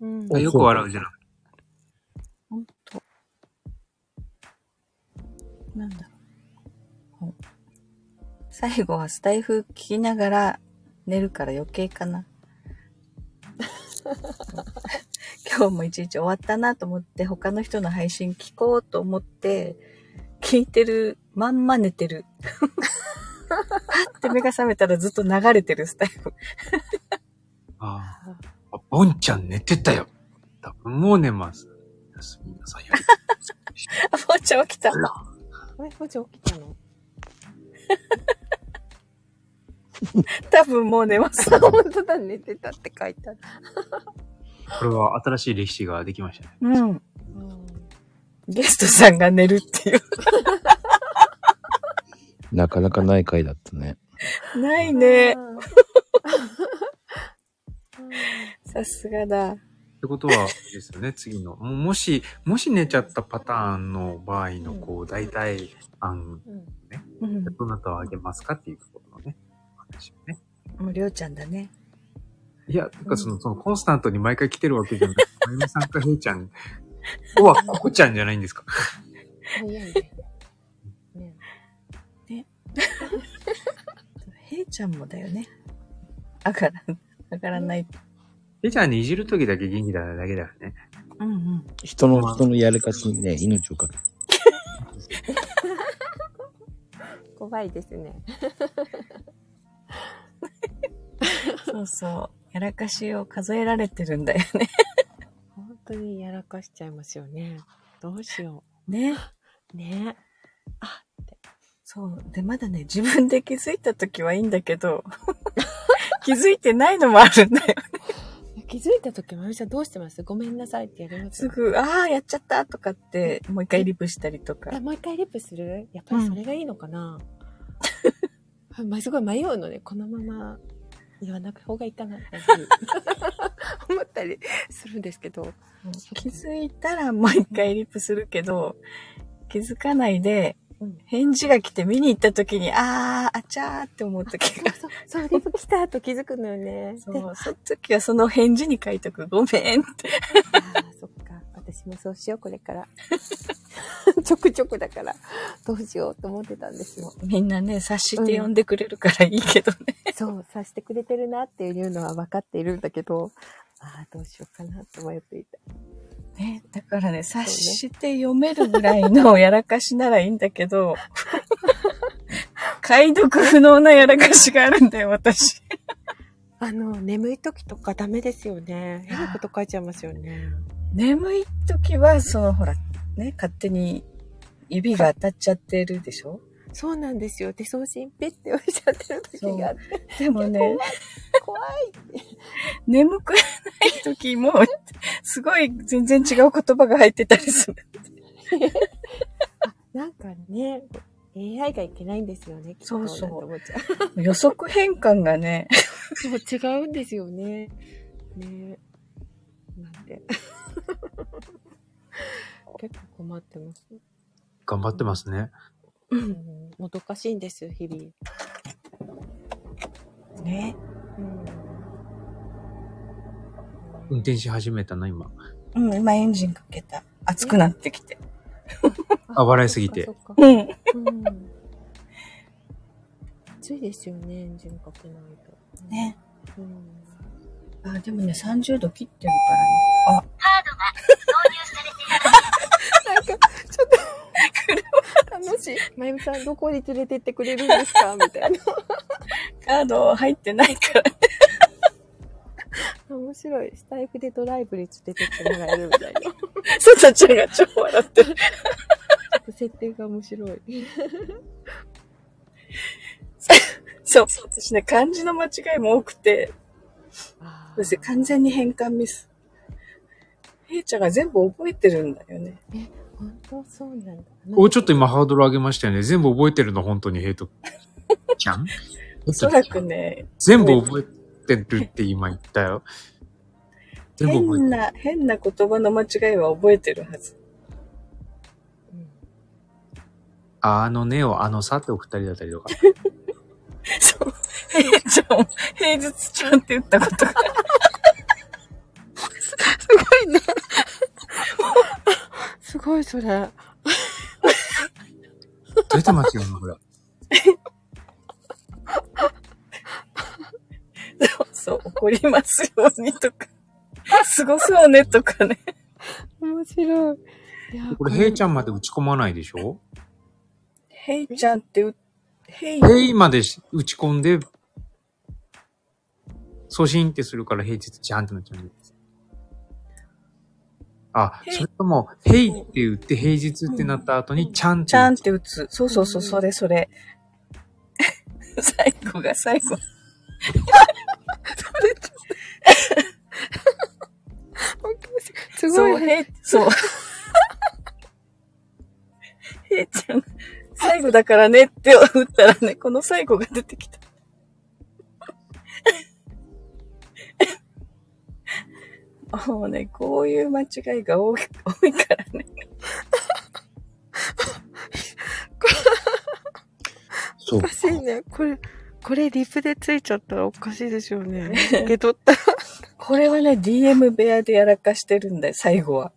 Speaker 8: うん
Speaker 4: あよく笑うじゃん。
Speaker 8: ほんと。なんだろう。ほ最後はスタイフ聞きながら寝るから余計かな。 今日も一日終わったなと思って他の人の配信聞こうと思って聞いてるまんま寝てる。 パッて目が覚めたらずっと流れてるスタイフ。
Speaker 4: ああ。あ、ボンちゃん寝てたよ。多分もう寝ます。休みなさいよ。
Speaker 8: あ、ぼーちゃん起きた。
Speaker 7: え、ぼーちゃん起きたの
Speaker 8: 多分もう寝 ます。
Speaker 7: 本当だ、寝てたって書いてある。
Speaker 4: これは新しい歴史ができましたね。
Speaker 8: うん。ゲストさんが寝るっていう。
Speaker 11: なかなかない回だったね。
Speaker 8: ないね。さすがだ。
Speaker 4: ってことは、あれですよね、次の。ももし、もし寝ちゃったパターンの場合の、こう、大体、あの、ね、どなたをあげますかっていうところのね、話をね。
Speaker 8: もうりょうちゃんだね。
Speaker 4: いや、なんかその、その、コンスタントに毎回来てるわけじゃなくて、まゆみさんかへいちゃんは、ここちゃんじゃないんですか。
Speaker 7: 早いね。
Speaker 8: ね。へいちゃんもだよね。あから、あからない。
Speaker 4: へいちゃんにいじるときだけ元気だだけだよね。
Speaker 8: うんうん。
Speaker 11: 人の、人のやり方にね、命をかけて。
Speaker 7: 怖いですね。
Speaker 8: そうそう。やらかしを数えられてるんだよね。
Speaker 7: 本当にやらかしちゃいますよね。どうしよう。
Speaker 8: ね。
Speaker 7: ね。
Speaker 8: そう。で、まだね、自分で気づいた時はいいんだけど、 気づいてないのもあるんだよね。
Speaker 7: 気づいた時、まゆみさんどうしてますごめんなさいってやります
Speaker 8: すぐ、ああ、やっちゃったとかって、もう一回リプしたりとか。
Speaker 7: あもう一回リプするやっぱりそれがいいのかな、 ま、すごい迷うのね。このまま言わない方がいいかなって 思ったりするんですけど。
Speaker 8: 気づいたらもう一回リプするけど、気づかないで、返事が来て見に行った時に、あー、あちゃーって思う時が。そう、
Speaker 7: そう、リプ来たと気づくのよね。
Speaker 8: そう、その時はその返事に書いとく、ごめんって。
Speaker 7: 私もそうしよう、これから。 ちょくちょくだから、どうしようと思ってたんですよ。
Speaker 8: みんなね、察して呼んでくれるからいいけどね。
Speaker 7: そう、察してくれてるなっていうのは分かっているんだけど、ああ、どうしようかなと迷っていた。
Speaker 8: ね、だからね、察して読めるぐらいの やらかしならいいんだけど、 解読不能なやらかしがあるんだよ、私。
Speaker 7: あの、眠い時とかダメですよね。変なこと書いちゃいますよね。
Speaker 8: 眠い時は、そのほら、ね、勝手に指が当たっちゃってるでしょ
Speaker 7: そうなんですよ。で、送信ペッて押しちゃってる時があって。
Speaker 8: でもね、
Speaker 7: 怖い
Speaker 8: 眠くない時も、すごい全然違う言葉が入ってたりする。
Speaker 7: なんかね、AI がいけないんですよね。きっと
Speaker 8: そうそう
Speaker 7: なんて思っちゃ
Speaker 8: 予測変換がね、
Speaker 7: う。そう、違うんですよね。 ねなん て。結構困ってます。
Speaker 4: 頑張ってますね。
Speaker 7: うん、もどかしいんです、日々。
Speaker 8: ね。
Speaker 4: 運転し始めたな、今。
Speaker 8: うん、今エンジンかけた。熱くなってきて。
Speaker 4: あ、笑いすぎて。
Speaker 8: うん。
Speaker 7: 暑いですよね、エンジンかけないと。
Speaker 8: ね。
Speaker 7: うん。
Speaker 8: あ、でもね、30度切ってるからね。
Speaker 7: なんか、ちょっと、楽しい。まゆみさん、どこに連れてってくれるんですかみたいな。
Speaker 8: あ、カード入ってないから。
Speaker 7: 面白い。スタイフでドライブに連れてってもらえるみたいな。
Speaker 8: ささちゃんが超笑って
Speaker 7: ちょ
Speaker 8: る。
Speaker 7: っと設定が面白い。
Speaker 8: そう、私ね、漢字の間違いも多くて。私、完全に変換ミス。へいちゃんが全部覚えてるんだよね。
Speaker 7: 本当そうなんだ。
Speaker 4: お、ちょっと今ハードル上げましたよね。全部覚えてるの、本当に、ヘイト。ちゃん
Speaker 8: おそらくね、
Speaker 4: 全部覚えてるって今言ったよ。全部覚えてる。
Speaker 8: 変な、変な言葉の間違いは覚えてるはず。
Speaker 4: あのねをあのさって送ったりだったりとか。
Speaker 8: そう。平日、平日ちゃんって言ったことが。
Speaker 7: すごいな。すごい、それ。
Speaker 4: 出てますよね、ほら。
Speaker 8: そうそう、怒りますようにとか。すごそうねとか ね。
Speaker 7: 面白い。いや
Speaker 4: これ、ヘイちゃんまで打ち込まないでしょ
Speaker 8: ヘイちゃんってう、ヘイ、
Speaker 4: ヘイまでし打ち込んで、送信ってするから平日ちゃんってなっちゃうんです。あ、それとも、ヘイって言って平日ってなった後にちゃんって
Speaker 8: ちゃんって打つ。そうそうそう、それそれ。 最後が最後。
Speaker 7: すごい
Speaker 8: そう、ヘイ、そう。 ヘイちゃん、最後だからねって打ったらね、この最後が出てきた。 もうね、こういう間違いが多い多いからね。
Speaker 7: おかしいね。これ、これリプでついちゃったらおかしいですよね。受け取った。
Speaker 8: これはね、DM 部屋でやらかしてるんだよ、最後は。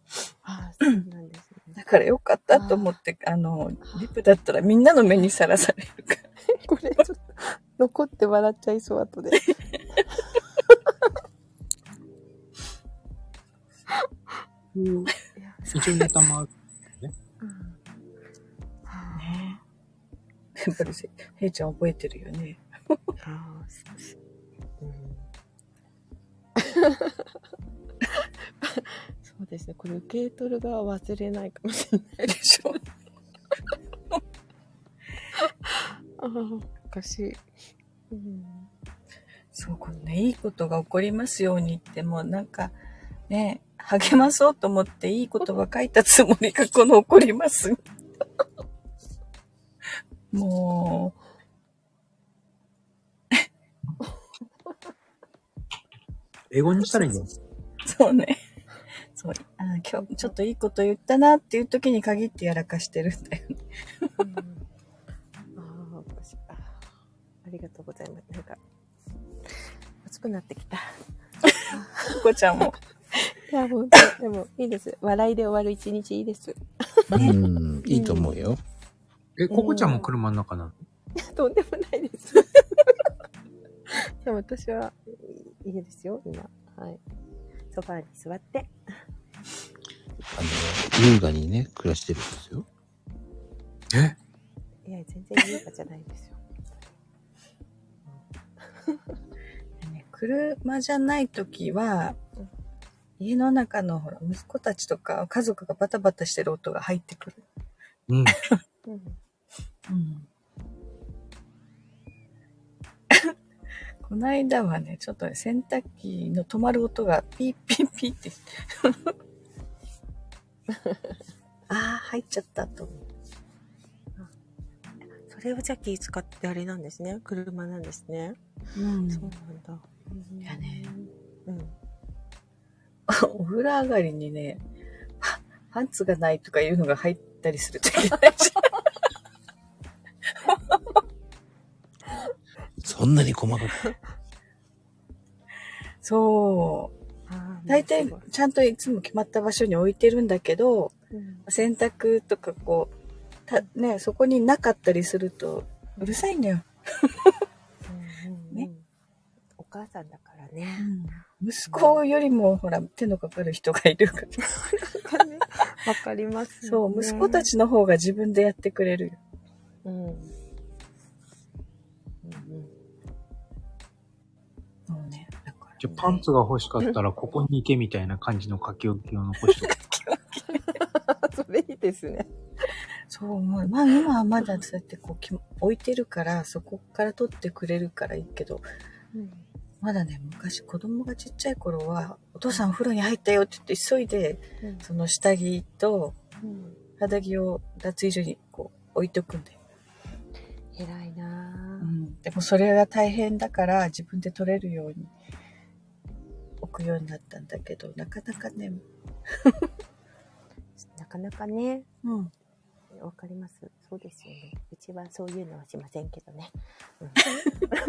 Speaker 8: だからよかったと思って、あの、リプだったらみんなの目にさらされるから。
Speaker 7: これちょっと、残って笑っちゃいそう、後で。
Speaker 4: うん一応ネタもある。
Speaker 8: ねやっぱりせ、ヘイちゃん覚えてるよね。
Speaker 10: そうですね。これ受け取る側は忘れないかもしれないでしょ。ああ、おかしい。うん
Speaker 8: そう、こんないいことが起こりますようにって、もうなんか、ね、励まそうと思っていい言葉書いたつもりがこの起こります。も
Speaker 4: 英語にしたらいいの
Speaker 8: う、そうね。そう、あ今日ちょっといいこと言ったなっていう時に限ってやらかしてるんだよね。
Speaker 10: ああ、おかしい。あーありがとうございます。なんか、熱くなってきた。
Speaker 8: こちゃん も。
Speaker 10: いや、本当でも、いいです。笑いで終わる一日いいです。
Speaker 1: うん、いいと思うよ。
Speaker 4: え、ココちゃんも車の中なの
Speaker 10: とんでもないです。でも私は、いいですよ、今。はい。ソファーに座って。
Speaker 1: 優雅にね、暮らしてるんですよ。
Speaker 4: え
Speaker 10: いや、全然優雅じゃないですよ。
Speaker 8: 車じゃない時は、家の中のほら、息子たちとか家族がバタバタしてる音が入ってくる。
Speaker 4: うん。
Speaker 8: うん この間はね、ちょっとね洗濯機の止まる音がピーピーピーって。 ああ、入っちゃったと思う。
Speaker 10: それをじゃあ気使ってあれなんですね。車なんですね。
Speaker 8: うん
Speaker 10: そうなんだ。いやね。うん。
Speaker 8: お風呂上がりにね、パパンツがないとかいうのが入ったりするといけないじ
Speaker 1: そんなに細かく。
Speaker 8: ゃん。 そう。大体、ちゃんといつも決まった場所に置いてるんだけど、洗濯とかこう、たね、そこになかったりすると、うるさいんだよ。
Speaker 10: お母さんだからね。
Speaker 8: 息子よりも、ほら、手のかかる人がいるから。
Speaker 10: わかります、
Speaker 8: そう、息子たちの方が自分でやってくれるよ。
Speaker 10: うん。うん
Speaker 4: じゃあパンツが欲しかったらここに行けみたいな感じの書き置きを残して
Speaker 10: それいいですね。
Speaker 8: そう思う。まあ今はまだそうやってこうき置いてるから、そこから取ってくれるからいいけど、まだね、昔子供がちっちゃい頃は、お父さんお風呂に入ったよって言って急いで、
Speaker 10: うん
Speaker 8: その下着と
Speaker 10: うん
Speaker 8: 肌着を脱衣所にこう置いとくんだよ。
Speaker 10: 偉いな
Speaker 8: ぁ、でもそれが大変だから自分で取れるように置くようになったんだけど、なかなかね、
Speaker 10: なかなかね。
Speaker 8: うん。
Speaker 10: わかります。そうですよね。うちはそういうのはしませんけどね。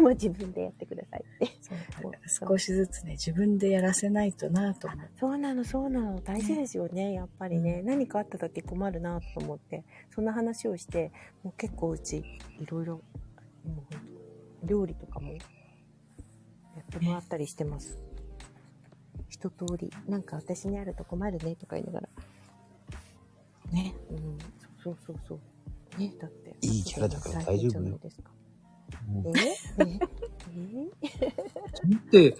Speaker 10: うん、 もう自分でやってくださいって。もう
Speaker 8: 少しずつね、自分でやらせないとなぁと思う。
Speaker 10: そうなの、そうなの。大事ですよね、やっぱりね。何かあった時困るなと思って、そんな話をして、もう結構うち、いろいろ、もう本当料理とかも、やってもらったりしてます。一通り、なんか私にあると困るね、とか言いながら。
Speaker 8: ね。
Speaker 10: うん、そうそうそうそう。ね、だって。
Speaker 1: いいキャラだから大丈夫よ。
Speaker 10: え ええ
Speaker 4: で、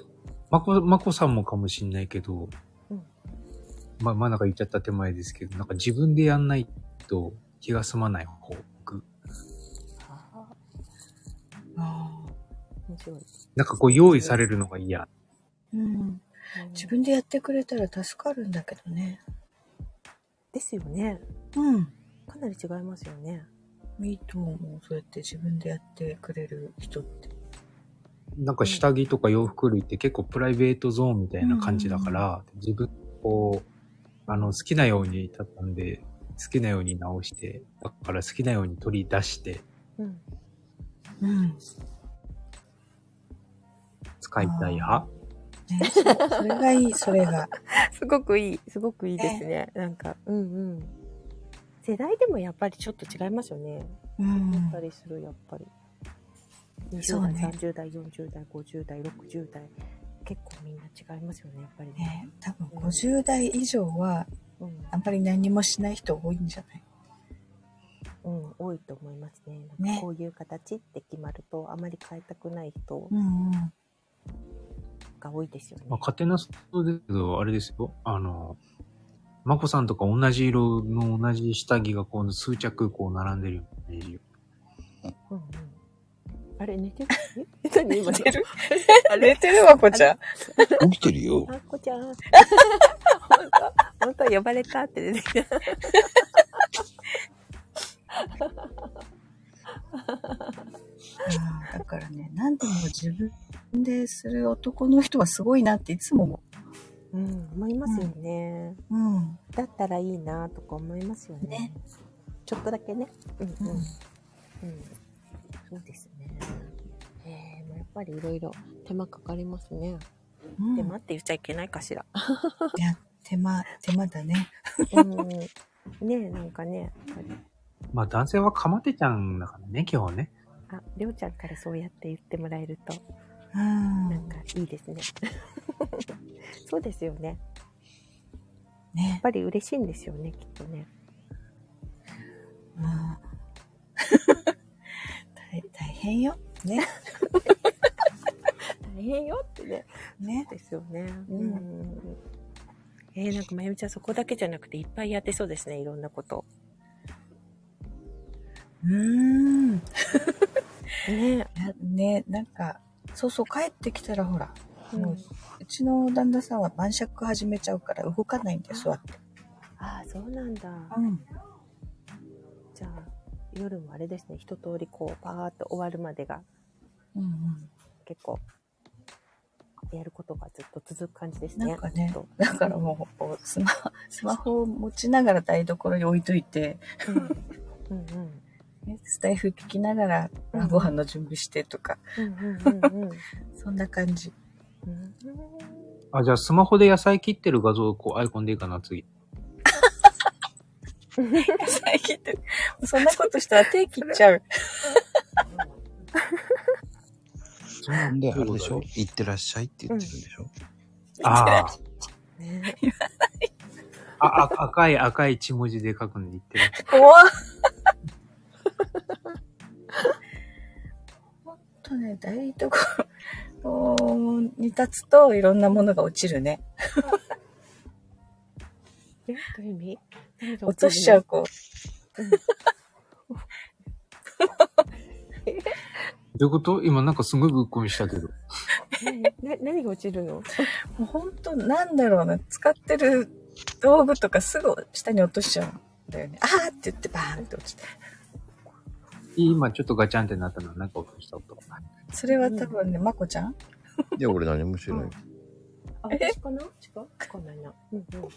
Speaker 4: まこ、まこさんもかもしんないけど、
Speaker 10: うん
Speaker 4: ま、まあ、なんか言っちゃった手前ですけど、なんか自分でやんないと気が済まない方、僕。
Speaker 10: 面白い。
Speaker 4: なんかこう用意されるのが嫌。
Speaker 8: うん。自分でやってくれたら助かるんだけどね。
Speaker 10: ですよね。
Speaker 8: うん。
Speaker 10: かなり違いますよね。
Speaker 8: いいと思う。そうやって自分でやってくれる人って。
Speaker 4: なんか下着とか洋服類って結構プライベートゾーンみたいな感じだから、自分、こう、あの、好きなように立ったんで、好きなように直して、だから好きなように取り出して、
Speaker 10: うん。
Speaker 8: うん。
Speaker 4: 使いたい派
Speaker 8: ね、そそれがいい、それが。
Speaker 10: すごくいい、すごくいいですね。なんか、うんうん。世代でもやっぱりちょっと違いますよね。
Speaker 8: うん
Speaker 10: やっぱりする、やっぱり。20
Speaker 8: そう
Speaker 10: 代、
Speaker 8: ね
Speaker 10: 30代、40代、50代、60代。結構みんな違いますよね、やっぱりね。
Speaker 8: 多分50代以上は、あんまり何もしない人多いんじゃない
Speaker 10: うん、多いと思いますね。なん
Speaker 8: ね
Speaker 10: かこういう形って決まると、あまり変えたくない人
Speaker 8: うんうん。
Speaker 10: が多いですよね。
Speaker 4: まあ、勝手なそうですけど、あれですよ。あの、まこさんとか同じ色の同じ下着がこう数着こう並んでるようなイメージ。
Speaker 10: うんうん、あれ、寝 てるえ 何今の
Speaker 8: 寝てるあれ寝 てるわ、こちゃ ん。
Speaker 1: 起きてるよ。
Speaker 10: あ、こちゃん。 本当本当呼ばれたって出てきた。
Speaker 8: だからね、何でも自分でする男の人はすごいなっていつも思
Speaker 10: う
Speaker 8: う。
Speaker 10: ん、思いますよね、
Speaker 8: うん。
Speaker 10: だったらいいなとか思いますよね。ちょっとだけね。うんうん。うん、そうですね。えー、もうやっぱりいろいろ手間かかりますね。手間って言っちゃいけないかしら。
Speaker 8: いや、手間、手間だね。
Speaker 10: うん、 ねえ、なんかね、
Speaker 4: まあ男性はかまてちゃんだからね、今日はね。
Speaker 10: あ、りょうちゃんからそうやって言ってもらえると、
Speaker 8: うん。
Speaker 10: なんかいいですね。 そうですよね。
Speaker 8: ね
Speaker 10: やっぱり嬉しいんですよね、きっとね。
Speaker 8: まあ、大大変よ。ね。
Speaker 10: 大変よってね。
Speaker 8: ね。
Speaker 10: ですよね。
Speaker 8: うん
Speaker 10: ん。えー、なんかまゆみちゃんそこだけじゃなくていっぱいやってそうですね、いろんなこと。
Speaker 8: うーん。
Speaker 10: ね
Speaker 8: ねなんか、そうそう、帰ってきたらほら、
Speaker 10: うん
Speaker 8: もう、うちの旦那さんは晩酌始めちゃうから動かないんですわって。
Speaker 10: ああ、そうなんだ。
Speaker 8: うん。
Speaker 10: じゃあ、夜もあれですね、一通りこう、パーッと終わるまでが
Speaker 8: うんうん。
Speaker 10: 結構、やることがずっと続く感じですね。
Speaker 8: なんかね、だからもうこう、スマ、スマホを持ちながら台所に置いといて、
Speaker 10: うんうん。
Speaker 8: ねスタイフ聞きながら晩ご飯の準備してとか、
Speaker 10: うんうんうんうん。
Speaker 8: そんな感 じ。
Speaker 4: あ、じゃあスマホで野菜切ってる画像をこうアイコンでいいかな、次。
Speaker 8: 最近って、そんなことしたら手切っちゃう。
Speaker 1: そうなんで、あれでしょ行ってらっしゃいって言ってるんでしょ、
Speaker 4: ああ。あ、あ、赤い赤い血文字で書くんで言ってる。
Speaker 8: 怖 っ。もっとね、台所に立つといろんなものが落ちるね。
Speaker 10: え、どういう意味
Speaker 8: 落としちゃう、こう。
Speaker 4: どういうこと今なんかすごいぶっ込みしたけど。
Speaker 10: な何が落ちるの
Speaker 8: もうほんと、なんだろうな、使ってる道具とかすぐ下に落としちゃうんだよね。あーって言ってバーンって落ちて。
Speaker 4: 今ちょっとガチャンってなったのはなんか落とした音。
Speaker 8: それは多分ね、まこちゃん
Speaker 1: いや、俺何もしてない。
Speaker 10: あ、私かな違うわかんないな。うんうん。うんうん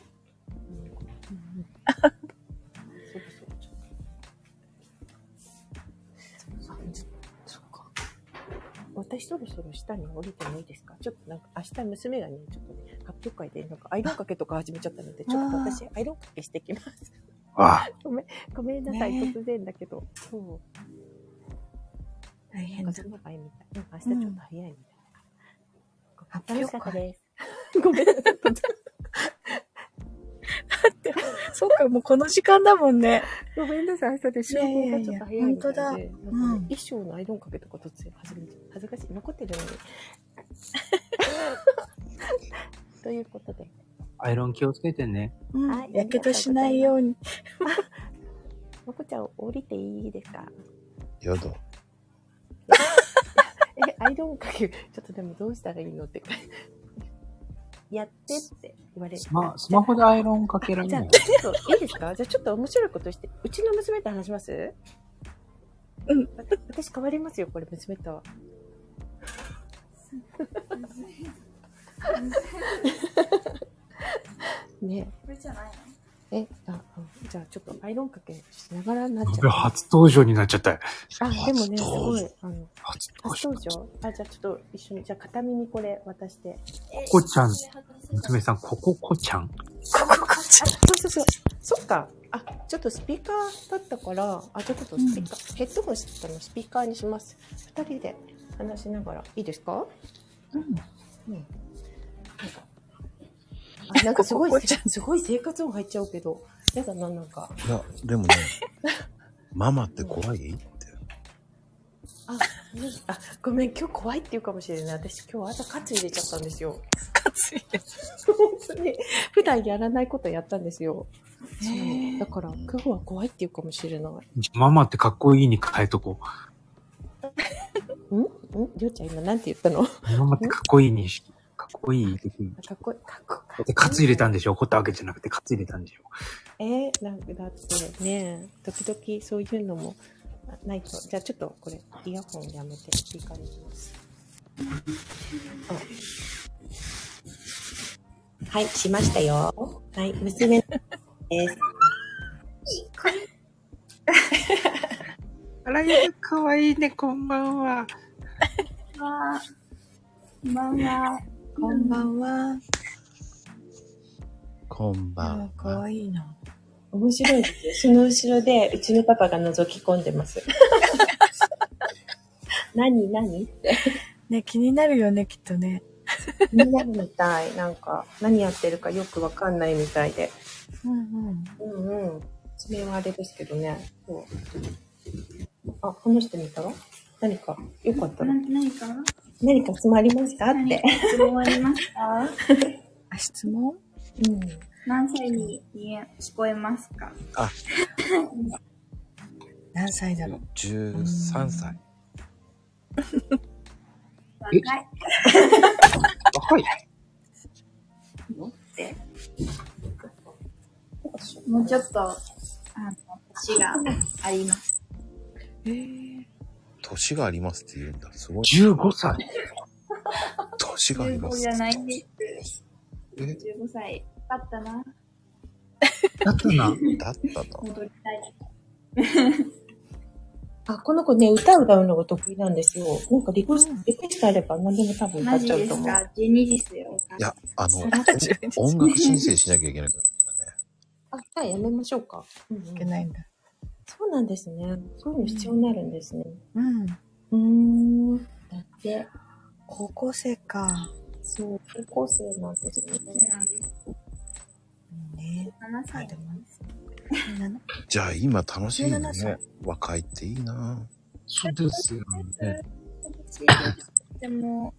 Speaker 10: そうかそうかちょっとそうか私そろそろ下に降りてもいいですかちょっとなんか明日娘がね、ちょっとね、発表会でなんかアイロンかけとか始めちゃったので、ちょっと私アイロンかけしてきます。
Speaker 4: あ
Speaker 10: ごめん、 ごめんなさい、
Speaker 8: ね
Speaker 10: 突然だけど。そう。
Speaker 8: 大変
Speaker 10: な
Speaker 8: だ
Speaker 10: んかそんな早いみたい。うん明日ちょっと早いみたいな。
Speaker 8: 発
Speaker 10: 楽
Speaker 8: 表
Speaker 10: しかっ
Speaker 8: 会
Speaker 10: た です。
Speaker 8: ごめんなさい。だって、そっか、もうこの時間だもんね。
Speaker 10: ごめんなさい、朝で集合がちょっと早いみたいで。
Speaker 8: いやいやいや本当だ
Speaker 10: なんかね
Speaker 8: うん
Speaker 10: 衣装のアイロンかけとか突然始めちゃう。恥ずかしい。残ってるのに。ということで。
Speaker 4: アイロン気をつけてね。
Speaker 8: うん。やけどしないように。
Speaker 10: まこちゃん、降りていいですか
Speaker 1: やだ。
Speaker 10: え、アイロンかけ、ちょっとでもどうしたらいいのって。やってって言われる。
Speaker 4: まあ、スマホでアイロンかけられ
Speaker 10: じゃ
Speaker 4: な
Speaker 10: あ、
Speaker 4: い。
Speaker 10: ちょっといいですかじゃあ、ちょっと面白いことして、うちの娘と話します
Speaker 8: うん
Speaker 10: わ私変わりますよ、これ、娘と。ね
Speaker 8: これじゃない
Speaker 10: え、あ、うんじゃあ、ちょっとアイロンかけしながらになっ
Speaker 4: や
Speaker 10: ち
Speaker 4: べ
Speaker 10: ゃう。
Speaker 4: 初登場になっちゃったよ。
Speaker 10: あ、でもね、すごい。あの、
Speaker 4: 初
Speaker 10: 初登場あ、じゃあ、ちょっと一緒に、じゃあ、片耳これ渡して。
Speaker 4: ココちゃん。娘さん、コココちゃん。
Speaker 10: あ、そうそうそう。そっか。あ、ちょっとスピーカーだったから、あ、ちょっとスピーカー、ヘッドホンしてたのスピーカーにします。二人で話しながら、いいですかうん。うん。なんか、あなんかすごい、すごい生活音入っちゃうけど、やだな、なんか。
Speaker 1: いや、でもね、ママって怖いって。
Speaker 10: あ、あ、ごめん、今日怖いって言うかもしれない。私今日朝カツ入れちゃったんですよ。カツ入れ本当に。普段やらないことやったんですよ。そう。だから、クフは怖いって言うかもしれない。
Speaker 4: ママってかっこいいに変えとこ
Speaker 10: んんりょうちゃん今なんて言ったの
Speaker 4: う。ママってかっこいいにし、かっこいい的に。
Speaker 10: かっこいい、かっこ
Speaker 4: だってカツ入れたんでしょ怒ったわけじゃなくてカツ入れたんでしょ
Speaker 10: えー、なんだってね、時々そういうのもあないと。じゃあちょっとこれ、イヤホンやめて、スピーカーにします。あはい、しましたよ。はい、娘です。
Speaker 4: あらゆるかわいいね、こんばんは。
Speaker 12: こんばんは。
Speaker 8: こんばんは。
Speaker 1: こんばんは。
Speaker 8: かわいいな。
Speaker 10: 面白いですよ。その後ろで、うちのパパが覗き込んで ます。何何って。
Speaker 8: ね、気になるよね、きっとね。
Speaker 10: みんなるみたい。なんか、何やってるかよくわかんないみたいで。
Speaker 8: うんうん。
Speaker 10: うんうん。爪はあれですけどね。そう。あ、話してみたら何か、よかったら。
Speaker 12: 何か
Speaker 10: 何か質問ありますかって。
Speaker 12: 質問あ りますか
Speaker 8: 質問
Speaker 12: うん。何歳に見え、聞こえますか
Speaker 1: あ、
Speaker 8: 何歳だろう。
Speaker 1: 13歳。
Speaker 12: 若い。
Speaker 4: 若い
Speaker 12: って。もうちょっと、あの、年があります。
Speaker 1: 年がありますって言うんだ。すごい。
Speaker 4: 15歳。
Speaker 1: 年がありま
Speaker 12: 15
Speaker 1: す
Speaker 12: じ。ゃないです。
Speaker 1: え
Speaker 12: 15歳。だったな。
Speaker 4: だったな。
Speaker 1: だったな。
Speaker 12: 戻りたい。
Speaker 10: あ、この子ね、歌歌うのが得意なんですよ。なんかリクエスト、リクエストあれば何でも多分歌
Speaker 12: マ
Speaker 10: っ
Speaker 12: ジ
Speaker 10: ちゃう
Speaker 12: で
Speaker 10: と
Speaker 12: す
Speaker 10: 思う。
Speaker 12: か ?12 時ですよ。
Speaker 1: いや、あの、
Speaker 12: お
Speaker 1: 音楽申請しなきゃいけないから。
Speaker 10: あ、じゃあやめましょうか。い
Speaker 8: けないんだ。
Speaker 10: そうなんですね。そういうの必要になるんですね。
Speaker 8: うん。
Speaker 10: うーん。だって、
Speaker 8: 高校生か。
Speaker 10: そう、高校生なんですね。
Speaker 8: ね。
Speaker 12: 7歳。
Speaker 1: じゃあ今楽しいよ
Speaker 12: 17歳
Speaker 1: ね。若いっていいな
Speaker 4: そうですよね。
Speaker 12: でも、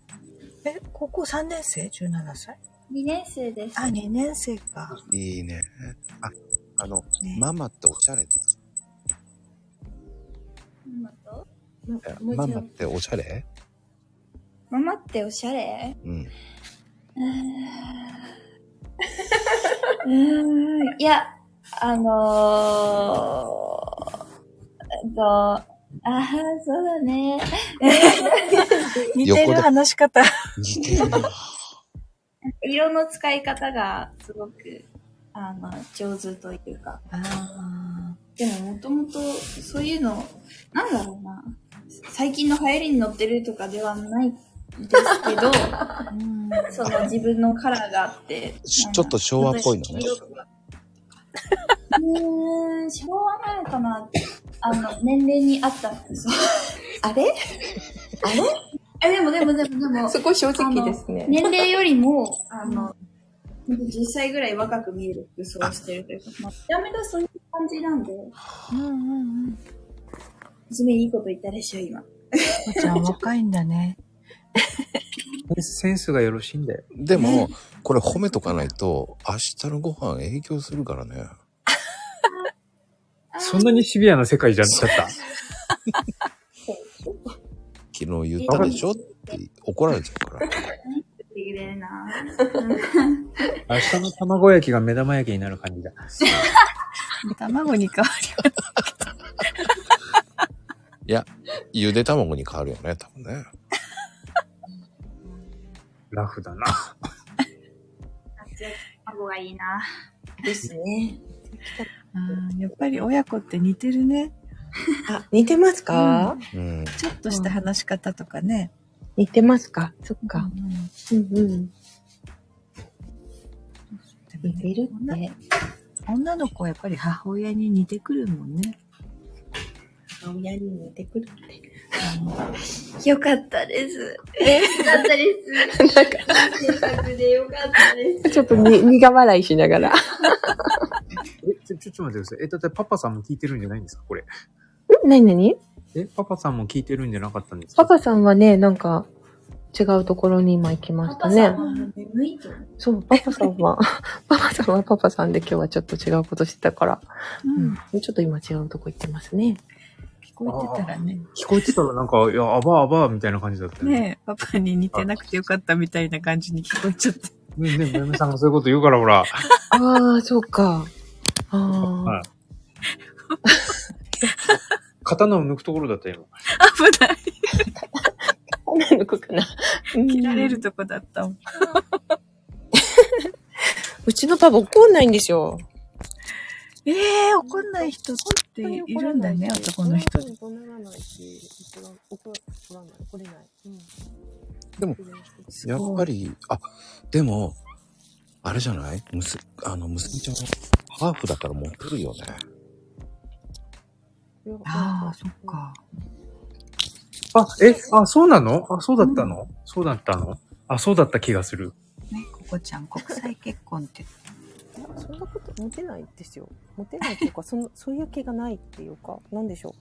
Speaker 8: え、高校3年生 ?17 歳。
Speaker 12: 2年生です。
Speaker 8: あ、2年生か。
Speaker 1: いいね。あ、あの、ママっておしゃれです。
Speaker 12: ママと
Speaker 1: え
Speaker 12: もう
Speaker 1: マ
Speaker 12: 一
Speaker 1: マ
Speaker 12: 度
Speaker 1: っておしゃれ
Speaker 12: ママっておしゃれ
Speaker 1: うん。
Speaker 12: うーん うーんいや、あのー、えっと、ああ、そうだね。
Speaker 8: 似てる話し方。
Speaker 1: 似てる。
Speaker 12: 色の使い方がすごく、あの、上手というか。でも、もともと、そういうの、なんだろうな。最近の流行りに乗ってるとかではないですけど、その自分のカラーがあって、
Speaker 1: ちちょっと昭和っぽいのね。
Speaker 12: うーん、昭和なのかなあの、年齢に合った服装。あれあれえ、でもでもでも でも。
Speaker 10: すごい正直ですね
Speaker 12: あの年齢より も、あの、10歳ぐらい若く見える服装をしてるというか、まあ、ダメだそういう感じなんで。
Speaker 8: うんうんうん。
Speaker 12: 娘いいこと言ったでしょ、今。
Speaker 8: おちゃん若いんだね。
Speaker 4: センスがよろしいんだよ。
Speaker 1: でも、これ褒めとかないと、明日のご飯影響するからね。
Speaker 4: そんなにシビアな世界じゃなか った。
Speaker 1: 昨日言ったでしょって怒られちゃうから。
Speaker 12: 綺麗な。
Speaker 4: 明日の卵焼きが目玉焼きになる感じだ。
Speaker 8: 卵に 変わるよ。
Speaker 1: いや、ゆで卵に変わるよね、多分ね。
Speaker 4: ラフだな。
Speaker 12: 夏焼き卵がいいな。
Speaker 10: ですね。
Speaker 8: うんやっぱり親子って似てるね。
Speaker 10: あ、似てますか、
Speaker 1: うん
Speaker 8: ちょっとした話し方とかね。
Speaker 10: 似てますかそっか。うんうん。似てるって。
Speaker 8: 女の子はやっぱり母親に似てくるもんね。
Speaker 10: 親に似てくるって。
Speaker 12: よかったです。えよかったです。 なんか、制作でよかったです。
Speaker 10: ちょっと に苦笑いしながら。
Speaker 4: え、ちょ、ちょ、ちょっと待ってください。え、だってパパさんも聞いてるんじゃないんですかこれ。
Speaker 10: ん何何
Speaker 4: え、パパさんも聞いてるんじゃなかったんですか
Speaker 10: パパさんはね、なんか、違うところに今行きましたね。
Speaker 12: 眠いと思う。
Speaker 10: そう、パパさんは、 パパさんはパパさんで今日はちょっと違うことしてたから、うん、ちょっと今違うとこ行ってますね。
Speaker 8: 聞こえてたらね。
Speaker 4: 聞こえてたらなんか、いや、あばあばみたいな感じだったよね。
Speaker 8: ねえ、パパに似てなくてよかったみたいな感じに聞こえちゃって。
Speaker 4: ねえねえ、まゆみさんがそういうこと言うから、ほら。
Speaker 10: ああ、そうか。ああ。
Speaker 4: はい。刀を抜くところだったよ、
Speaker 8: 危ない。
Speaker 10: 女の子かな。
Speaker 8: 切られるとこだったもん。
Speaker 10: うちのパパ怒んないんですよ。
Speaker 8: ええ怒んない人っているんだね、男の人。
Speaker 10: 怒らないし、怒ら怒らない、怒れない。うん。
Speaker 11: でも、やっぱり、あ、でも、あれじゃないむす、あの、娘ちゃんはハーフだから持ってるよね。
Speaker 8: ああ、そっか。
Speaker 4: あ、え、あ、そうなのあ、そうだったの、そうだったのあ、そうだった気がする。
Speaker 8: ね、ここちゃん、国際結婚って。
Speaker 10: いや、そんなこと、モテないですよ。モテないって いうか、その、そういう気がないっていうか、なんでしょ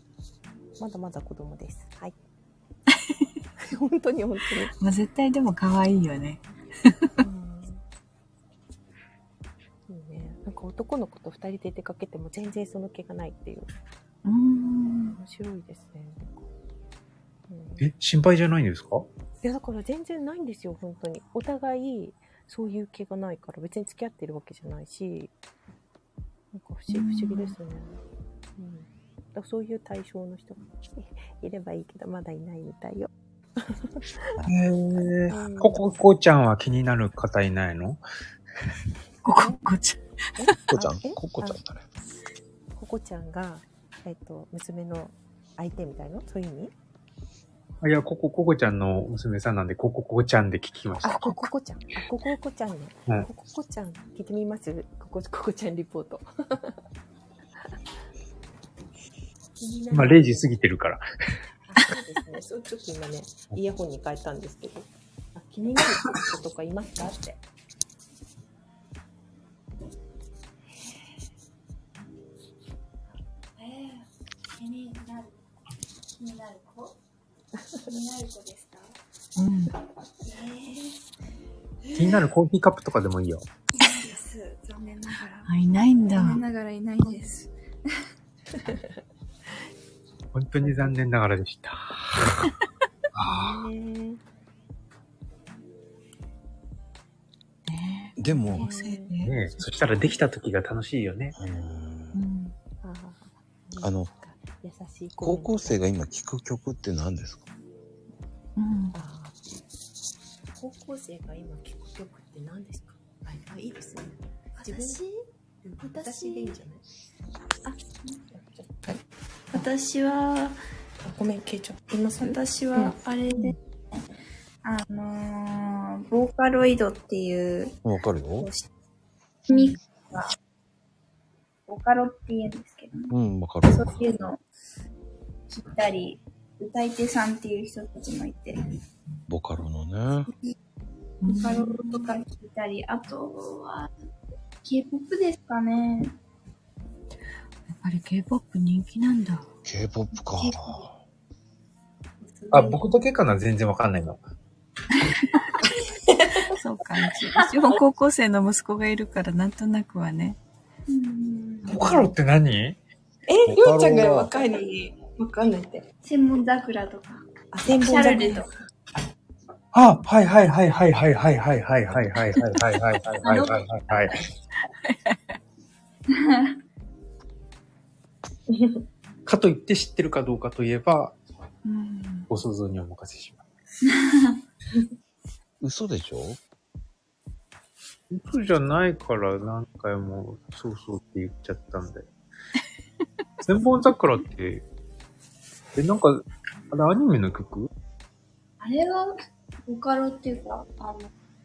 Speaker 10: う。まだまだ子供です。はい。 本当に本当に。
Speaker 8: まあ、絶対でも可愛いよね。
Speaker 10: そうね。なんか男の子と二人で出かけても全然その気がないっていう。
Speaker 8: うーん。
Speaker 10: 面白いですね。
Speaker 4: え、心配じゃないんですか
Speaker 10: いや、だから全然ないんですよ、本当に。お互い、そういう気がないから、別に付き合ってるわけじゃないし、なんか不思議不思議ですね。うん。だからそういう対象の人がいればいいけど、まだいないみたいよ。
Speaker 4: へえ。ここ、こうちゃんは気になる方いないの
Speaker 8: ここ、こうちゃん。
Speaker 11: ここちゃん、
Speaker 10: え
Speaker 11: ここちゃんだね。
Speaker 10: ここちゃんが、えっ、と、娘の相手みたいなそういう意味
Speaker 4: あいや、ここ、ここちゃんの娘さんなんで、ここ、ここちゃんで聞きまし
Speaker 10: あ、
Speaker 4: た。
Speaker 10: こここちゃん。あ、こここちゃんね。
Speaker 4: うん
Speaker 10: こここちゃん、聞いてみますここ、ここちゃんリポート。
Speaker 4: 今、0時過ぎてるから。
Speaker 10: あそうですね。そう、ちょっと今ね、イヤホンに変えたんですけど。あ、気になることとかいますかって。
Speaker 12: えー、気になる。気になる子気になる子ですか
Speaker 4: うん。
Speaker 12: えー、
Speaker 4: 気になるコーヒーカップとかでもいいよ。
Speaker 12: いないです。残念ながら。
Speaker 8: あ、いないんだ。
Speaker 12: 残念ながらいないです。
Speaker 4: 本当に残念ながらでした。
Speaker 11: でも、
Speaker 4: ねえ、そしたらできた時が楽しいよね。
Speaker 11: あの、
Speaker 10: 優しい
Speaker 11: 高校生が今聴く曲って何ですか
Speaker 8: うん。
Speaker 10: あ高校生が今聴く曲って何ですかはいあ、いいですね。
Speaker 12: 私
Speaker 10: うん
Speaker 12: 私
Speaker 10: 私でいいんじゃない
Speaker 12: 私は、
Speaker 10: ごめん、ケイちゃん。今す
Speaker 12: 私は、あれで、あのー、ボーカロイドっていう、
Speaker 11: わかるよ。
Speaker 12: ミクが、ボカロって言うんですけどね、
Speaker 11: うん、わかる。
Speaker 12: そういうのを聞いたり、歌い手さんっていう人たちもいて、
Speaker 11: ボカロのね。
Speaker 12: ボカロとか聞いたり、あとは、K-POP ですかね。
Speaker 8: やっぱり K-POP 人気なんだ。
Speaker 11: K-POP か。
Speaker 4: あ、僕だけかな全然わかんないの。
Speaker 8: そうか。うちうちも高校生の息子がいるから、なんとなくはね。
Speaker 4: ボカロって何
Speaker 6: え、り
Speaker 4: ボカロ
Speaker 6: ょ
Speaker 4: は
Speaker 6: うちゃんが若いのに、わかんないって。
Speaker 12: 専門桜とか、
Speaker 6: あ、
Speaker 12: シ
Speaker 6: 専
Speaker 12: ャルルとか。
Speaker 4: あ、はいはいはいはいはいはいはいはいはいはいはいはいはいはいはいはいはい。かといって知ってるかどうかといえば、ご想像にお任せします。
Speaker 11: 嘘でしょ
Speaker 4: 僕じゃないから何回もそうそうって言っちゃったんだよ。千本桜って、え、なんか、あれアニメの曲
Speaker 12: あれは、ボカロっていうか、あの、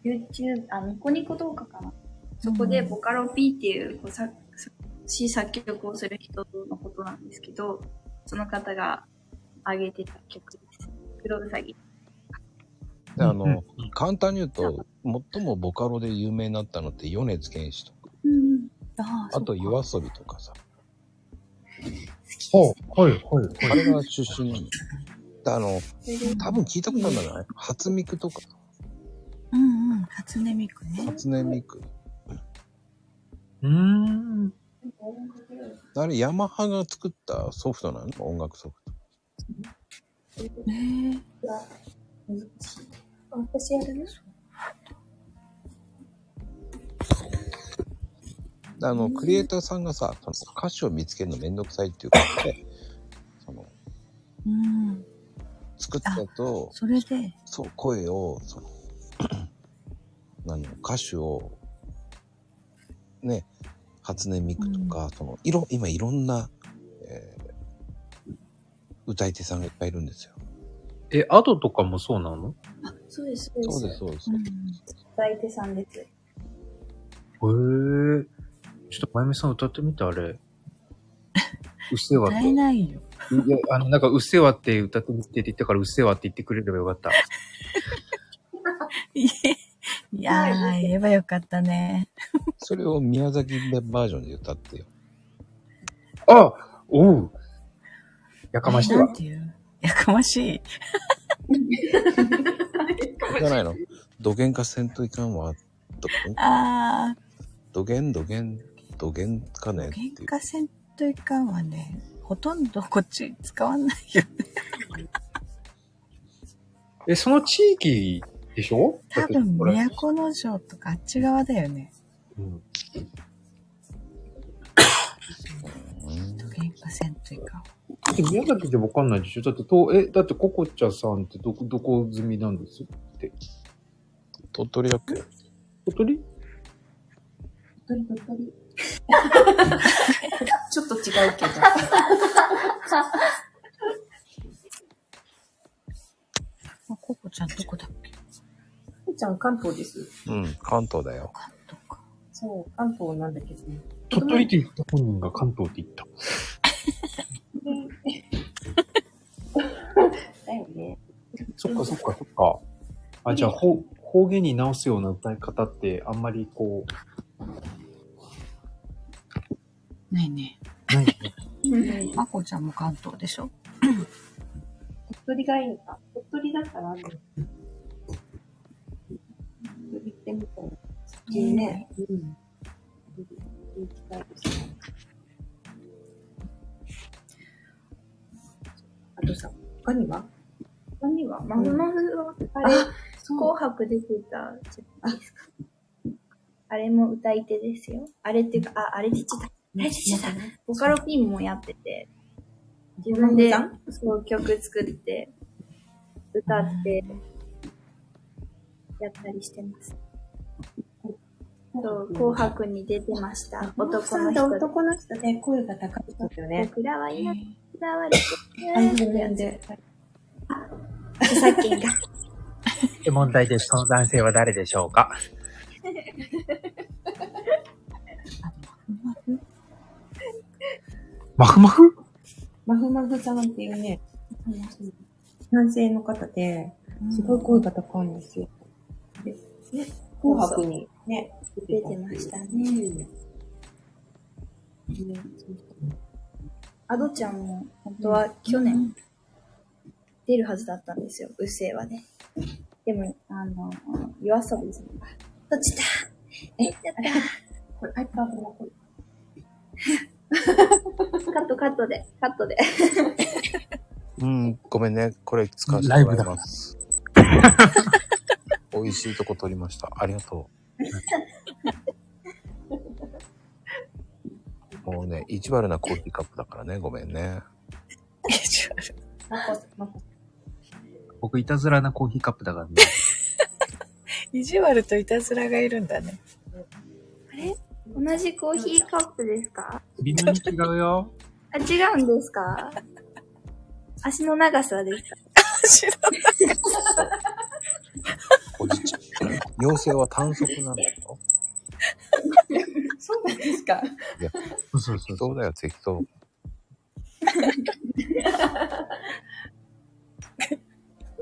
Speaker 12: YouTube、あ、ニコニコ動画かな。そこでボカロ P っていうこう作作詞作曲をする人のことなんですけど、その方が上げてた曲です。黒ウサギ。
Speaker 11: で、あの、簡単に言うと、最もボカロで有名になったのって米津玄師とか、
Speaker 12: うん。
Speaker 8: あ
Speaker 11: あと夜遊びとかさ。
Speaker 12: 好き
Speaker 1: ほう。
Speaker 4: はい、はい、
Speaker 1: あれが出身なの。であの、多分聞いたことあるんじゃない初ミクとか、
Speaker 8: うんうん。初音ミクね。
Speaker 1: 初音ミク。
Speaker 4: うーん。
Speaker 1: あれ、ヤマハが作ったソフトなの音楽ソフ
Speaker 8: ね
Speaker 12: え。あ私やるね。
Speaker 1: ト。あの、クリエイターさんがさ、その歌詞を見つけるのめんどくさいっていうことで、その、
Speaker 8: うん。
Speaker 1: 作ったと、
Speaker 8: それで、
Speaker 1: そう、声を、その、 何歌手を、ね、初音ミクとか、その、いろ、今いろんな、えー歌い手さんがいっぱいいるんですよ。
Speaker 4: え、アドとかもそうなの
Speaker 12: そうです、
Speaker 1: そうです、そうです。
Speaker 12: 歌い手さんです。
Speaker 4: へえ。ちょっと、まゆみさん歌ってみて、あ れ。うっせぇわっ
Speaker 8: 歌
Speaker 4: て。
Speaker 8: えないよ。
Speaker 4: いや、あの、なんか、うっせぇわって歌ってみてって言ったから、うっせぇわって言ってくれればよかった。
Speaker 8: いえいやー、言えばよかったね。
Speaker 1: それを宮崎弁バージョンで歌 ってよ。
Speaker 4: あおうやかましいわ
Speaker 8: なん。ていうやかましい。
Speaker 1: じゃないのどげんかせんといかんわ。ど
Speaker 8: あ
Speaker 1: どげんどげん、どげんかね。
Speaker 8: ー、喧嘩せんといかんはね、ほとんどこっち使わないよね。
Speaker 4: え、その地域でしょ
Speaker 8: 多分、都の城とかあっち側だよね。
Speaker 4: うん。
Speaker 8: 喧嘩せんといかん。
Speaker 4: だって宮崎じゃわかんないでしょだって、とえ、だって、ココちゃさんってどこ、どこ住みなんですって。
Speaker 1: 鳥取だっけ
Speaker 4: 鳥取
Speaker 12: 鳥取鳥ちょっと違うけど。
Speaker 8: あ、ココちゃんどこだっけ
Speaker 10: ココちゃん関東です。
Speaker 1: うん、関東だよ。
Speaker 10: そう、関東なんだけどね。
Speaker 4: 鳥取って言った本人が関東って言った。
Speaker 10: だよね。
Speaker 4: そっかそっかそっか。あ、じゃあ、方方言に直すような歌い方って、あんまりこう、
Speaker 8: ないね。
Speaker 12: うん
Speaker 8: まこちゃんも関東でしょ
Speaker 12: 鳥取がいいのか。鳥取だからあるの。鳥取行ってみたい。いいね。うん。行きたいですね。
Speaker 10: あとさ、他には
Speaker 12: 他には、まふまふは、あれ、紅白出てたじゃないですか。あれも歌い手ですよ。あれっていうか、あ、あれ父だ。あれ父だ。ボカロピンもやってて、自分で、そう、曲作って、歌って、やったりしてます。そう、紅白に出てました。
Speaker 10: 男の
Speaker 12: 男の
Speaker 10: 人。
Speaker 12: 人で。
Speaker 10: 男の人ね、声が高い人だよね。
Speaker 12: 僕らはいなく嫌われて
Speaker 10: あ全然全然
Speaker 12: 著作権が。
Speaker 13: 問題です。その男性は誰でしょう か
Speaker 4: マフマフ
Speaker 10: まふまふさんっていうね、男性の方で、すごい声が高いんですよ。でね、紅白にね、
Speaker 12: 出てましたね。アドちゃんも、本当は去年、出るはずだったんですよ、うっせぇわね。でも、あの、夜遊びさんが、どっちだえ、やったこれ、iPad のこれ。カットカットで、カットで。
Speaker 1: うん、ごめんね。これ使わせてもらいます。美味しいとこ取りました。ありがとう。もうね、意地悪なコーヒーカップだからね。ごめんね。
Speaker 4: 僕、いたずらなコーヒーカップだからね。
Speaker 8: 意地悪といたずらがいるんだね。
Speaker 12: あれ同じコーヒーカップですか
Speaker 4: 微妙に違うよ。
Speaker 12: あ、違うんですか足の長さですか足の長さ。
Speaker 1: 妖精は短足なんだよ。
Speaker 10: そうなんですか。
Speaker 1: いや、そうそうそうだよ、適当。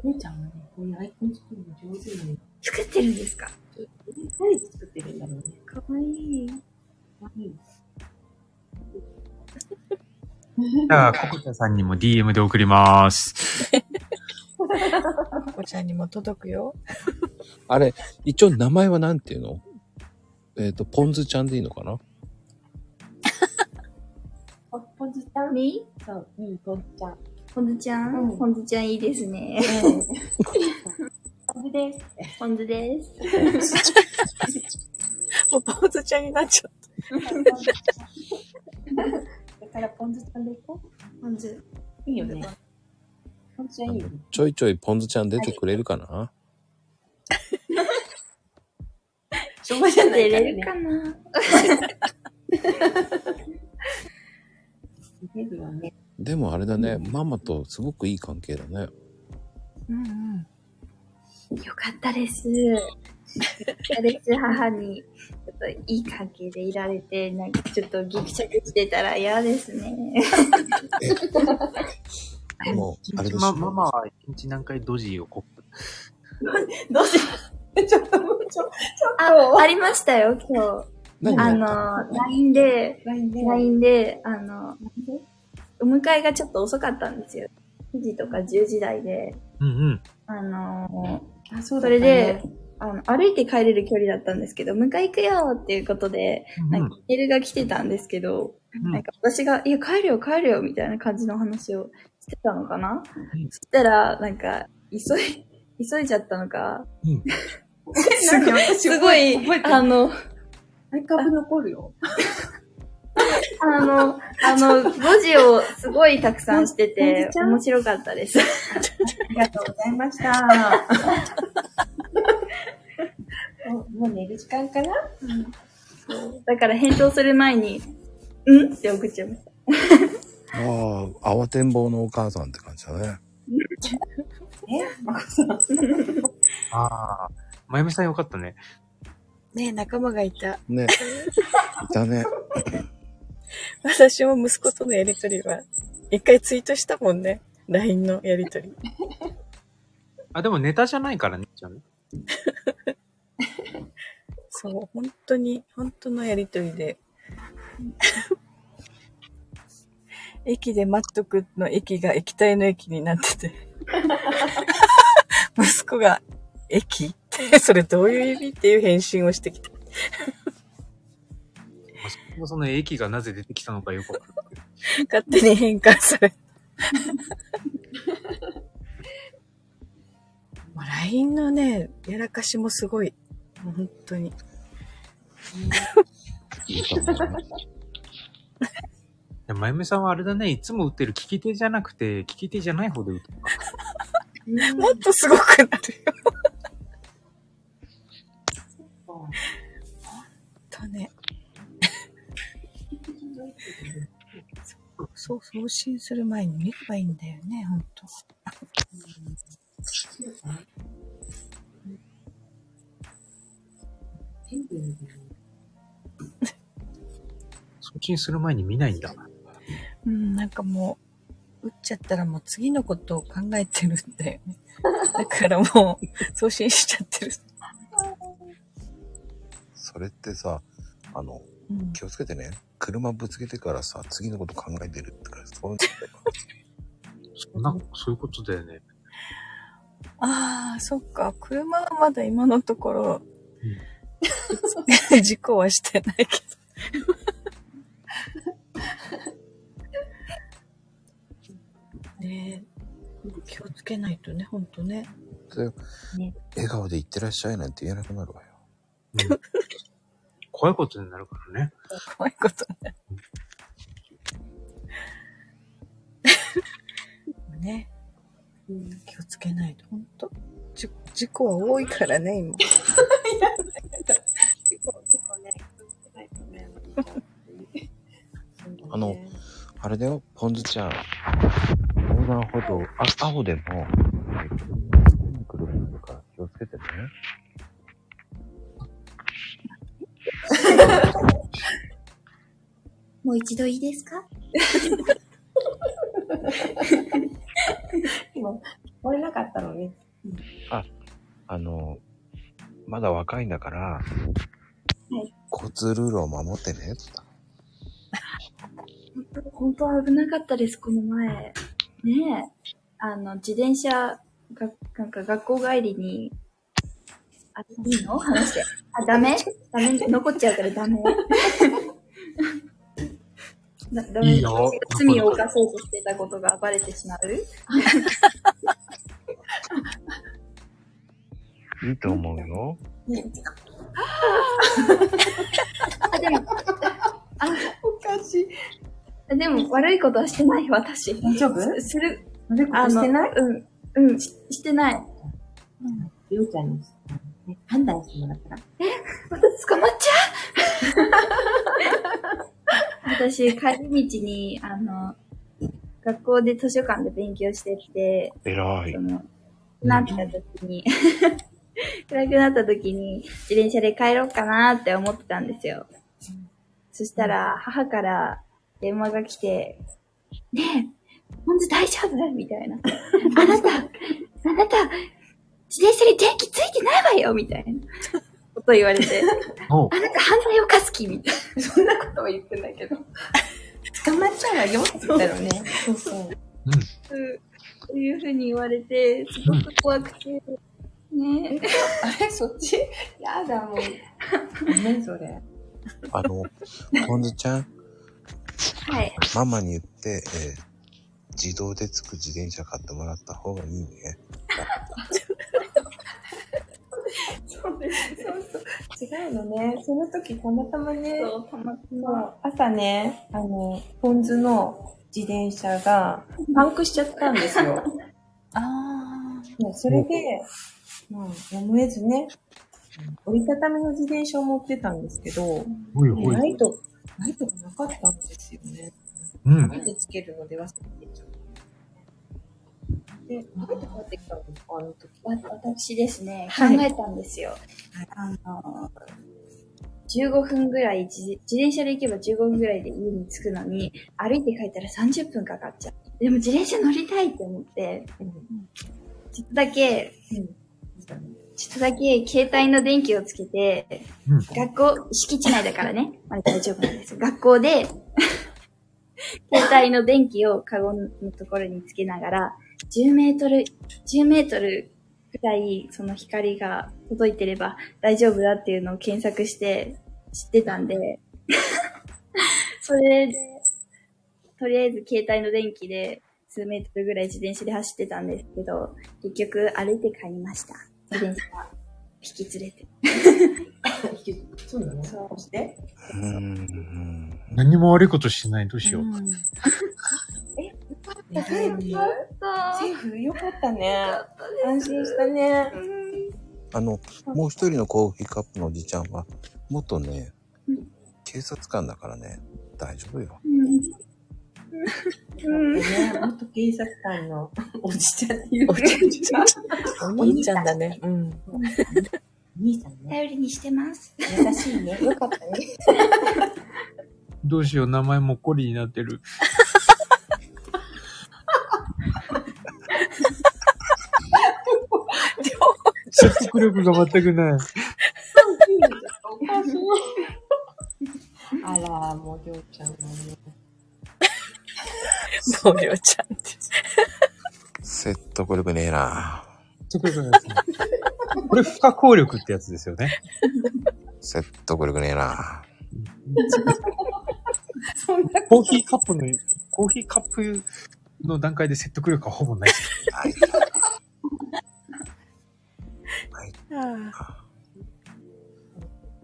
Speaker 10: みーちゃんはね、こういうアイコン作るの上手なの。
Speaker 12: 作ってるんですか
Speaker 10: 何作ってるんだろうね。
Speaker 12: かわいい。
Speaker 10: 可愛い
Speaker 4: じゃあ、ココちゃんさんにも DM で送ります。
Speaker 8: ここちゃんにも届くよ。
Speaker 1: あれ、一応名前はなんていうのえっ、と、ポンズちゃんでいいのかな
Speaker 12: ポポズちゃんみそう、うん、ポズちゃん。ポズちゃん、
Speaker 3: うん
Speaker 12: ポンズちゃんいいですね。ポンズです。ポンズです。
Speaker 8: もうポーズちゃんになっちゃった。
Speaker 3: だからポン酢ちゃんでいこう。ポン酢。いいよね。ポン酢ちゃんいいよね。
Speaker 1: ちょいちょいポンズちゃん出てくれるかな、
Speaker 3: しょうがじゃないから
Speaker 12: 出れるかな。
Speaker 3: 出るわね。
Speaker 1: でもあれだね、ママとすごくいい関係だね。
Speaker 8: うんうん。
Speaker 12: よかったです。よかったです。母に、ちょっといい関係でいられて、なんかちょっとギクシャクしてたら嫌ですね。
Speaker 1: も
Speaker 4: う、あれです、ま、ママは一日何回ドジをこ
Speaker 12: どうしちょっと、ちょ、ちょっと。 あ、ありましたよ、今
Speaker 4: 何
Speaker 12: 日。
Speaker 4: が
Speaker 12: あ
Speaker 4: あ
Speaker 12: の、LINE で、LINE で、あの、お迎えがちょっと遅かったんですよ。9時とか10時台で。
Speaker 4: うん
Speaker 12: あのー
Speaker 3: あそう
Speaker 12: そ
Speaker 3: だったね
Speaker 12: れで、あの、歩いて帰れる距離だったんですけど、迎え行くよっていうことで、なんかメールが来てたんですけど、
Speaker 3: うん
Speaker 12: なんか私が、いや、帰るよ、帰るよ、みたいな感じの話をしてたのかな、そしたら、なんか、急い、 急いじゃったのか、 すごい、すごい、あの、
Speaker 3: 毎回残るよ。
Speaker 12: あの、 あの、5時をすごいたくさんして
Speaker 3: ほん
Speaker 12: て
Speaker 3: と、ちゃん
Speaker 12: 面白かったです。
Speaker 3: ありがとうございました。もうもう寝る時間かな
Speaker 12: だから返答する前に、うんって送っちゃいました。
Speaker 1: ああ、慌てんぼうのお母さんって感じだね。
Speaker 3: えまこさん。
Speaker 4: ああ、まゆみさんよかったね。
Speaker 8: ねえ、仲間がいた。
Speaker 1: ね。いたね。
Speaker 8: 私も息子とのやりとりは、一回ツイートしたもんね。LINE のやりとり。
Speaker 4: あ、でもネタじゃないからね、ちゃん。
Speaker 8: そう、本当に、本当のやりとりで。 駅で待っとくの駅が液体の駅になって て。息子が、駅って、それどういう意味っていう返信をしてきた。
Speaker 4: もうその駅がなぜ出てきたのかよくわ かんない
Speaker 8: 勝手に変換された。もう LINE のね、やらかしもすごい。もう本当に。
Speaker 4: でまゆみさんはあれだね、いつも打ってる聞き手じゃなくて、聞き手じゃない方で打ってるか。
Speaker 8: もっとすごくなるよ。ほんとね。そう、送信する前に見ればいいんだよね、ほんと。
Speaker 4: 送信する前に見ないんだ。
Speaker 8: うん、なんかもう、打っちゃったらもう次のことを考えてるんだよね。だからもう、送信しちゃってる。
Speaker 1: それってさ、あの、
Speaker 8: うん
Speaker 1: 気をつけてね、車ぶつけてからさ、次のこと考えてるってから、そういうの
Speaker 4: そんな、そういうことだよね。
Speaker 8: ああ、そっか。車はまだ今のところ、 事故はしてないけど。ねえ、気をつけないとね、ほんとね。ね
Speaker 1: 笑顔で言ってらっしゃいなんて言えなくなるわよ。
Speaker 4: 怖いことになるからね。
Speaker 8: 怖いことになる。ね、気をつけないと、ほんと。じ事故は多いからね、今。
Speaker 1: あの、あれだよ、ポンズちゃん。横断歩道、あ、青でも、えっと車になるから気をつけてね。
Speaker 12: もう一度いいですか
Speaker 3: 今、聞こえなかったのね。
Speaker 1: あ、あの、まだ若いんだから、
Speaker 3: はい。
Speaker 1: 交通ルールを守ってね、つった。
Speaker 12: 本当は危なかったです、この前。ねえ。あの、自転車が、なんか学校帰りに、あ、いいの話して。あ、ダメダメ残っちゃうからダメ。なダメ
Speaker 14: いいよ
Speaker 12: 罪を犯そうとしてたことがバレてしまう
Speaker 1: いいと思うよ。
Speaker 12: あ、でも、あ、おかしい。でも、悪いことはしてない、私。大丈夫する。悪い
Speaker 10: ことしてない
Speaker 12: うん、うん、ししてない。
Speaker 10: りょうちゃんに、ね、判断してもらったら。
Speaker 12: え、また捕まっちゃう私、帰り道に、あの、学校で図書館で勉強してて、
Speaker 1: 偉い。
Speaker 12: なった時に、暗くなった時に、自転車で帰ろうかなって思ってたんですよ。そしたら、母から電話が来て、ねえ、ほんと大丈夫みた いな。あなた、あなた、自転車に電気ついてないわよみたいなこと言われ て、
Speaker 14: おう
Speaker 12: あなた犯罪を犯す気みたいな。そんなことは言ってないけど。捕まっちゃうわよって言ったよね。そうそう。そういうふうに言われて、すごく怖くて、ねえ。 あれそっちやだもう。
Speaker 10: 何それ。
Speaker 1: あの、ポンズちゃん、
Speaker 12: はい。
Speaker 1: ママに言って、えー自動でつく自転車買ってもらった方がいいね。
Speaker 10: そうです。そうそう。違うのね。その時、たまたまね、そう朝ね、あの、ポン酢の自転車がパンクしちゃったんですよ。
Speaker 15: あ
Speaker 10: もうそれで、まあ、やむを得ずね、折りたたみの自転車を持ってたんですけど、
Speaker 14: おいおい
Speaker 10: ライト、ライトがなかったんですよね。
Speaker 14: うん
Speaker 10: ライトつけるので忘れてちゃった。で、どうやって帰ってきたんですかあの時。
Speaker 12: わ私ですね、考
Speaker 10: はい
Speaker 12: えたんですよ。あの、15分ぐらい自、自転車で行けば15分ぐらいで家に着くのに、歩いて帰ったら30分かかっちゃう。でも自転車乗りたいって思って、ちょっとだけ、ちょっとだけ携帯の電気をつけて、学校、敷地内だからね、 まだ大丈夫なんですよ。学校で、 携帯の電気をカゴのところにつけながら、10メートル、10メートルくらいその光が届いてれば大丈夫だっていうのを検索して知ってたんで、 それで、とりあえず携帯の電気で数メートルぐらい自転車で走ってたんですけど、結局歩いて帰りました。自転車引き連れて。
Speaker 10: そうだね。そうして。
Speaker 4: 何も悪いことしてない、どうしよう。
Speaker 10: セーフセーフよかったね。安心したね。
Speaker 1: あの、もう一人のコーヒーカップのおじちゃんは、元ね、警察官だからね、大丈夫よ。
Speaker 10: うん。ね、元警察官のおじちゃんっていう。おじちゃん。
Speaker 12: お兄ちゃん
Speaker 10: だね。うん。兄さんね。
Speaker 12: 頼りにしてます。
Speaker 10: 優しいね。よかったね。
Speaker 4: どうしよう、名前もっこりになってる。説得力が全くない。
Speaker 10: おかしい。あら、もうりょうちゃんもね。
Speaker 15: もうりょうちゃんって。
Speaker 1: 説得力ねえな。
Speaker 4: 説得力ないですね。これ不可抗力ってやつですよね。
Speaker 1: 説得力ねえな。
Speaker 4: コーヒーカップの、コーヒーカップの段階で説得力はほぼない。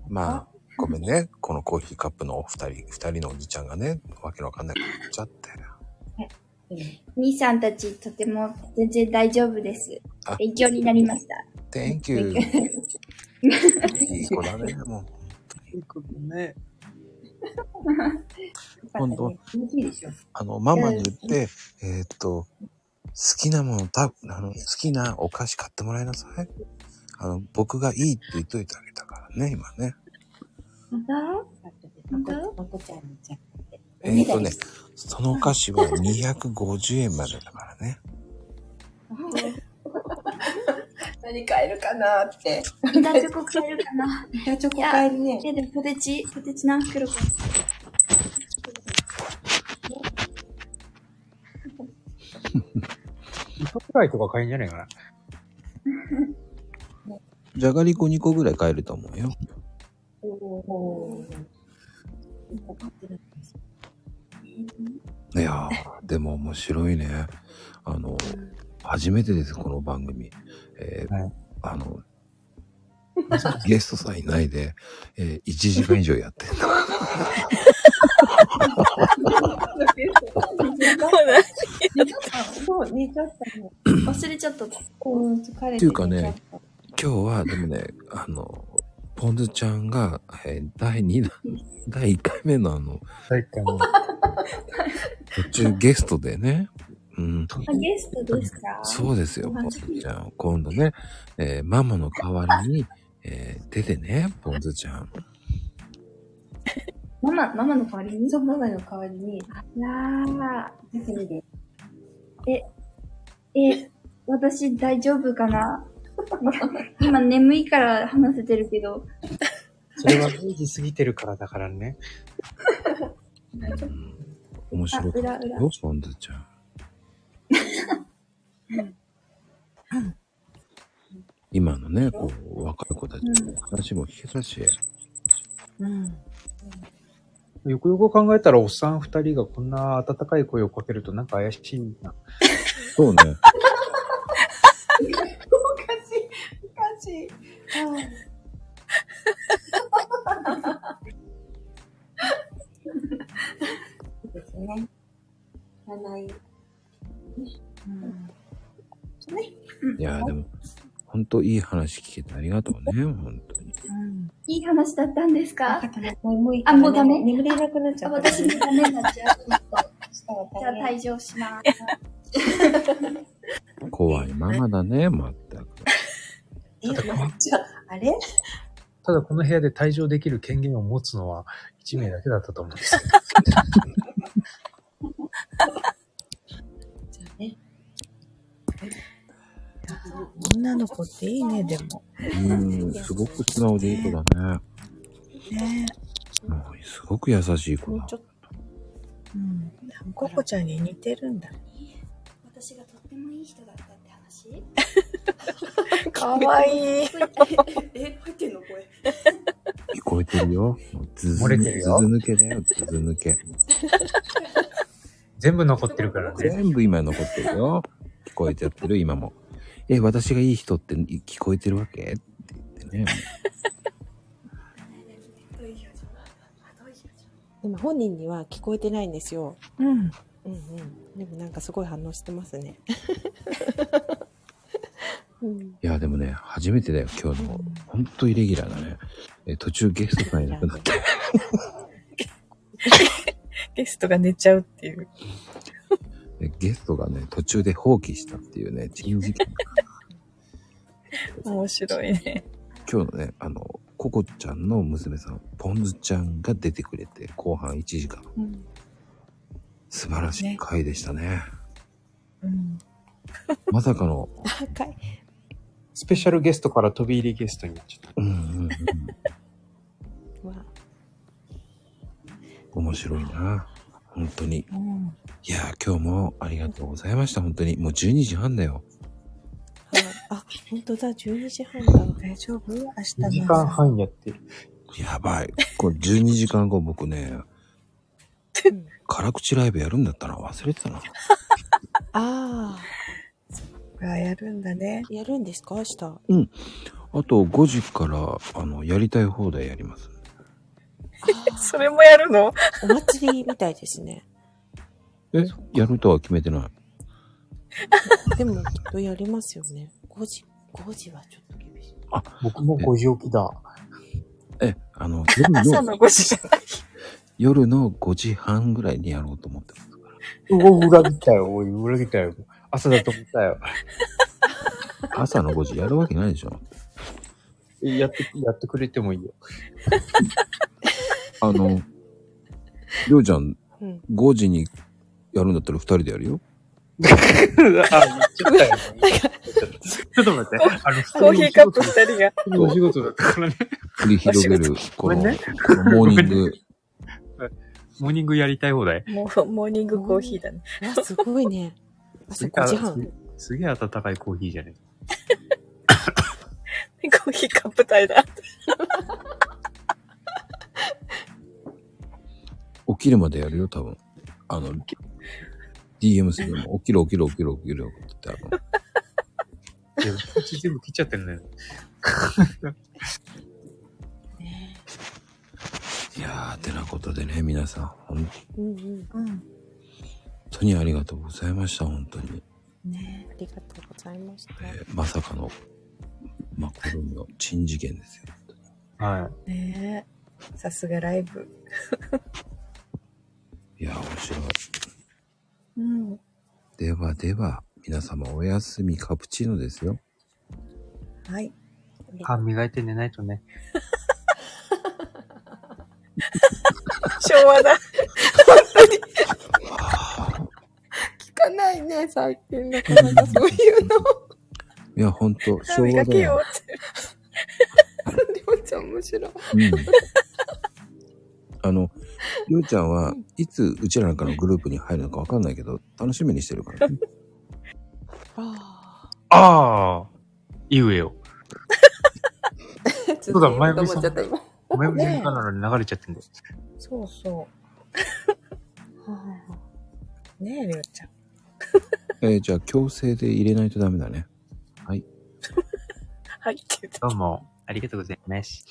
Speaker 1: まあ、ごめんね。このコーヒーカップのお二人、二人のおじちゃんがね、わけのわかんないこと言っちゃって。
Speaker 12: 兄さんたちとても全然大丈夫です。勉強になりました。
Speaker 1: Thank you. いい子だね、もう。
Speaker 4: いいことね。
Speaker 1: 今度、
Speaker 10: 気持ちいいでしょ。
Speaker 1: あの、ママに言って、えーっと、好きなもの、た、あの、好きなお菓子買ってもらいなさい。あの、僕がいいって言っといてあげたからね、今ね。
Speaker 10: またまたまこちゃんにちゃん。
Speaker 1: えーっとね、そのお菓子は250円までだからね。
Speaker 10: 何買えるかなって。
Speaker 12: ビタチョコ買えるかなビ
Speaker 10: タチョコ
Speaker 12: 買えるね。いや、でもポテチ、ポテチ何袋か。
Speaker 4: 個くらいとか買えんじゃないかな。
Speaker 16: じゃがりこ2個ぐらい買えると思うよ。
Speaker 12: おおー。分かってるんですよ
Speaker 1: いやー、でも面白いね。あの、初めてです、この番組。えーあの、ゲストさんいないで、えー1時間以上や ってんの。
Speaker 12: そう、寝ちゃったの。忘れちゃった。うん、疲れ
Speaker 1: っていうかね、今日は、でもね、あの、ポンズちゃんが、えー第2弾、第1回目のあの、途中ゲストでね、うん、
Speaker 12: あ、ゲストですか
Speaker 1: そうですよ、ポン
Speaker 12: マ
Speaker 1: ズ
Speaker 12: ジ
Speaker 1: ちゃん。今度ね、えーママの代わりに、えー出てね、ポンズちゃん。
Speaker 12: ママ、ママの代わりにそう、ママの代わりに。あらー、出てみて。え、え、私大丈夫かな 今眠いから話せてるけど。
Speaker 4: それは0時過ぎてるからだからね。
Speaker 1: 面白か
Speaker 12: あ
Speaker 1: った
Speaker 12: 裏裏
Speaker 1: よ、ポンズちゃん。今のね、こう、若い子たちの話も聞けたし、
Speaker 4: うん。よくよく考えたら、おっさん二人がこんな温かい声をかけるとなんか怪しいな。
Speaker 1: そうね。
Speaker 12: おかしい、おかしい。そうですね。いらない。うん。ね。
Speaker 1: いやーでも、ほんといい話聞けてありがとうね、ほんとに。
Speaker 12: いい話だったんですかあ、もうダメ眠れなくなっちゃう。あ私もダメになっちゃう。じゃあ退場します。
Speaker 1: 怖いママだね、まったく。
Speaker 4: ただこの、
Speaker 12: あれ
Speaker 4: ただこの部屋で退場できる権限を持つのは1名だけだったと思うん ですけど。
Speaker 8: 女の子っていいね、でも。
Speaker 1: うーん、すごく素直でいい子だね。
Speaker 8: ね
Speaker 1: もうすごく優しい
Speaker 8: え。
Speaker 1: 子
Speaker 8: もう
Speaker 1: だ。
Speaker 8: ちょっと。うん。ココちゃんに似てるんだ。
Speaker 12: 私がとってもいい人だったって話
Speaker 8: かわいい。
Speaker 12: え、入ってんのこれ。
Speaker 1: 聞こえてるよ。もうずず
Speaker 4: 漏れ
Speaker 1: ず
Speaker 4: てるよ
Speaker 1: ず抜けだよ、ずず抜け。
Speaker 4: 全部残ってるからね。
Speaker 1: 全部今残ってるよ。聞こえちゃってる、今も。え、私がいい人って聞こえてるわけって言ってね。
Speaker 10: でも本人には聞こえてないんですよ。
Speaker 8: うん。うん
Speaker 10: うん。でもなんかすごい反応してますね。うん。
Speaker 1: いや、でもね、初めてだよ、今日の。ほんとイレギュラーだね。え途中ゲストさんいなくなって。
Speaker 8: ゲストが寝ちゃうっていう。
Speaker 1: でゲストがね、途中で放棄したっていうね、珍事件。
Speaker 8: 面白いね。
Speaker 1: 今日のね、あの、ココちゃんの娘さん、ポンズちゃんが出てくれて、後半1時間。
Speaker 8: うん。
Speaker 1: 素晴らしい回でしたね。
Speaker 8: うん。
Speaker 1: まさかの、
Speaker 4: スペシャルゲストから飛び入りゲストになっちゃった。
Speaker 1: うんうんうん。面白いな。本当に。
Speaker 8: うん。
Speaker 1: いやー、今日もありがとうございました。本当に。もう12時半だよ。
Speaker 10: あ、本当だ、12時半だ。
Speaker 8: 大丈夫明日
Speaker 4: 2
Speaker 8: の
Speaker 4: 時間半やってる。
Speaker 1: やばい。これ12時間後僕ね、辛口ライブやるんだったな。忘れてたな。
Speaker 10: あ
Speaker 8: あ。やるんだね。
Speaker 10: やるんですか明日。
Speaker 1: うん。あと5時から、あの、やりたい放題やります。
Speaker 8: それもやるの
Speaker 10: お祭りみたいですね。
Speaker 1: えやるとは決めてない。
Speaker 10: でも、きっとやりますよね。5時、5時はちょっと厳しい。
Speaker 1: あ、
Speaker 4: 僕も5時起きだ。
Speaker 1: え、あの、夜の
Speaker 8: 朝の5時じゃない。
Speaker 1: 夜の5時半ぐらいにやろうと思ってます。
Speaker 4: うお、裏切ったよ、おい、裏切ったよ。朝だと思ったよ。
Speaker 1: 朝の5時やるわけないでしょ。
Speaker 4: やって、やってくれてもいいよ。
Speaker 1: あの、りょうちゃん、
Speaker 10: うん
Speaker 1: 5時にやるんだったら2人でやるよ。
Speaker 4: ちょっと待って、あの、
Speaker 8: コーヒーカッ プ2人が。
Speaker 4: お仕事だったからね。
Speaker 1: 繰り広げる、この、
Speaker 4: ごめんね
Speaker 1: このモーニング。
Speaker 4: モーニングやりたい放題。
Speaker 8: もう、モーニングコーヒーだね。
Speaker 10: わ、すごいね。朝5時半。
Speaker 4: すげえ温かいコーヒーじゃね
Speaker 8: コーヒーカップタイだ。
Speaker 1: 起きるまでやるよ、多分。あの、DM するのも、起きろ起きろ起きろ起きろって言って、
Speaker 4: えか。いや、こっち全部切っちゃってんね。
Speaker 1: いやー、てなことでね、皆さん、本
Speaker 3: うんうんうん。
Speaker 1: 当にありがとうございました、本当に。
Speaker 3: ねありがとうございました。
Speaker 1: まさかの、マコルミの珍事件ですよ。
Speaker 4: は
Speaker 8: ねえ。さすがライブ。
Speaker 1: い。いやー、面白い。
Speaker 8: うん。
Speaker 1: ではでは、皆様おやすみカプチーノですよ。
Speaker 8: はい。
Speaker 4: 歯磨いて寝ないとね。
Speaker 8: 昭和だ。
Speaker 10: 本当に。聞かないね、最近なかなかそういうの。
Speaker 1: いや、ほんと、昭
Speaker 10: 歯
Speaker 1: 和
Speaker 10: 磨け
Speaker 1: だ
Speaker 10: よ
Speaker 1: よ。
Speaker 10: って。りょうちゃん面白い。
Speaker 1: うん。あの、りょうちゃんはいつうちらなんかのグループに入るのかわかんないけど、楽しみにしてるから、ね。
Speaker 4: ああ、言う えよ。そうだ、前
Speaker 10: と
Speaker 4: 向
Speaker 10: 思
Speaker 4: さ
Speaker 10: っ
Speaker 4: ん
Speaker 10: ちゃ。った、今。
Speaker 4: 前向さんからの流れちゃってんだよ。
Speaker 8: そうそう。はあねえ、りょうちゃん。
Speaker 1: えーじゃあ強制で入れないとダメだね。はい。
Speaker 8: はい、って
Speaker 4: どうも、ありがとうございます。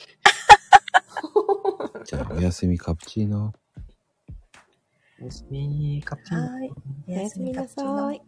Speaker 1: じゃあおやすみカプチーノ。
Speaker 4: おやすみカプチーノ。
Speaker 8: おやすみなさい。